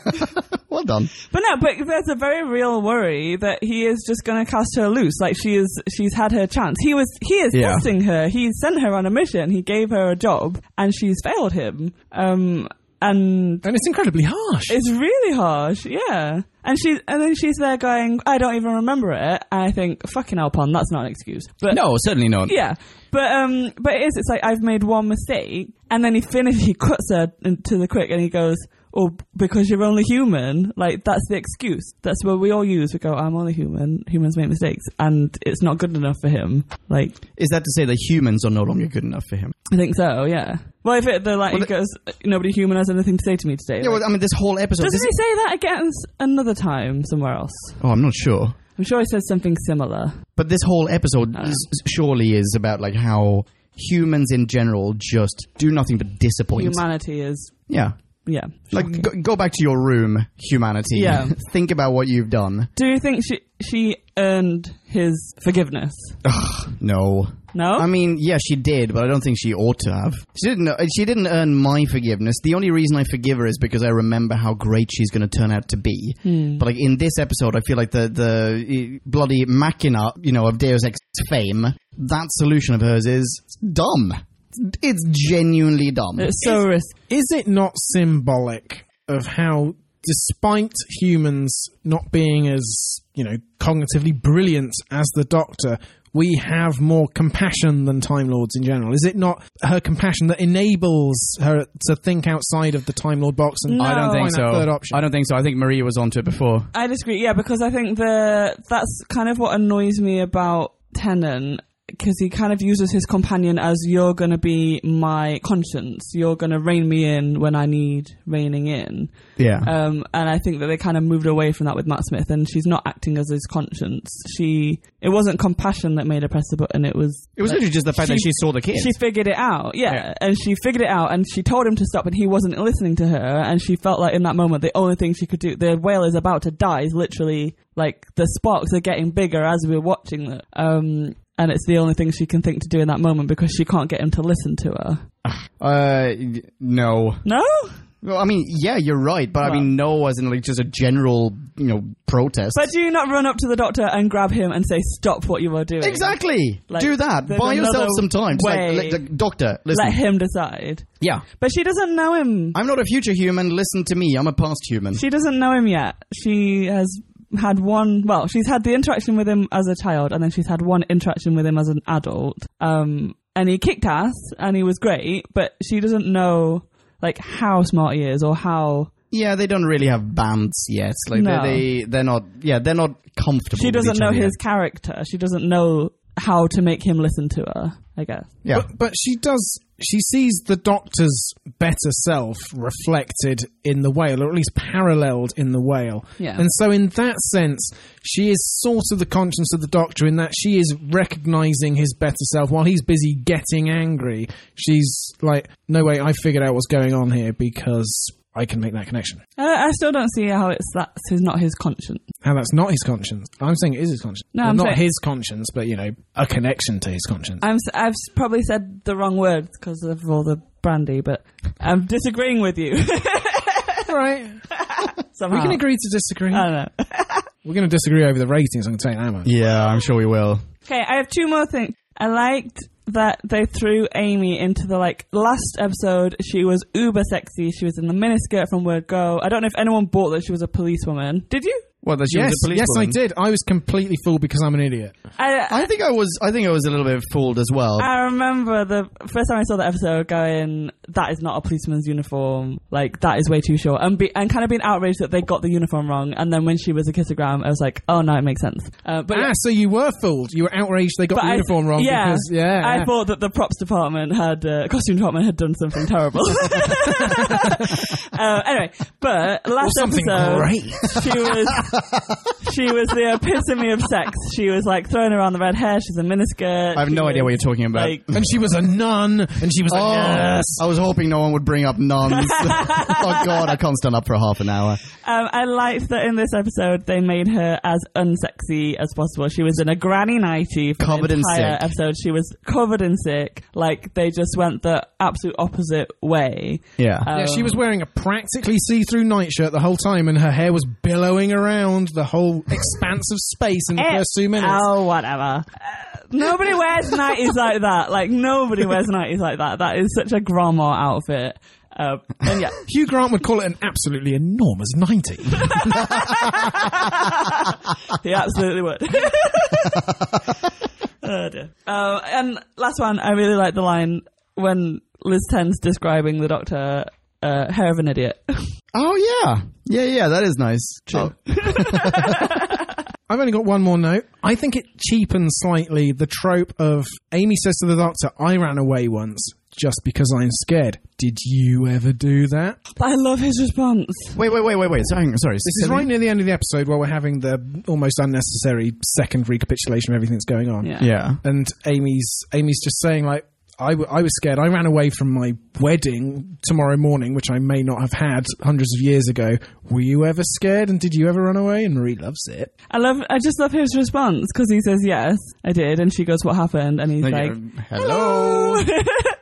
Speaker 3: [LAUGHS] well done.
Speaker 2: But no, but there's a very real worry that he is just going to cast her loose. Like she is, she's had her chance. He was, he is
Speaker 3: Yeah.
Speaker 2: testing her. He sent her on a mission. He gave her a job, and she's failed him. Um, and
Speaker 1: And it's incredibly harsh.
Speaker 2: it's really harsh. Yeah. And she, and then she's there going, I don't even remember it. And I think, fucking hell, pun. That's not an excuse. But
Speaker 3: No, certainly not.
Speaker 2: Yeah, but um, but it is. It's like I've made one mistake, and then he finishes. He cuts her in- to the quick, and he goes, "Oh, because you're only human." Like that's the excuse. That's what we all use. We go, "I'm only human. Humans make mistakes," and it's not good enough for him. Like
Speaker 3: Is that to say that humans are no longer good enough for him?
Speaker 2: I think so. Yeah. Well, if it the like he
Speaker 3: the-
Speaker 2: goes, "Nobody human has anything to say to me today."
Speaker 3: Yeah,
Speaker 2: like-
Speaker 3: well, I mean, this whole episode.
Speaker 2: doesn't
Speaker 3: this
Speaker 2: he say that again s- another time somewhere else?
Speaker 3: is- oh, I'm not sure.
Speaker 2: I'm sure he says something similar.
Speaker 3: But this whole episode is, surely is about like how humans in general just do nothing but disappoint.
Speaker 2: Humanity is,
Speaker 3: yeah.
Speaker 2: yeah.
Speaker 3: Like, go, go back to your room, humanity.
Speaker 2: Yeah.
Speaker 3: [LAUGHS] Think about what you've done. [SIGHS]
Speaker 2: Do you think she she earned his forgiveness?
Speaker 3: No.
Speaker 2: No.
Speaker 1: Oh.
Speaker 3: I mean, yeah, she did, but I don't think she ought to have. She didn't. uh, She didn't earn my forgiveness. The only reason I forgive her is because I remember how great she's going to turn out to be.
Speaker 1: Hmm.
Speaker 3: But like in this episode, I feel like the the uh, bloody machina, you know, of Deus Ex fame. That solution of hers is dumb. It's genuinely dumb.
Speaker 2: It's so risky.
Speaker 1: Is it not symbolic of how, despite humans not being as, you know, cognitively brilliant as the Doctor, we have more compassion than Time Lords in general? Is it not her compassion that enables her to think outside of the Time Lord box? And
Speaker 2: No.
Speaker 1: why
Speaker 2: I don't think
Speaker 1: not Third option.
Speaker 3: I don't think so. I think Maria was onto it before.
Speaker 2: I disagree. Yeah, because I think the that's kind of what annoys me about Tennant because he kind of uses his companion as you're going to be my conscience. You're going to rein me in when I need reining in.
Speaker 3: Yeah.
Speaker 1: Uh,
Speaker 2: Um, and I think that they kind of moved away from that with Matt Smith, and she's not acting as his conscience. She it wasn't compassion that made her press the button. It was
Speaker 3: it was literally just the fact that she saw the kids.
Speaker 2: she figured it out, yeah.
Speaker 3: Yeah.
Speaker 2: And she figured it out, and she told him to stop, and he wasn't listening to her. And she felt like in that moment, the only thing she could do, the whale is about to die, is literally like the sparks are getting bigger as we're watching them. Um, and it's the only thing she can think to do in that moment because she can't get him to listen to her.
Speaker 3: uh, y- no.
Speaker 2: No,
Speaker 3: Well, I mean, yeah, you're right, but I mean, no, as in like just a general, you know, protest.
Speaker 2: but do you not run up to the doctor and grab him and say, "Stop what you are doing"?
Speaker 3: exactly,
Speaker 2: Like,
Speaker 3: do that.
Speaker 2: there's
Speaker 3: Buy yourself
Speaker 2: another
Speaker 3: some time. Just like,
Speaker 2: way.
Speaker 3: like, like, doctor, listen.
Speaker 2: Let him decide.
Speaker 3: yeah,
Speaker 2: But she doesn't know him.
Speaker 3: I'm not a future human. Listen to me. I'm a past human.
Speaker 2: She doesn't know him yet. She has had one. Well, she's had the interaction with him as a child, and then she's had one interaction with him as an adult. Um, and he kicked ass, and he was great, but she doesn't know like how smart he is or how
Speaker 3: yeah, they don't really have bands yet. Like
Speaker 2: No.
Speaker 3: they, they, they're not. Yeah, they're not comfortable.
Speaker 2: she
Speaker 3: with
Speaker 2: doesn't
Speaker 3: each
Speaker 2: know
Speaker 3: other
Speaker 2: his character. She doesn't know how to make him listen to her. I guess.
Speaker 3: yet. Yeah,
Speaker 1: But, but she does. She sees the Doctor's better self reflected in the whale, or at least paralleled in the whale.
Speaker 2: Yeah.
Speaker 1: And so, in that sense, she is sort of the conscience of the Doctor in that she is recognizing his better self while he's busy getting angry. She's like, "No way, I figured out what's going on here because I can make that connection."
Speaker 2: I, I still don't see how it's that's his, not his conscience.
Speaker 1: How that's not his conscience. I'm saying it is his conscience.
Speaker 2: No,
Speaker 1: Well,
Speaker 2: I'm
Speaker 1: not
Speaker 2: saying-
Speaker 1: his conscience, but you know, a connection to his conscience.
Speaker 2: I'm, s- I've s- probably said the wrong words because of all the brandy, but I'm disagreeing with you. [LAUGHS]
Speaker 1: right.
Speaker 2: Somehow.
Speaker 1: We can agree to disagree.
Speaker 2: I don't know.
Speaker 1: We're going to disagree over the ratings. I can tell you that much.
Speaker 3: yeah, I'm sure we will.
Speaker 2: Okay, I have two more things. I liked that they threw Amy into the like last episode. She was uber sexy. She was in the miniskirt from Word Go. I don't know if anyone bought that she was a policewoman. Did you?
Speaker 3: Well, that she
Speaker 1: Yes,
Speaker 3: was a police
Speaker 1: yes, I
Speaker 3: woman.
Speaker 1: did. I was completely fooled because I'm an idiot.
Speaker 2: I, I,
Speaker 3: I think I was. I think I was a little bit fooled as well.
Speaker 2: I remember the first time I saw the episode going, "That is not a policeman's uniform. Like that is way too short," and be, and kind of being outraged that they got the uniform wrong. And then when she was a kissogram, I was like, "Oh no, it makes sense." Uh, but
Speaker 1: ah,
Speaker 2: yeah.
Speaker 1: so you were fooled. You were outraged they got
Speaker 2: But
Speaker 1: the
Speaker 2: I-
Speaker 1: uniform wrong.
Speaker 2: Yeah,
Speaker 1: because, yeah.
Speaker 2: I
Speaker 1: yeah.
Speaker 2: thought that the props department had uh, costume department had done something
Speaker 3: [LAUGHS]
Speaker 2: terrible. [LAUGHS] uh, anyway, but last
Speaker 1: something
Speaker 2: episode
Speaker 1: great.
Speaker 2: she was she was the epitome of sex. She was like throwing around the red hair. She's a miniskirt.
Speaker 3: I have
Speaker 2: She
Speaker 3: no idea what
Speaker 2: was,
Speaker 3: you're talking about.
Speaker 2: Like,
Speaker 1: And she was a nun, and she was a
Speaker 3: Oh,
Speaker 1: nurse.
Speaker 3: I was hoping no one would bring up
Speaker 2: [LAUGHS]
Speaker 3: nuns. [LAUGHS] oh God, I can't stand up for half an hour.
Speaker 2: um, I liked that in this episode they made her as unsexy as possible. She was in a granny nightie for
Speaker 3: Covered
Speaker 2: the
Speaker 3: in
Speaker 2: entire
Speaker 3: sick.
Speaker 2: episode. She was covered in sick. Like they just went the absolute opposite way.
Speaker 3: Yeah.
Speaker 2: Uh,
Speaker 1: Yeah, she
Speaker 2: Oh.
Speaker 1: was wearing a practically see-through nightshirt the whole time, and her hair was billowing around the whole expanse of space in the
Speaker 2: Eh,
Speaker 1: first two minutes.
Speaker 2: Oh, whatever. Uh, nobody
Speaker 3: [LAUGHS]
Speaker 2: wears nighties like that. Like nobody wears nighties like that. That is such a grandma outfit. Uh, and yeah,
Speaker 1: Hugh Grant would call it an absolutely enormous
Speaker 2: [LAUGHS]
Speaker 1: ninety.
Speaker 2: he absolutely would. [LAUGHS] oh dear. Uh, and last one, I really like the line when Liz Ten's describing the doctor, uh, hair of an idiot. [LAUGHS]
Speaker 3: Oh yeah, yeah, yeah. That is nice. Oh,
Speaker 1: I've only got one more note. I think it cheapens slightly the trope of Amy says to the doctor, I ran away once just because I'm scared. Did you ever do that?
Speaker 2: but I love his response.
Speaker 3: wait, wait, wait, wait, wait. Sorry, hang on, sorry.
Speaker 1: This is right near the end of the episode where we're having the almost unnecessary second recapitulation of everything that's going on.
Speaker 2: Yeah.
Speaker 3: Yeah.
Speaker 1: And Amy's Amy's just saying like I, w- I was scared. I ran away from my wedding tomorrow morning, which I may not have had hundreds of years ago. Were you ever scared? And did you ever run away? And Marie loves it.
Speaker 2: I love, I just love his response because he says, yes, I did. And she goes, what happened? And he's like, [LAUGHS]
Speaker 3: hello.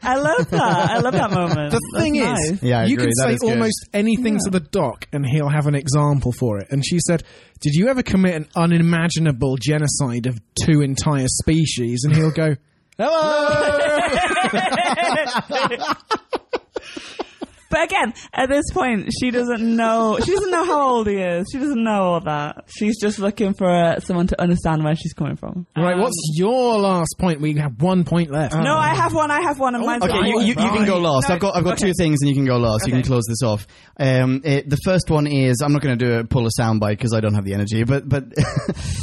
Speaker 2: I love that. I love that moment.
Speaker 1: Oh. The thing
Speaker 2: That's
Speaker 1: is,
Speaker 2: nice.
Speaker 3: Yeah, I
Speaker 1: you
Speaker 3: agree.
Speaker 1: can
Speaker 3: That
Speaker 1: say
Speaker 3: is good.
Speaker 1: almost anything to the doc, and he'll have an example for it. And she said, "Did you ever commit an unimaginable genocide of two entire species?" And he'll go, "Hello."
Speaker 2: But again, at this point, she doesn't know. She doesn't know how old he is. She doesn't know all that. She's just looking for uh, someone to understand where she's coming from.
Speaker 1: Right,
Speaker 2: Um,
Speaker 1: what's your last point? We have one point left.
Speaker 2: No, I have one. I have one. And mine's
Speaker 3: Oh, Okay,
Speaker 2: not-
Speaker 3: you, you, you can go last.
Speaker 2: No,
Speaker 3: I've got I've got
Speaker 2: okay.
Speaker 3: two things, and you can go last. You can
Speaker 2: Okay.
Speaker 3: close this off. Um, it, the first one is I'm not going to do a pull a soundbite because I don't have the energy. But [LAUGHS] but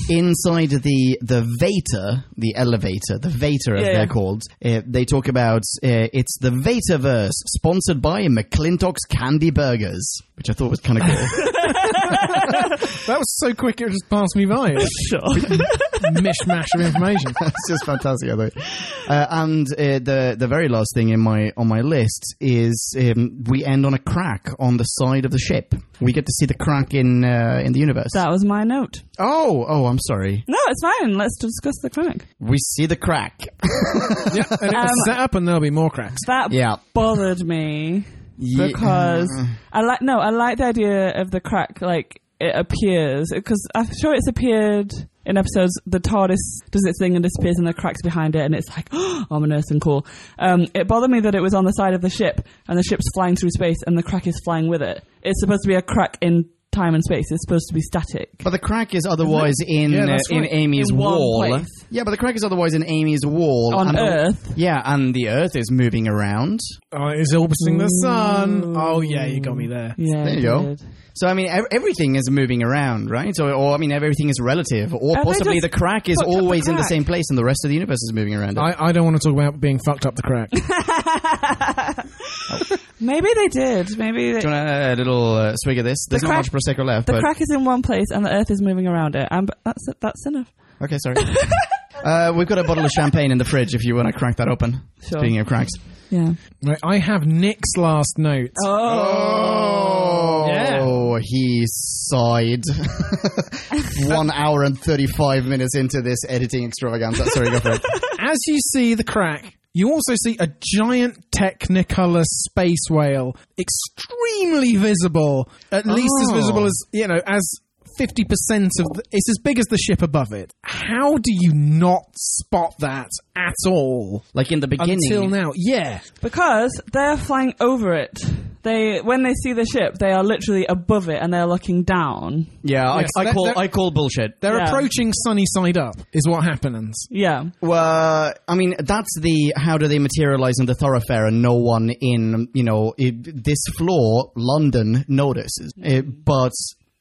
Speaker 3: inside the the Vata, the elevator, the Vata as
Speaker 2: Yeah,
Speaker 3: they're
Speaker 2: yeah.
Speaker 3: called, uh, they talk about uh, it's the Vataverse, sponsored by McClintock's Candy Burgers, which I thought was kind of
Speaker 2: [LAUGHS]
Speaker 3: cool.
Speaker 1: That was so quick it just passed me by.
Speaker 2: Sure.
Speaker 1: mishmash of
Speaker 3: [LAUGHS]
Speaker 1: information.
Speaker 3: That's just fantastic. I thought. Uh, and uh, the the very last thing in my on my list is um, we end on a crack on the side of the ship. We get to see the crack in uh, in the universe.
Speaker 2: [LAUGHS] that was my note.
Speaker 3: oh, oh, I'm sorry.
Speaker 2: No, it's fine. Let's discuss the clinic.
Speaker 3: We see the crack.
Speaker 1: [LAUGHS] yeah, and it was set up and there'll be more cracks.
Speaker 2: That
Speaker 3: Yeah. Mm.
Speaker 2: bothered me because I like no, I like the idea of the crack. Like it appears because I'm sure it's appeared in episodes. The TARDIS does its thing and disappears, and the cracks behind it, and it's like [GASPS] ominous and cool. Um, it bothered me that it was on the side of the ship, and the ship's flying through space, and the crack is flying with it. It's supposed to be a crack in time and space. It's supposed to be static.
Speaker 3: But the crack
Speaker 2: [LAUGHS]
Speaker 3: is otherwise in
Speaker 1: Yeah, that's
Speaker 3: uh, in
Speaker 1: right.
Speaker 3: Amy's
Speaker 2: In one
Speaker 3: wall.
Speaker 2: place.
Speaker 3: Yeah, but the crack is otherwise in Amy's wall
Speaker 2: On
Speaker 3: and-
Speaker 2: Earth.
Speaker 3: Yeah, and the Earth is moving around.
Speaker 1: Oh, it's orbiting the sun. Oh, yeah, you got me there.
Speaker 2: Yeah,
Speaker 3: There
Speaker 2: it
Speaker 3: you go.
Speaker 2: did.
Speaker 3: So I mean, ev- everything is moving around, right? Or, or I mean, everything is relative, or
Speaker 2: they
Speaker 3: possibly
Speaker 2: just
Speaker 3: the crack is
Speaker 2: fucked up the
Speaker 3: always in the
Speaker 2: crack?
Speaker 3: same place, and the rest of the universe is moving around. it.
Speaker 1: I, I don't want to talk about being fucked up the crack.
Speaker 2: Maybe they did. Maybe they,
Speaker 3: Do you want a, a little uh, swig of this? There's
Speaker 2: crack-
Speaker 3: not much prosecco left.
Speaker 2: The
Speaker 3: but,
Speaker 2: crack is in one place and the earth is moving around it. And that's that's enough.
Speaker 3: Okay, sorry. uh, we've got a bottle of champagne in the fridge if you want to crack that open.
Speaker 2: Sure.
Speaker 3: Speaking of cracks.
Speaker 2: Yeah.
Speaker 1: right, I have Nick's last note.
Speaker 3: Oh,
Speaker 1: Yeah.
Speaker 3: he sighed. [LAUGHS] One hour and 35 minutes into this editing extravaganza. Sorry, go
Speaker 1: [LAUGHS]
Speaker 3: for it.
Speaker 1: As you see the crack, you also see a giant Technicolor space whale, extremely visible, at least as
Speaker 3: Oh.
Speaker 1: visible as you know as. 50% of the, it's as big as the ship above it. How do you not spot that at all
Speaker 3: Like in the beginning.
Speaker 1: until now? Yeah.
Speaker 2: Because they're flying over it. They when they see the ship, they are literally above it and they're looking down.
Speaker 3: Yeah,
Speaker 1: Yes,
Speaker 3: I, I,
Speaker 1: that-
Speaker 3: call,
Speaker 1: that-
Speaker 3: I call bullshit.
Speaker 1: They're
Speaker 2: Yeah.
Speaker 1: approaching sunny side up, is what happens.
Speaker 2: Yeah.
Speaker 3: Well, I mean, that's the how do they materialize in the thoroughfare and no one in, you know, i this floor, London, notices.
Speaker 2: Hmm.
Speaker 3: Uh, but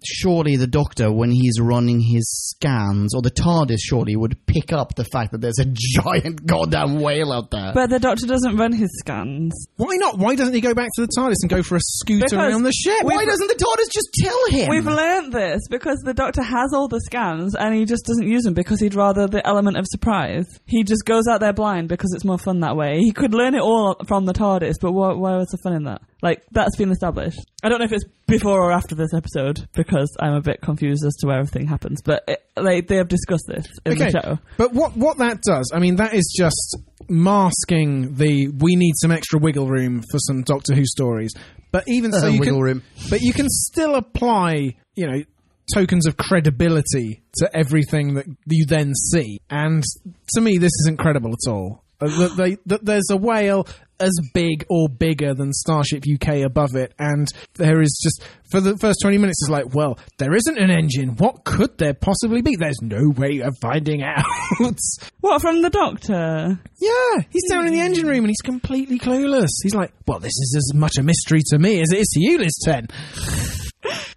Speaker 3: surely the doctor, when he's running his scans, or the TARDIS surely would pick up the fact that there's a giant [LAUGHS] goddamn whale out there.
Speaker 2: But the doctor doesn't run his scans.
Speaker 1: Why not? Why doesn't he go back to the TARDIS and go for a scooter
Speaker 2: Because
Speaker 1: around the ship?
Speaker 3: Why doesn't the TARDIS just tell him?
Speaker 2: We've learnt this because the doctor has all the scans and he just doesn't use them because he'd rather the element of surprise. He just goes out there blind because it's more fun that way. He could learn it all from the TARDIS, but why, why was the fun in that? Like, that's been established. I don't know if it's before or after this episode because I'm a bit confused as to where everything happens, but it, like, they have discussed this in
Speaker 1: okay.
Speaker 2: the show.
Speaker 1: But what what that does, I mean, that is just masking the we need some extra wiggle room for some Doctor Who stories. But even so,
Speaker 3: Uh,
Speaker 1: you
Speaker 3: wiggle
Speaker 1: can,
Speaker 3: room.
Speaker 1: But you can still apply, you know, tokens of credibility to everything that you then see. And to me, this isn't credible at all. Uh, That they, that there's a whale as big or bigger than Starship UK above it, and there is just for the first twenty minutes, it's like, well, there isn't an engine. What could there possibly be? There's no way of finding [LAUGHS] out.
Speaker 2: What, from the doctor?
Speaker 1: Yeah, he's down in the engine room and he's completely clueless. He's like, "Well, this is as much a mystery to me as it is to you, Liz Ten."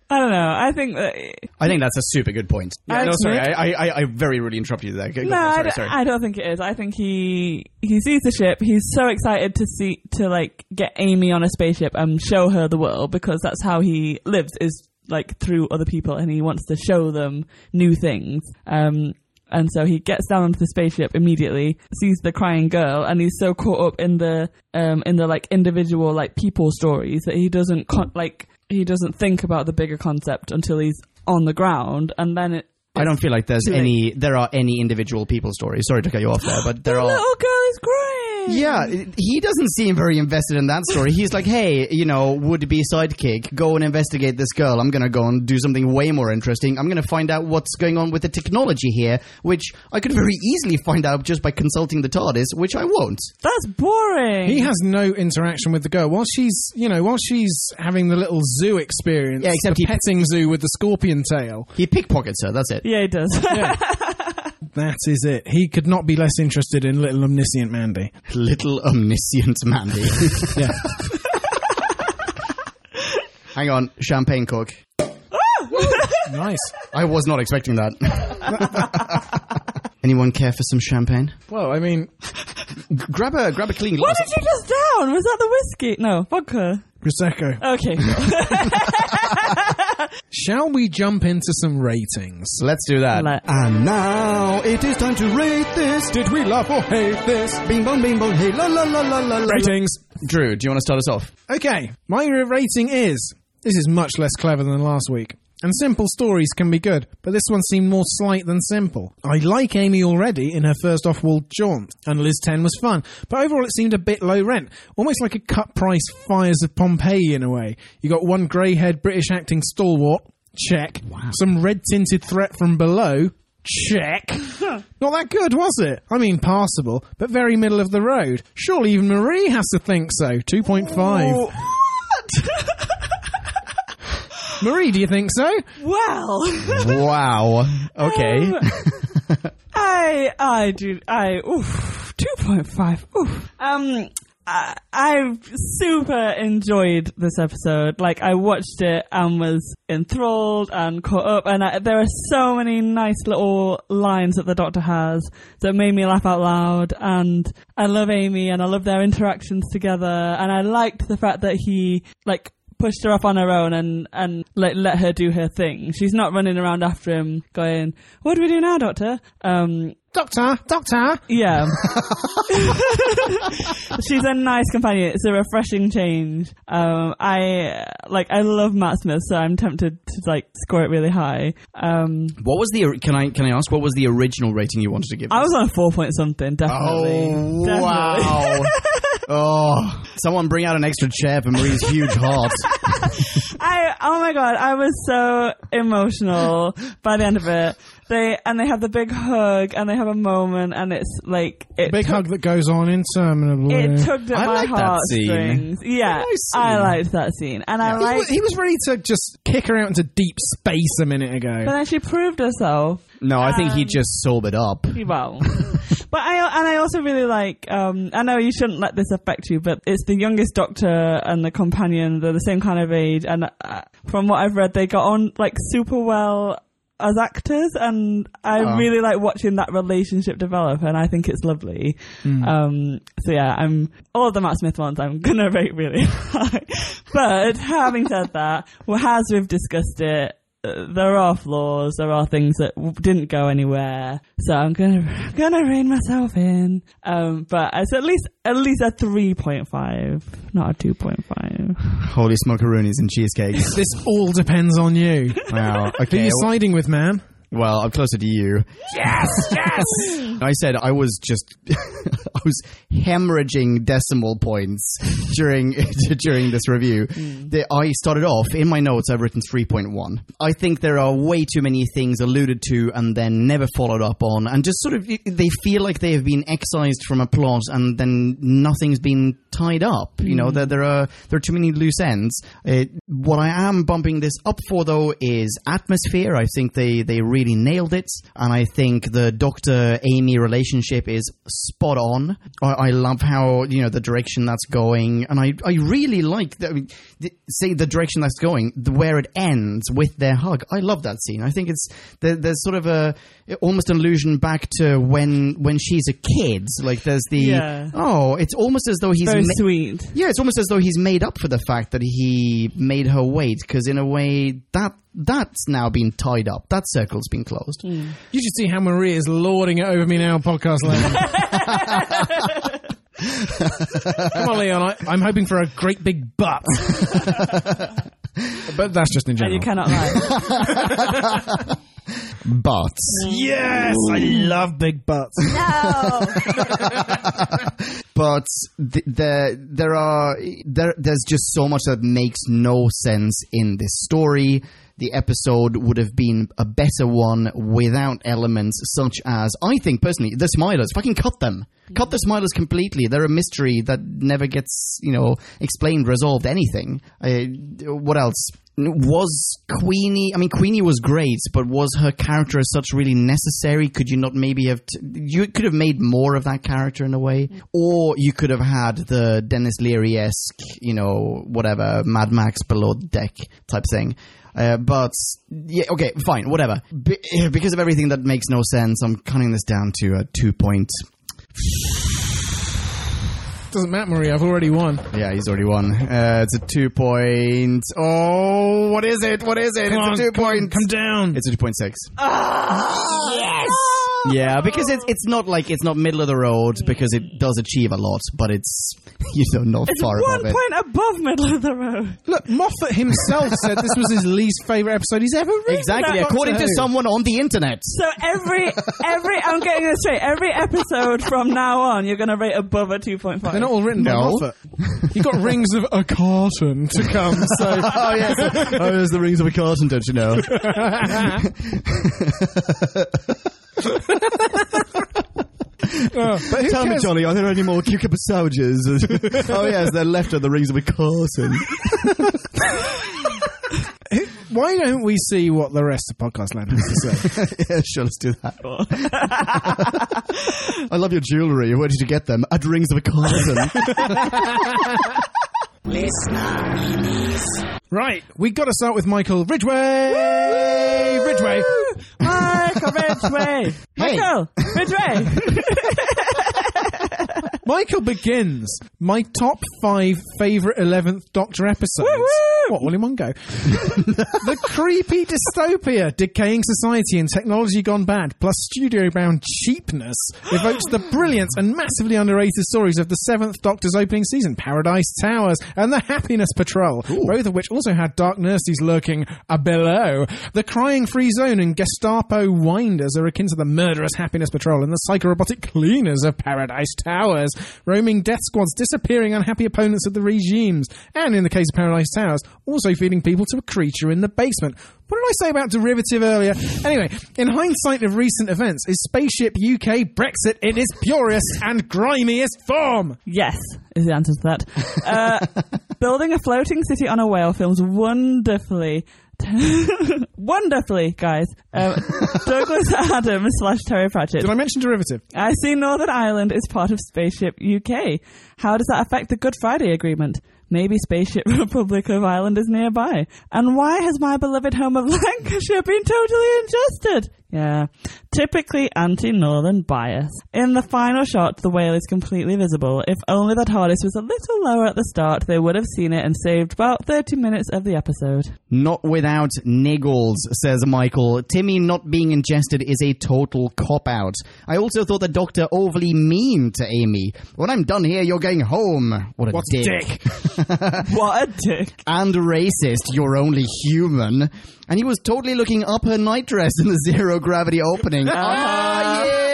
Speaker 2: I don't know. I think that.
Speaker 3: I think that's a super good point. Yeah,
Speaker 2: Alex
Speaker 3: no, sorry,
Speaker 2: Smith?
Speaker 3: I, I, I- I very, really interrupted you there. Go- go
Speaker 2: No,
Speaker 3: on,
Speaker 2: I
Speaker 3: sorry,
Speaker 2: don't,
Speaker 3: sorry.
Speaker 2: I don't think it is. I think he he sees the ship. He's so excited to see to like get Amy on a spaceship and show her the world because that's how he lives is like through other people, and he wants to show them new things. Um, and so he gets down onto the spaceship immediately, sees the crying girl, and he's so caught up in the um in the like individual like people stories that he doesn't con- like he doesn't think about the bigger concept until he's on the ground, and then it.
Speaker 3: I don't feel like there's
Speaker 2: Too late. [LAUGHS]
Speaker 3: any there are any individual people stories. Sorry to cut you off there, but there
Speaker 2: The
Speaker 3: are
Speaker 2: little girl is crying.
Speaker 3: Yeah, he doesn't seem very invested in that story. He's like, hey, you know, would be sidekick, go and investigate this girl. I'm going to go and do something way more interesting. I'm going to find out what's going on with the technology here, which I could very easily find out just by consulting the TARDIS, which I won't.
Speaker 2: That's boring.
Speaker 1: He has no interaction with the girl. While she's, you know, while she's having the little zoo experience,
Speaker 3: Yeah, except
Speaker 1: the
Speaker 3: he-
Speaker 1: petting zoo with the scorpion tail,
Speaker 3: He pickpockets her, that's it.
Speaker 2: yeah, he does.
Speaker 1: that is it. He could not be less interested in little omniscient Mandy.
Speaker 3: Little omniscient Mandy.
Speaker 1: Yeah.
Speaker 3: [LAUGHS]
Speaker 1: [LAUGHS]
Speaker 3: Hang on, champagne cook.
Speaker 1: nice.
Speaker 3: I was not expecting that. [LAUGHS] Anyone care for some champagne?
Speaker 1: Well, I mean,
Speaker 3: Grab a grab a clean glass.
Speaker 2: [LAUGHS] what did you just down? Was that the whiskey? No, vodka.
Speaker 1: Prosecco.
Speaker 2: Okay.
Speaker 1: Shall we jump into some ratings?
Speaker 3: Let's do that.
Speaker 2: Let-
Speaker 3: And now it is time to rate this.
Speaker 1: Did we love or hate this?
Speaker 3: Bing bong bing bong hey la la la la la la.
Speaker 1: Ratings.
Speaker 3: Drew, do you want to start us off?
Speaker 1: Okay, my rating is this is much less clever than last week. And simple stories can be good, but this one seemed more slight than simple. I like Amy already in her first off wall jaunt, and Liz 10 was fun, but overall it seemed a bit low rent, almost like a cut price Fires of Pompeii in a way. You got one grey haired British acting stalwart, check. Some red tinted threat from below,
Speaker 2: [LAUGHS]
Speaker 1: check. Not that good, was it? I mean, passable, but very middle of the road. Surely even Marie has to think so. 2.5. [LAUGHS] Marie, do you think so?
Speaker 2: well, [LAUGHS]
Speaker 3: wow.
Speaker 1: Um,
Speaker 3: Okay.
Speaker 2: Um,
Speaker 3: [LAUGHS]
Speaker 2: I, I do, I, oof, 2.5, oof. Um, I, I super enjoyed this episode. Like, I watched it and was enthralled and caught up, and I, there are so many nice little lines that the Doctor has that made me laugh out loud, and I love Amy, and I love their interactions together, and I liked the fact that he, like, pushed her off on her own and and like let her do her thing. She's not running around after him going, "What do we do now, doctor?" Um
Speaker 1: Doctor, Doctor. [LAUGHS]
Speaker 2: yeah. [LAUGHS] She's a nice companion. It's a refreshing change. Um I like I love Matt Smith, so I'm tempted to like score it really high. Um
Speaker 3: What was the can I can I ask what was the original rating you wanted to give?
Speaker 2: I
Speaker 3: us?
Speaker 2: was on a 4 point something, definitely.
Speaker 3: Oh
Speaker 1: [LAUGHS]
Speaker 2: Definitely.
Speaker 3: wow. oh, someone bring out an extra chair for Marie's huge heart.
Speaker 2: I oh my god, I was so emotional by the end of it. They and they have the big hug and they have a moment and it's like it
Speaker 1: Big hug that goes on interminably.
Speaker 2: it tugged at
Speaker 3: I
Speaker 2: my
Speaker 3: liked that
Speaker 2: heartstrings. Yeah,
Speaker 1: Nice scene.
Speaker 2: I liked that scene, and I
Speaker 1: he, was,
Speaker 2: liked.
Speaker 1: he was ready to just kick her out into deep space a minute ago.
Speaker 2: But then she proved herself.
Speaker 3: No, I think
Speaker 1: Um,
Speaker 3: he just sobered up.
Speaker 2: Well, but I and I also really like. Um, I know you shouldn't let this affect you, but it's the youngest Doctor and the companion. They're the same kind of age, and uh, from what I've read, they got on like super well as actors, and I really like watching that relationship develop, and I think it's lovely. Um, so yeah, I'm all of the Matt Smith ones. I'm [LAUGHS] gonna rate really high, but having said that, well, as we've discussed it there are flaws. There are things that w- didn't go anywhere. So I'm gonna [LAUGHS] gonna rein myself in. Um, but it's at least at least a three point five, not a two point five.
Speaker 3: Holy smokeroonies and cheesecakes.
Speaker 1: this all depends on
Speaker 2: [LAUGHS]
Speaker 1: you.
Speaker 3: Wow.
Speaker 1: [LAUGHS] Who
Speaker 3: Okay.
Speaker 1: you siding with, man?
Speaker 3: Well, I'm closer to you. [LAUGHS] Yes, yes. I said I was just [LAUGHS] I was hemorrhaging decimal points during [LAUGHS] during this review. The- I started off in my notes. I've written 3.1. I think there are way too many things alluded to and then never followed up on, and just sort of they feel like they have been excised from a plot, and then nothing's been tied up. You know, there, there are there are too many loose ends. Uh, what I am bumping this up for though is atmosphere. I think they they really nailed it, and I think the Doctor Amy relationship is spot on. I, I love how you know the direction that's going, and I I really like the, I mean, the, say the direction that's going, the, where it ends with their hug. I love that scene. I think it's there, there's sort of a almost an allusion back to when when she's a kid. Like there's the
Speaker 2: Yeah.
Speaker 3: oh, it's almost as though he's
Speaker 2: Very
Speaker 3: ma-
Speaker 2: sweet.
Speaker 3: yeah, it's almost as though he's made up for the fact that he made her wait, because in a way that that's now been tied up. That circle's been closed.
Speaker 1: You should see how Marie is lording it over me now, podcast [LAUGHS] land. Come on, Leon. I, I'm hoping for a great big butt. but that's just in
Speaker 2: And
Speaker 1: general.
Speaker 2: you cannot lie.
Speaker 3: But
Speaker 1: Yes, I love big [LAUGHS] butts.
Speaker 8: No.
Speaker 3: but th- there there are there there's just so much that makes no sense in this story. The episode would have been a better one without elements such as I think personally the smilers. Fucking cut them, cut the smilers completely. They're a mystery that never gets you know explained, resolved, anything. Uh, what else? Was Queenie? I mean, Queenie was great, but was her character as such really necessary? Could you not maybe have? T- you could have made more of that character in a way, or you could have had the Dennis Leary esque, you know, whatever Mad Max below deck type thing. Uh, but yeah, okay, fine, whatever. Be- [CLEARS THROAT] because of everything that makes no sense, I'm cutting this down to a two point.
Speaker 1: Doesn't matter, Marie. I've already won.
Speaker 3: Yeah, he's already won. Uh, it's a two point. Oh, what is it? What is it?
Speaker 1: Come on,
Speaker 3: it's a two
Speaker 1: come on,
Speaker 3: point.
Speaker 1: Come down.
Speaker 3: It's a two point six. [LAUGHS] yes. Yeah, because it's it's not like it's not middle of the road because it does achieve a lot, but it's [LAUGHS] you know not
Speaker 2: It's
Speaker 3: far
Speaker 2: one
Speaker 3: above it.
Speaker 2: point above middle of the road.
Speaker 1: Look, Moffat himself said this was his least favorite episode he's ever written.
Speaker 3: Exactly,
Speaker 1: Doctor
Speaker 3: according to
Speaker 1: Who.
Speaker 3: someone on the internet.
Speaker 2: So every every I'm getting this straight. Every episode from now on, you're going to rate above a two point
Speaker 1: They're
Speaker 2: five.
Speaker 1: not all written by
Speaker 3: No.
Speaker 1: [LAUGHS] Moffat. He got rings of a carton to come. So
Speaker 3: oh yes, [LAUGHS] oh, there's the rings of a carton, don't you know? [LAUGHS]
Speaker 1: but who
Speaker 3: Tell me,
Speaker 1: cares?
Speaker 3: Johnny, are there any more cucumber sandwiches? [LAUGHS] oh yes, they're left on the rings of a carton.
Speaker 1: [LAUGHS] Why don't we see what the rest of podcast land has to say?
Speaker 3: [LAUGHS] yeah, sure, let's do that. I love your jewellery. Where did you get them? At rings of a carton.
Speaker 1: Right, we got to start with Michael Ridgway. Ridgway.
Speaker 2: Michael Ridgway.
Speaker 3: Hey.
Speaker 2: Michael Ridgway.
Speaker 1: Michael begins my top five favorite Eleventh Doctor episodes. What all in one go? [LAUGHS] the creepy dystopia, decaying society and technology gone bad, plus studio-bound cheapness, evokes the brilliant and massively underrated stories of the Seventh Doctor's opening season, Paradise Towers, and the Happiness Patrol, both of which also had dark nurses lurking uh, below. The Crying Free Zone and Gestapo Winders are akin to the murderous Happiness Patrol and the psychorobotic cleaners of Paradise Towers, roaming death squads, disappearing unhappy opponents of the regimes, and in the case of Paradise Towers, also feeding people to a creature in the basement. What did I say about derivative earlier? Anyway, in hindsight of recent events, is Spaceship UK Brexit in its purest and grimiest form?
Speaker 2: Yes, is the answer to that. Uh, building a floating city on a whale films wonderfully. [LAUGHS] wonderfully, guys. Um, Douglas Adams slash Terry Pratchett.
Speaker 1: Did I mention derivative?
Speaker 2: I see Northern Ireland is part of Spaceship UK. How does that affect the Good Friday Agreement? Maybe Spaceship [LAUGHS] Republic of Ireland is nearby. And why has my beloved home of [LAUGHS] Lancashire been totally ingested? Yeah. Typically anti-Northern bias. In the final shot, the whale is completely visible. If only the TARDIS was a little lower at the start, they would have seen it and saved about 30 minutes of the episode.
Speaker 3: [LAUGHS] Not without niggles, says Michael. Timmy not being ingested is a total cop out. I also thought the doctor overly mean to Amy. When I'm done here, you're going home. What a
Speaker 1: What's
Speaker 3: dick.
Speaker 1: dick?
Speaker 2: What a dick.
Speaker 3: And racist, you're only human. And he was totally looking up her nightdress in the zero gravity opening. ah, yeah!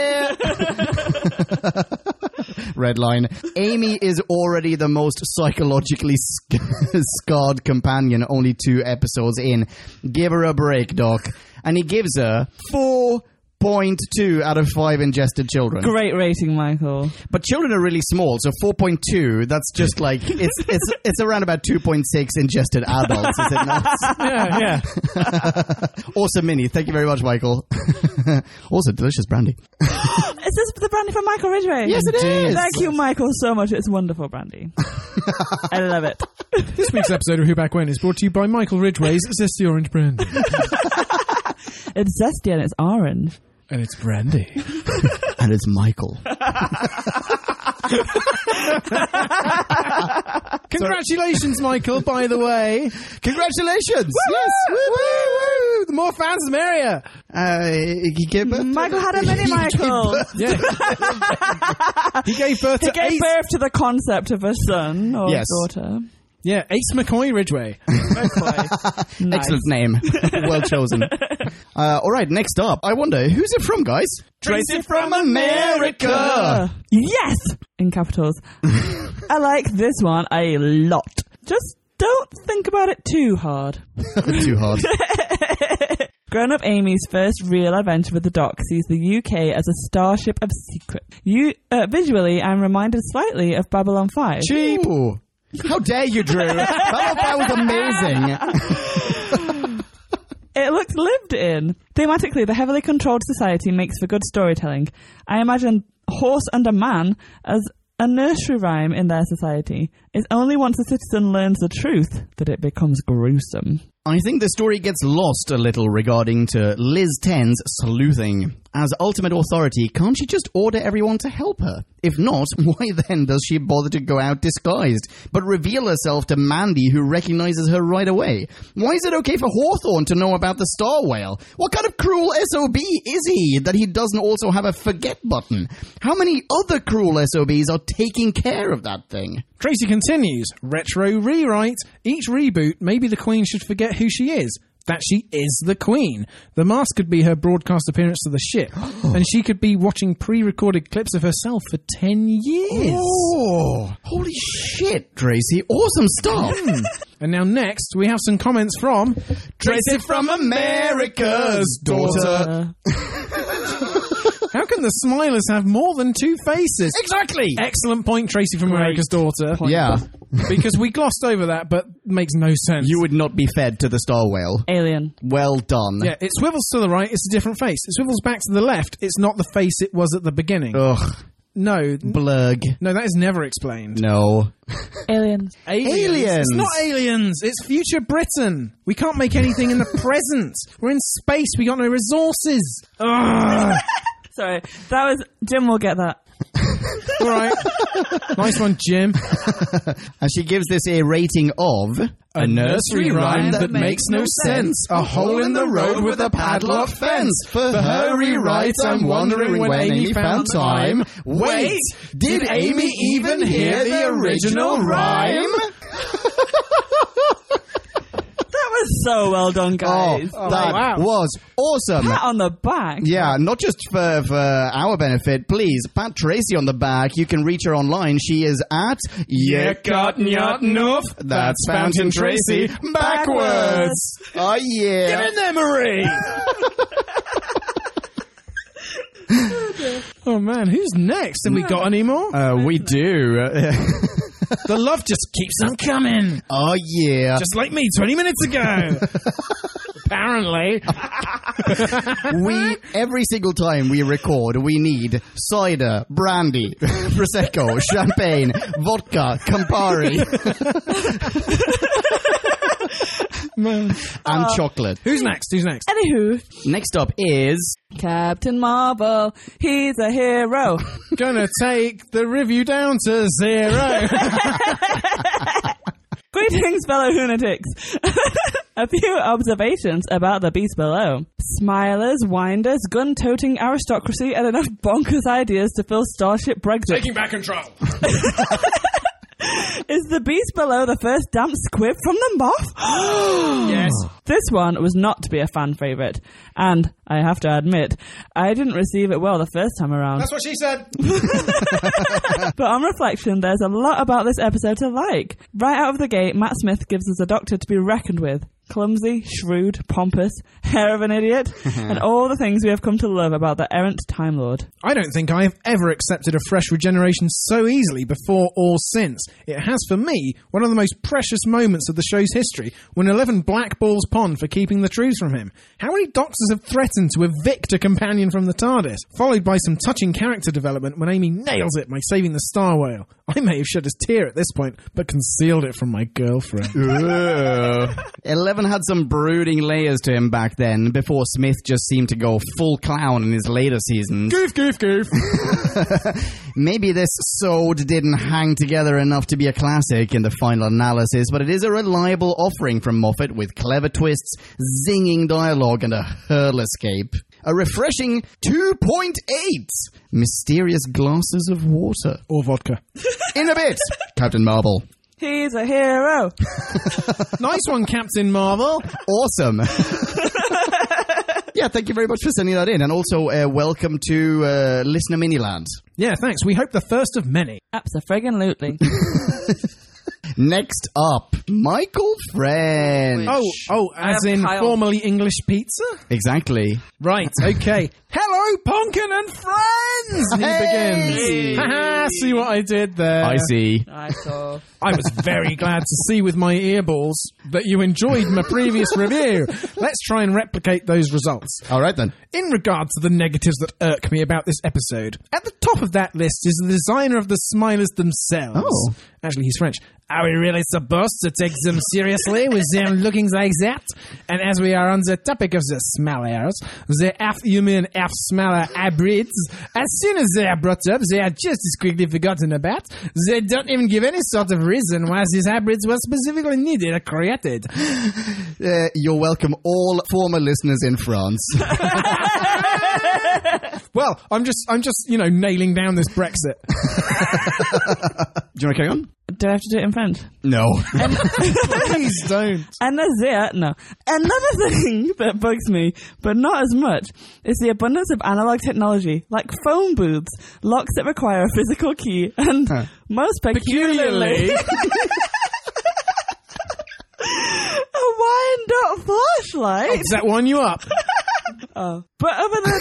Speaker 3: [LAUGHS] Red line. Amy is already the most psychologically sc- [LAUGHS] scarred companion only two episodes in. Give her a break, Doc. And he gives her 4.2 out of 5 ingested children.
Speaker 2: Great rating, Michael.
Speaker 3: But children are really small, so 4.2, that's just like, it's, it's, it's around about 2.6 ingested adults, is it not?
Speaker 1: [LAUGHS]
Speaker 3: [LAUGHS]
Speaker 1: Yeah, yeah.
Speaker 3: Awesome mini. Thank you very much, Michael. [LAUGHS] also, delicious brandy.
Speaker 2: Is this the brandy from Michael Ridgway?
Speaker 3: Yes, it is.
Speaker 2: Thank you, Michael, so much. It's wonderful,
Speaker 3: [LAUGHS]
Speaker 2: brandy. I love it.
Speaker 1: This week's episode of Who Back When is brought to you by Michael Ridgway's Zesty Orange Brandy.
Speaker 2: It's zesty and it's orange.
Speaker 1: And it's brandy.
Speaker 3: And it's Michael.
Speaker 1: Congratulations, Michael, by the way.
Speaker 3: Congratulations!
Speaker 1: Yes! Woo, woo, woo. The more fans, the merrier.
Speaker 3: Uh, he gave birth to-
Speaker 2: Michael had a mini
Speaker 3: [LAUGHS] He gave
Speaker 2: Michael.
Speaker 3: birth-
Speaker 1: Yeah. [LAUGHS] he gave birth
Speaker 2: He
Speaker 1: to
Speaker 2: gave
Speaker 1: eight.
Speaker 2: birth to the concept of a son or
Speaker 3: Yes.
Speaker 2: a daughter.
Speaker 1: Yeah, Ace McCoy Ridgway.
Speaker 3: [LAUGHS]
Speaker 2: Nice.
Speaker 3: Excellent name.
Speaker 2: [LAUGHS]
Speaker 3: well chosen. Uh, all right, next up. I wonder, who's it from, guys? Trace it from America!
Speaker 2: Yes! In
Speaker 3: [LAUGHS]
Speaker 2: capitals. I like this one a lot. Just don't think about it too hard.
Speaker 3: [LAUGHS] Too hard.
Speaker 2: Grown up Amy's first real adventure with the Doc sees the UK as a starship of secret. You, uh, visually, I'm reminded slightly of Babylon 5.
Speaker 3: Cheap! How dare you, Drew? That that was amazing.
Speaker 2: It looks lived in. Thematically, the heavily controlled society makes for good storytelling. I imagine horse and a man as a nursery rhyme in their society. It's only once a citizen learns the truth that it becomes gruesome.
Speaker 3: I think the story gets lost a little regarding to Liz Ten's sleuthing. As ultimate authority, can't she just order everyone to help her? If not, [LAUGHS] why then does she bother to go out disguised, but reveal herself to Mandy who recognizes her right away? Why is it okay for Hawthorne to know about the star whale? What kind of cruel SOB is he that he doesn't also have a forget button? How many other cruel SOBs are taking care of that thing?
Speaker 1: Tracy continues retro rewrite. Each reboot, maybe the Queen should forget who she is. That she is the Queen. The mask could be her broadcast appearance to the [GASPS] ship, and she could be watching pre recorded clips of herself for 10 years.
Speaker 3: Oh, holy shit, Tracy. Awesome stuff.
Speaker 1: Hmm. And now, next, we have some comments from
Speaker 3: Tracy from America's daughter.
Speaker 1: How can the smilers have more than two faces?
Speaker 3: Exactly.
Speaker 1: Excellent point, Tracy from America's Daughter.
Speaker 3: Yeah.
Speaker 1: [LAUGHS] because we glossed over that, but makes no sense.
Speaker 3: You would not be fed to the star whale.
Speaker 2: Alien.
Speaker 3: Well done.
Speaker 1: Yeah, it swivels to the right, it's a different face. It swivels back to the left, it's not the face it was at the beginning.
Speaker 3: Ugh.
Speaker 1: no, n-
Speaker 3: Blurg.
Speaker 1: no, that is never explained.
Speaker 3: No.
Speaker 2: Aliens.
Speaker 3: Aliens.
Speaker 1: It's not aliens, it's future Britain. We can't make anything in the [LAUGHS] present. We're in space, we got no resources. Ugh.
Speaker 2: Sorry, that was. Jim will get that.
Speaker 1: All
Speaker 3: [LAUGHS]
Speaker 1: right. nice one, Jim.
Speaker 3: And she gives this a rating of a
Speaker 1: nursery rhyme that makes no sense. A hole in the road with a padlock fence.
Speaker 3: For
Speaker 1: her rewrite, I'm wondering when Amy found time. Wait, did Amy even hear the original rhyme?
Speaker 2: That was so well done,
Speaker 3: Oh,
Speaker 2: guys.
Speaker 3: that
Speaker 1: wow.
Speaker 3: was awesome.
Speaker 2: Pat on the back.
Speaker 3: Yeah, not just for, for our benefit, please. Pat Tracy on the back. You can reach her online. She is at
Speaker 1: enough.
Speaker 3: That's Fountain Tracy backwards. Oh yeah.
Speaker 1: there, Marie.
Speaker 3: [LAUGHS]
Speaker 1: oh man, who's next? Have we got any more?
Speaker 3: Uh, we do. [LAUGHS]
Speaker 1: the love just keeps on coming,
Speaker 3: oh yeah.
Speaker 1: just like me twenty minutes
Speaker 3: [LAUGHS]
Speaker 1: ago. Apparently,
Speaker 3: we every single time we record, we need cider, brandy, [LAUGHS] prosecco, champagne, vodka, [LAUGHS] Campari, and chocolate.
Speaker 1: who's next? Who's next?
Speaker 2: Anywho,
Speaker 3: Next up is
Speaker 2: Captain Marvel, he's a hero.
Speaker 1: Gonna take the review down to zero.
Speaker 2: Greetings, fellow lunatics. [LAUGHS] A few observations about the beast below. Smilers, winders, gun toting aristocracy, and enough [LAUGHS] bonkers ideas to fill Starship Brexit.
Speaker 1: back control.
Speaker 2: [LAUGHS] Is the beast below the first damp squib from the moth? [GASPS] yes. This one was not to be a fan favourite, and I have to admit, I didn't receive it well the first time around.
Speaker 1: what she said.
Speaker 2: But on reflection, there's a lot about this episode to like. Right out of the gate, Matt Smith gives us a doctor to be reckoned with. Clumsy, shrewd, pompous, [LAUGHS] hair of an idiot, and all the things we have come to love about the errant Time Lord.
Speaker 1: I don't think I have ever accepted a fresh regeneration so easily before or since. It has for me one of the most precious moments of the show's history when Eleven blackballs Pond for keeping the truth from him. How many doctors have threatened to evict a companion from the TARDIS? Followed by some touching character development when Amy nails it by saving the star whale. I may have shed a tear at this point, but concealed it from my girlfriend.
Speaker 3: [LAUGHS] Eleven had some brooding layers to him back then. Before Smith just seemed to go full clown in his later seasons.
Speaker 1: goof, goof, goof.
Speaker 3: Maybe this sode didn't hang together enough to be a classic in the final analysis, but it is a reliable offering from Moffat with clever twists, zinging dialogue, and a hurl escape. A refreshing 2.8! Mysterious glasses of water.
Speaker 1: or vodka.
Speaker 3: In a bit, Captain Marvel.
Speaker 2: He's a hero.
Speaker 1: nice one, Captain Marvel. [LAUGHS]
Speaker 3: Awesome. yeah, thank you very much for sending that in. And also, uh, welcome to uh, Listener Miniland.
Speaker 1: Yeah, thanks. We hope the first of many.
Speaker 2: Absolutely. [LAUGHS]
Speaker 3: Next up, Michael Friend.
Speaker 1: Oh, oh, as
Speaker 2: am
Speaker 1: in
Speaker 2: Kyle.
Speaker 1: formerly English pizza?
Speaker 3: exactly.
Speaker 1: Right, okay. Hello, Ponkin and friends! He
Speaker 3: Hey!
Speaker 1: begins. Haha, see what I did there.
Speaker 3: I see.
Speaker 2: I saw.
Speaker 1: I was very glad to see with my earballs that you enjoyed my previous review. Let's try and replicate those results.
Speaker 3: All right then.
Speaker 1: In regard to the negatives that irk me about this episode, at the top of that list is the designer of the Smilers themselves.
Speaker 3: Oh.
Speaker 1: Actually, he's French. Are we really supposed to take them seriously with [LAUGHS] them looking like that? And as we are on the topic of the Smilers, the half-human, half-smiler hybrids, as soon as they are brought up, they are just as quickly forgotten about. They don't even give any sort of reason why these hybrids were specifically needed or created.
Speaker 3: Uh, you're welcome, all former listeners in France.
Speaker 1: Well, I'm just, I'm just, you know, nailing down this Brexit.
Speaker 3: Do you want to carry on?
Speaker 2: Do I have to do it in French?
Speaker 3: No.
Speaker 1: Please don't.
Speaker 2: Another no. Another [LAUGHS] thing that bugs me, but not as much, is the abundance of analog technology, like phone booths, locks that require a physical key, and most peculiarly, a wine dot
Speaker 1: [LAUGHS]
Speaker 2: flashlight.
Speaker 1: Does that warm you up?
Speaker 2: But other than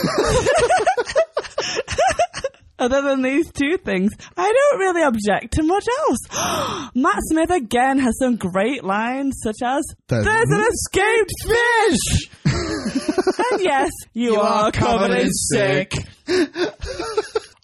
Speaker 2: [LAUGHS] other than these two things, I don't really object to much else. [GASPS] Matt Smith again has some great lines, such as
Speaker 3: There's-
Speaker 2: "There's, an escaped fish," [LAUGHS] and "Yes, you, are, covered in sick."
Speaker 3: [LAUGHS]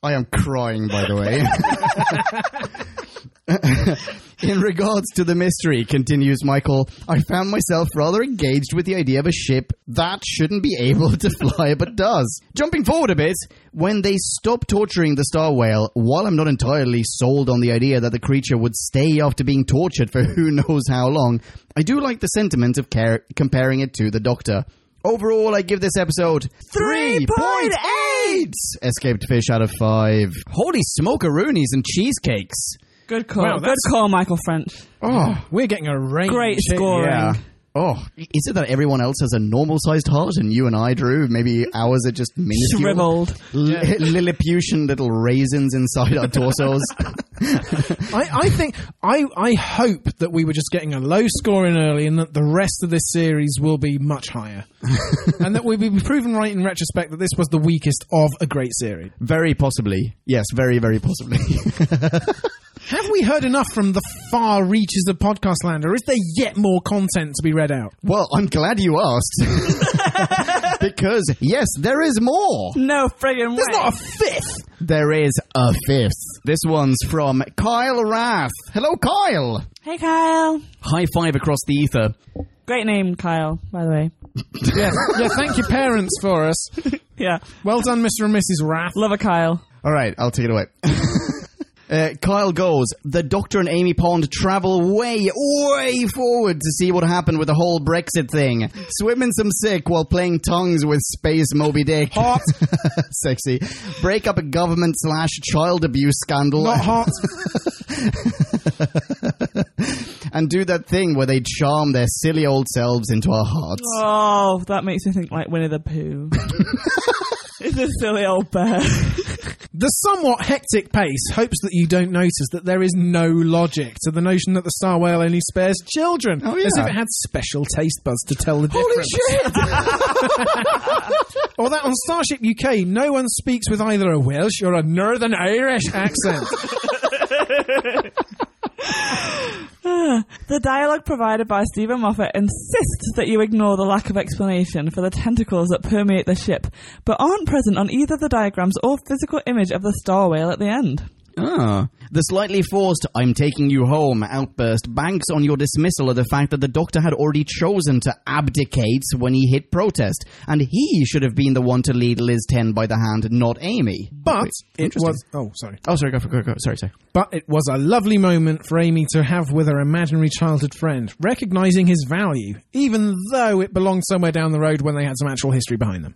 Speaker 3: I am crying, by the
Speaker 1: [LAUGHS]
Speaker 3: way. In regards to the mystery, continues Michael, I found myself rather engaged with the idea of a ship that shouldn't be able to fly but does. Jumping forward a bit, when they stop torturing the star whale, while I'm not entirely sold on the idea that the creature would stay after being tortured for [LAUGHS] who knows how long, I do like the sentiment of care- comparing it to the Doctor. Overall, I give this episode 3.8 escaped fish out of 5. Holy smokeroonies and cheesecakes.
Speaker 2: Good call,
Speaker 1: Wow,
Speaker 2: good
Speaker 1: that's-
Speaker 2: call, Michael French.
Speaker 1: Oh, we're getting a range.
Speaker 2: Great
Speaker 1: here.
Speaker 2: scoring.
Speaker 3: Yeah. Oh, is it that everyone else has a normal sized heart and you and I, Drew, maybe ours are just minuscule?
Speaker 2: Shriveled.
Speaker 3: L- [LAUGHS] Lilliputian little raisins inside our torsos.
Speaker 1: I, I think I I hope that we were just getting a low score in early, and that the rest of this series will be much
Speaker 2: [LAUGHS]
Speaker 1: higher, and that we'll be proven right in retrospect that this was the weakest of a great series.
Speaker 3: [LAUGHS] very possibly. Yes, very, very possibly. [LAUGHS]
Speaker 1: Have we heard enough from the far reaches of podcast land, or is there yet more content to be read out?
Speaker 3: well, I'm glad you asked. [LAUGHS] because, yes, there is more.
Speaker 2: No friggin' way.
Speaker 1: There's not a fifth.
Speaker 3: There is a fifth. This one's from Kyle Rath. Hello, Kyle.
Speaker 2: hey, Kyle.
Speaker 3: High five across the ether.
Speaker 2: Great name, Kyle. By the way,
Speaker 1: Yeah, yeah. Thank your parents for us.
Speaker 2: yeah,
Speaker 1: Well done, Mr. and Mrs. Rath.
Speaker 2: love a Kyle.
Speaker 3: All right, I'll take it away. [LAUGHS] Uh, Kyle goes. The Doctor and Amy Pond travel way, way forward to see what happened with the whole Brexit thing. Swimming some sick while playing tongues with Space Moby Dick.
Speaker 1: Hot,
Speaker 3: [LAUGHS] Sexy. Break up a government slash child abuse
Speaker 2: [LAUGHS]
Speaker 3: scandal.
Speaker 1: not hot.
Speaker 3: And do that thing where they charm their silly old selves into our hearts.
Speaker 2: Oh, that makes me think like Winnie the Pooh. It's a silly old bear. [LAUGHS]
Speaker 1: The somewhat hectic pace hopes that you don't notice that there is no logic to the notion that the star whale only spares children,
Speaker 3: Oh, yeah.
Speaker 1: as if it had special taste buds to tell the difference. [LAUGHS] or that on Starship UK, no one speaks with either a Welsh or a Northern Irish
Speaker 3: [LAUGHS]
Speaker 1: accent.
Speaker 2: The dialogue provided by Stephen Moffat insists that you ignore the lack of explanation for the tentacles that permeate the ship, but aren't present on either the diagrams or physical image of the star whale at the end.
Speaker 3: Ah. The slightly forced I'm taking you home outburst banks on your dismissal of the fact that the doctor had already chosen to abdicate when he hit protest, and he should have been the one to lead Liz 10 by the hand, not Amy.
Speaker 1: But it
Speaker 3: interesting.
Speaker 1: was oh sorry.
Speaker 3: Oh, sorry, go for go, go. Sorry, sorry.
Speaker 1: But it was a lovely moment for Amy to have with her imaginary childhood friend, recognizing his value, even though it belonged somewhere down the road when they had some actual history behind them.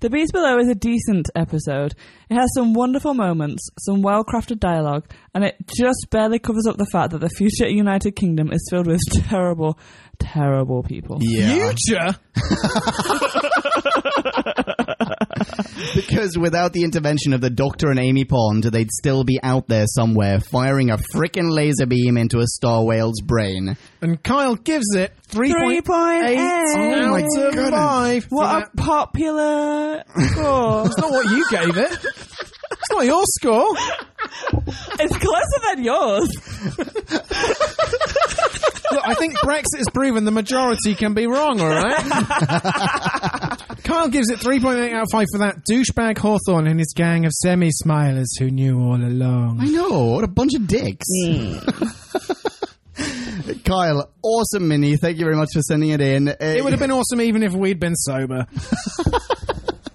Speaker 2: The Beast Below is a decent episode. It has some wonderful moments, some well crafted dialogue, and it just barely covers up the fact that the future United Kingdom is filled with [LAUGHS] terrible, terrible people.
Speaker 3: Yeah.
Speaker 1: Future?
Speaker 3: [LAUGHS] because without the intervention of the Doctor and Amy Pond, they'd still be out there somewhere firing a frickin' laser beam into a star whale's brain.
Speaker 1: And Kyle gives it 3.8
Speaker 2: 3.8.
Speaker 1: out
Speaker 3: Oh my
Speaker 1: of
Speaker 3: goodness.
Speaker 1: 5. for
Speaker 2: What
Speaker 1: that.
Speaker 2: a popular score! [LAUGHS]
Speaker 1: It's not what you gave it. It's not your score.
Speaker 2: it's closer than yours.
Speaker 1: Look, I think Brexit has proven the majority can be wrong, all right? [LAUGHS] Kyle gives it 3.8 out of 5 for that douchebag Hawthorne and his gang of semi-smilers who knew all along.
Speaker 3: I know, what a bunch of dicks. Mm. [LAUGHS] Kyle, awesome mini. Thank you very much for sending it in. Uh,
Speaker 1: It would have been awesome even if we'd been sober.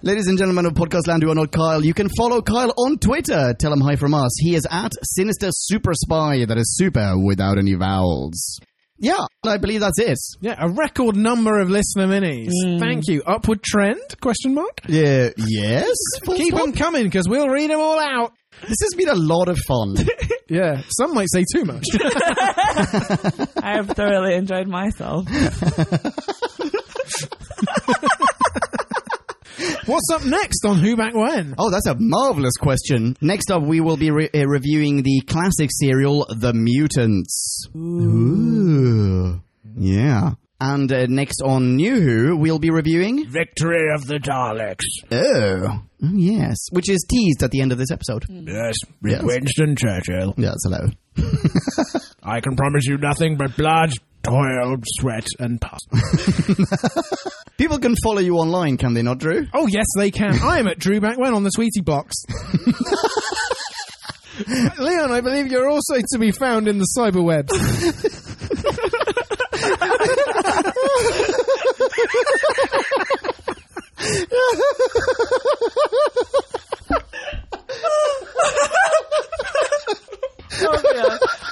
Speaker 3: Ladies and gentlemen of Podcast Land, who are not Kyle, you can follow Kyle on Twitter. Tell him hi from us. He is at Sinister Super Spy. That is super without any vowels. Yeah, I believe that's it.
Speaker 1: Yeah, a record number of listener minis.
Speaker 3: Mm.
Speaker 1: Thank you. Upward trend? Question mark.
Speaker 3: Yeah, yes.
Speaker 1: Keep them coming because we'll read them all out.
Speaker 3: This has been a lot of [LAUGHS] fun.
Speaker 1: Yeah, some might say too much.
Speaker 2: I have thoroughly enjoyed myself.
Speaker 1: What's up next on Who Back When?
Speaker 3: Oh, that's a marvelous question. Next up, we will be re- uh, reviewing the classic serial, The Mutants. Ooh. Yeah. And uh, next on New Who, we'll be reviewing.
Speaker 1: Victory of the Daleks.
Speaker 3: Oh. Oh, yes. Which is teased at the end of this episode.
Speaker 1: Yes,
Speaker 3: Yes.
Speaker 1: Winston Churchill.
Speaker 3: Yes, hello.
Speaker 1: I can promise you nothing but blood, toil, sweat, and pus.
Speaker 3: People can follow you online, can they not, Drew?
Speaker 1: oh, yes, they can. I am at Drew Back When on the Sweetie Box. Leon, I believe you're also to be found in the cyberwebs.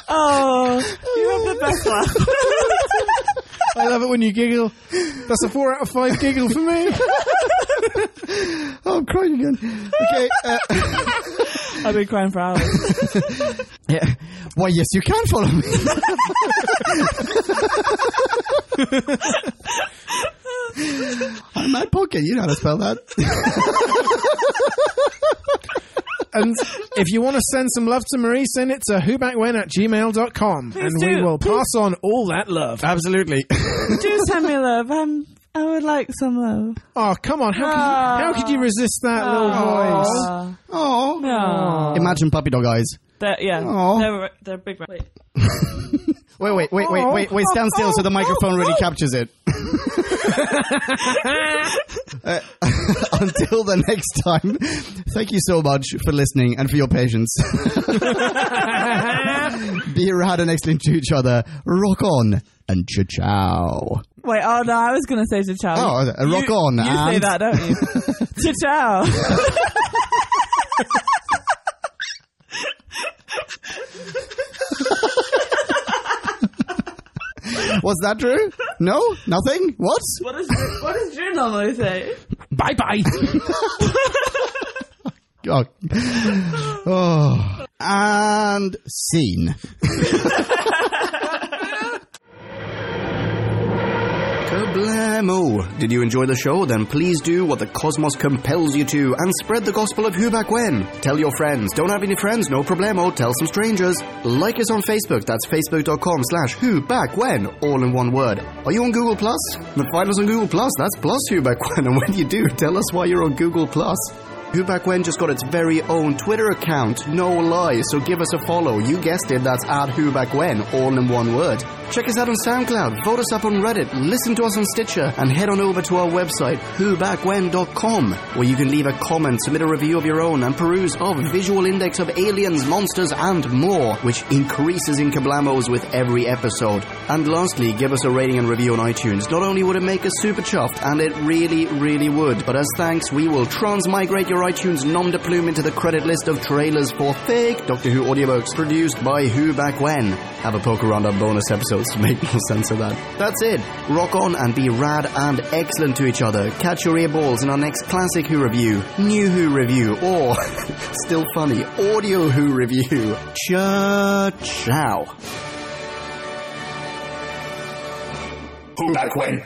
Speaker 2: Oh, you have the best laugh.
Speaker 1: I love it when you giggle. That's a four out of five giggle for me.
Speaker 3: [LAUGHS] Oh, I'm crying again. Okay. Uh,
Speaker 2: I've been crying for hours.
Speaker 3: yeah. Why, yes, you can follow [LAUGHS] me. I'm Matt Pocket. You know how to spell that.
Speaker 1: And if you want to send some love to Marie, send it to whobackwhen at gmail.com. and we
Speaker 2: do.
Speaker 1: will pass on all that love.
Speaker 3: Absolutely.
Speaker 2: Do send me love. I'm. I would like some love.
Speaker 1: Oh, come on. How could you, how could you resist that little voice?
Speaker 2: Aw.
Speaker 3: Oh.
Speaker 2: Aw.
Speaker 3: Imagine puppy dog eyes.
Speaker 2: They're, yeah,
Speaker 3: Aw.
Speaker 2: they're they're big. Wait.
Speaker 3: Wait, wait, wait, wait, wait, wait. Stand still so the microphone really captures [LAUGHS] it. Uh, [LAUGHS] until the next time, thank you so much for listening and for your patience. [LAUGHS] Be rad and excellent to each other. Rock on and cha ciao.
Speaker 2: Wait, oh no, I was gonna say to chow.
Speaker 3: Oh, uh, rock on
Speaker 2: You say
Speaker 3: and-
Speaker 2: that, don't
Speaker 3: [LAUGHS]
Speaker 2: you? to chow.
Speaker 3: What's that, Drew? No? Nothing? What?
Speaker 2: What is what does Drew normally say?
Speaker 1: Bye bye.
Speaker 3: Oh. oh. And scene. Kablamo! Did you enjoy the show? Then please do what the cosmos compels you to and spread the gospel of who back when. Tell your friends. Don't have any friends? No problemo. Tell some strangers. Like us on Facebook. That's facebook.com slash who back when. All in one word. Are you on Google Plus? Then find us on Google Plus. That's plus who back when. And when you do, tell us why you're on Google Plus. Who Back When just got its very own Twitter account, no lie, so give us a follow. You guessed it, that's at Who Back When, all in one word. Check us out on SoundCloud, vote us up on Reddit, listen to us on Stitcher, and head on over to our website, whobackwhen.com, where you can leave a comment, submit a review of your own, and peruse our visual index of aliens, monsters, and more, which increases in kablamos with every episode. And lastly, give us a rating and review on iTunes. Not only would it make us super chuffed, and it really, really would, but as thanks, we will transmigrate your iTunes nom de plume into the credit list of trailers for fake Doctor Who audiobooks produced by Who Back When. Have a poke around our bonus episodes to make more sense of that. That's it. Rock on and be rad and excellent to each other. Catch your ear balls in our next classic Who review, new Who review, or [LAUGHS] still funny audio Who review. Cha ciao.
Speaker 7: Who back when?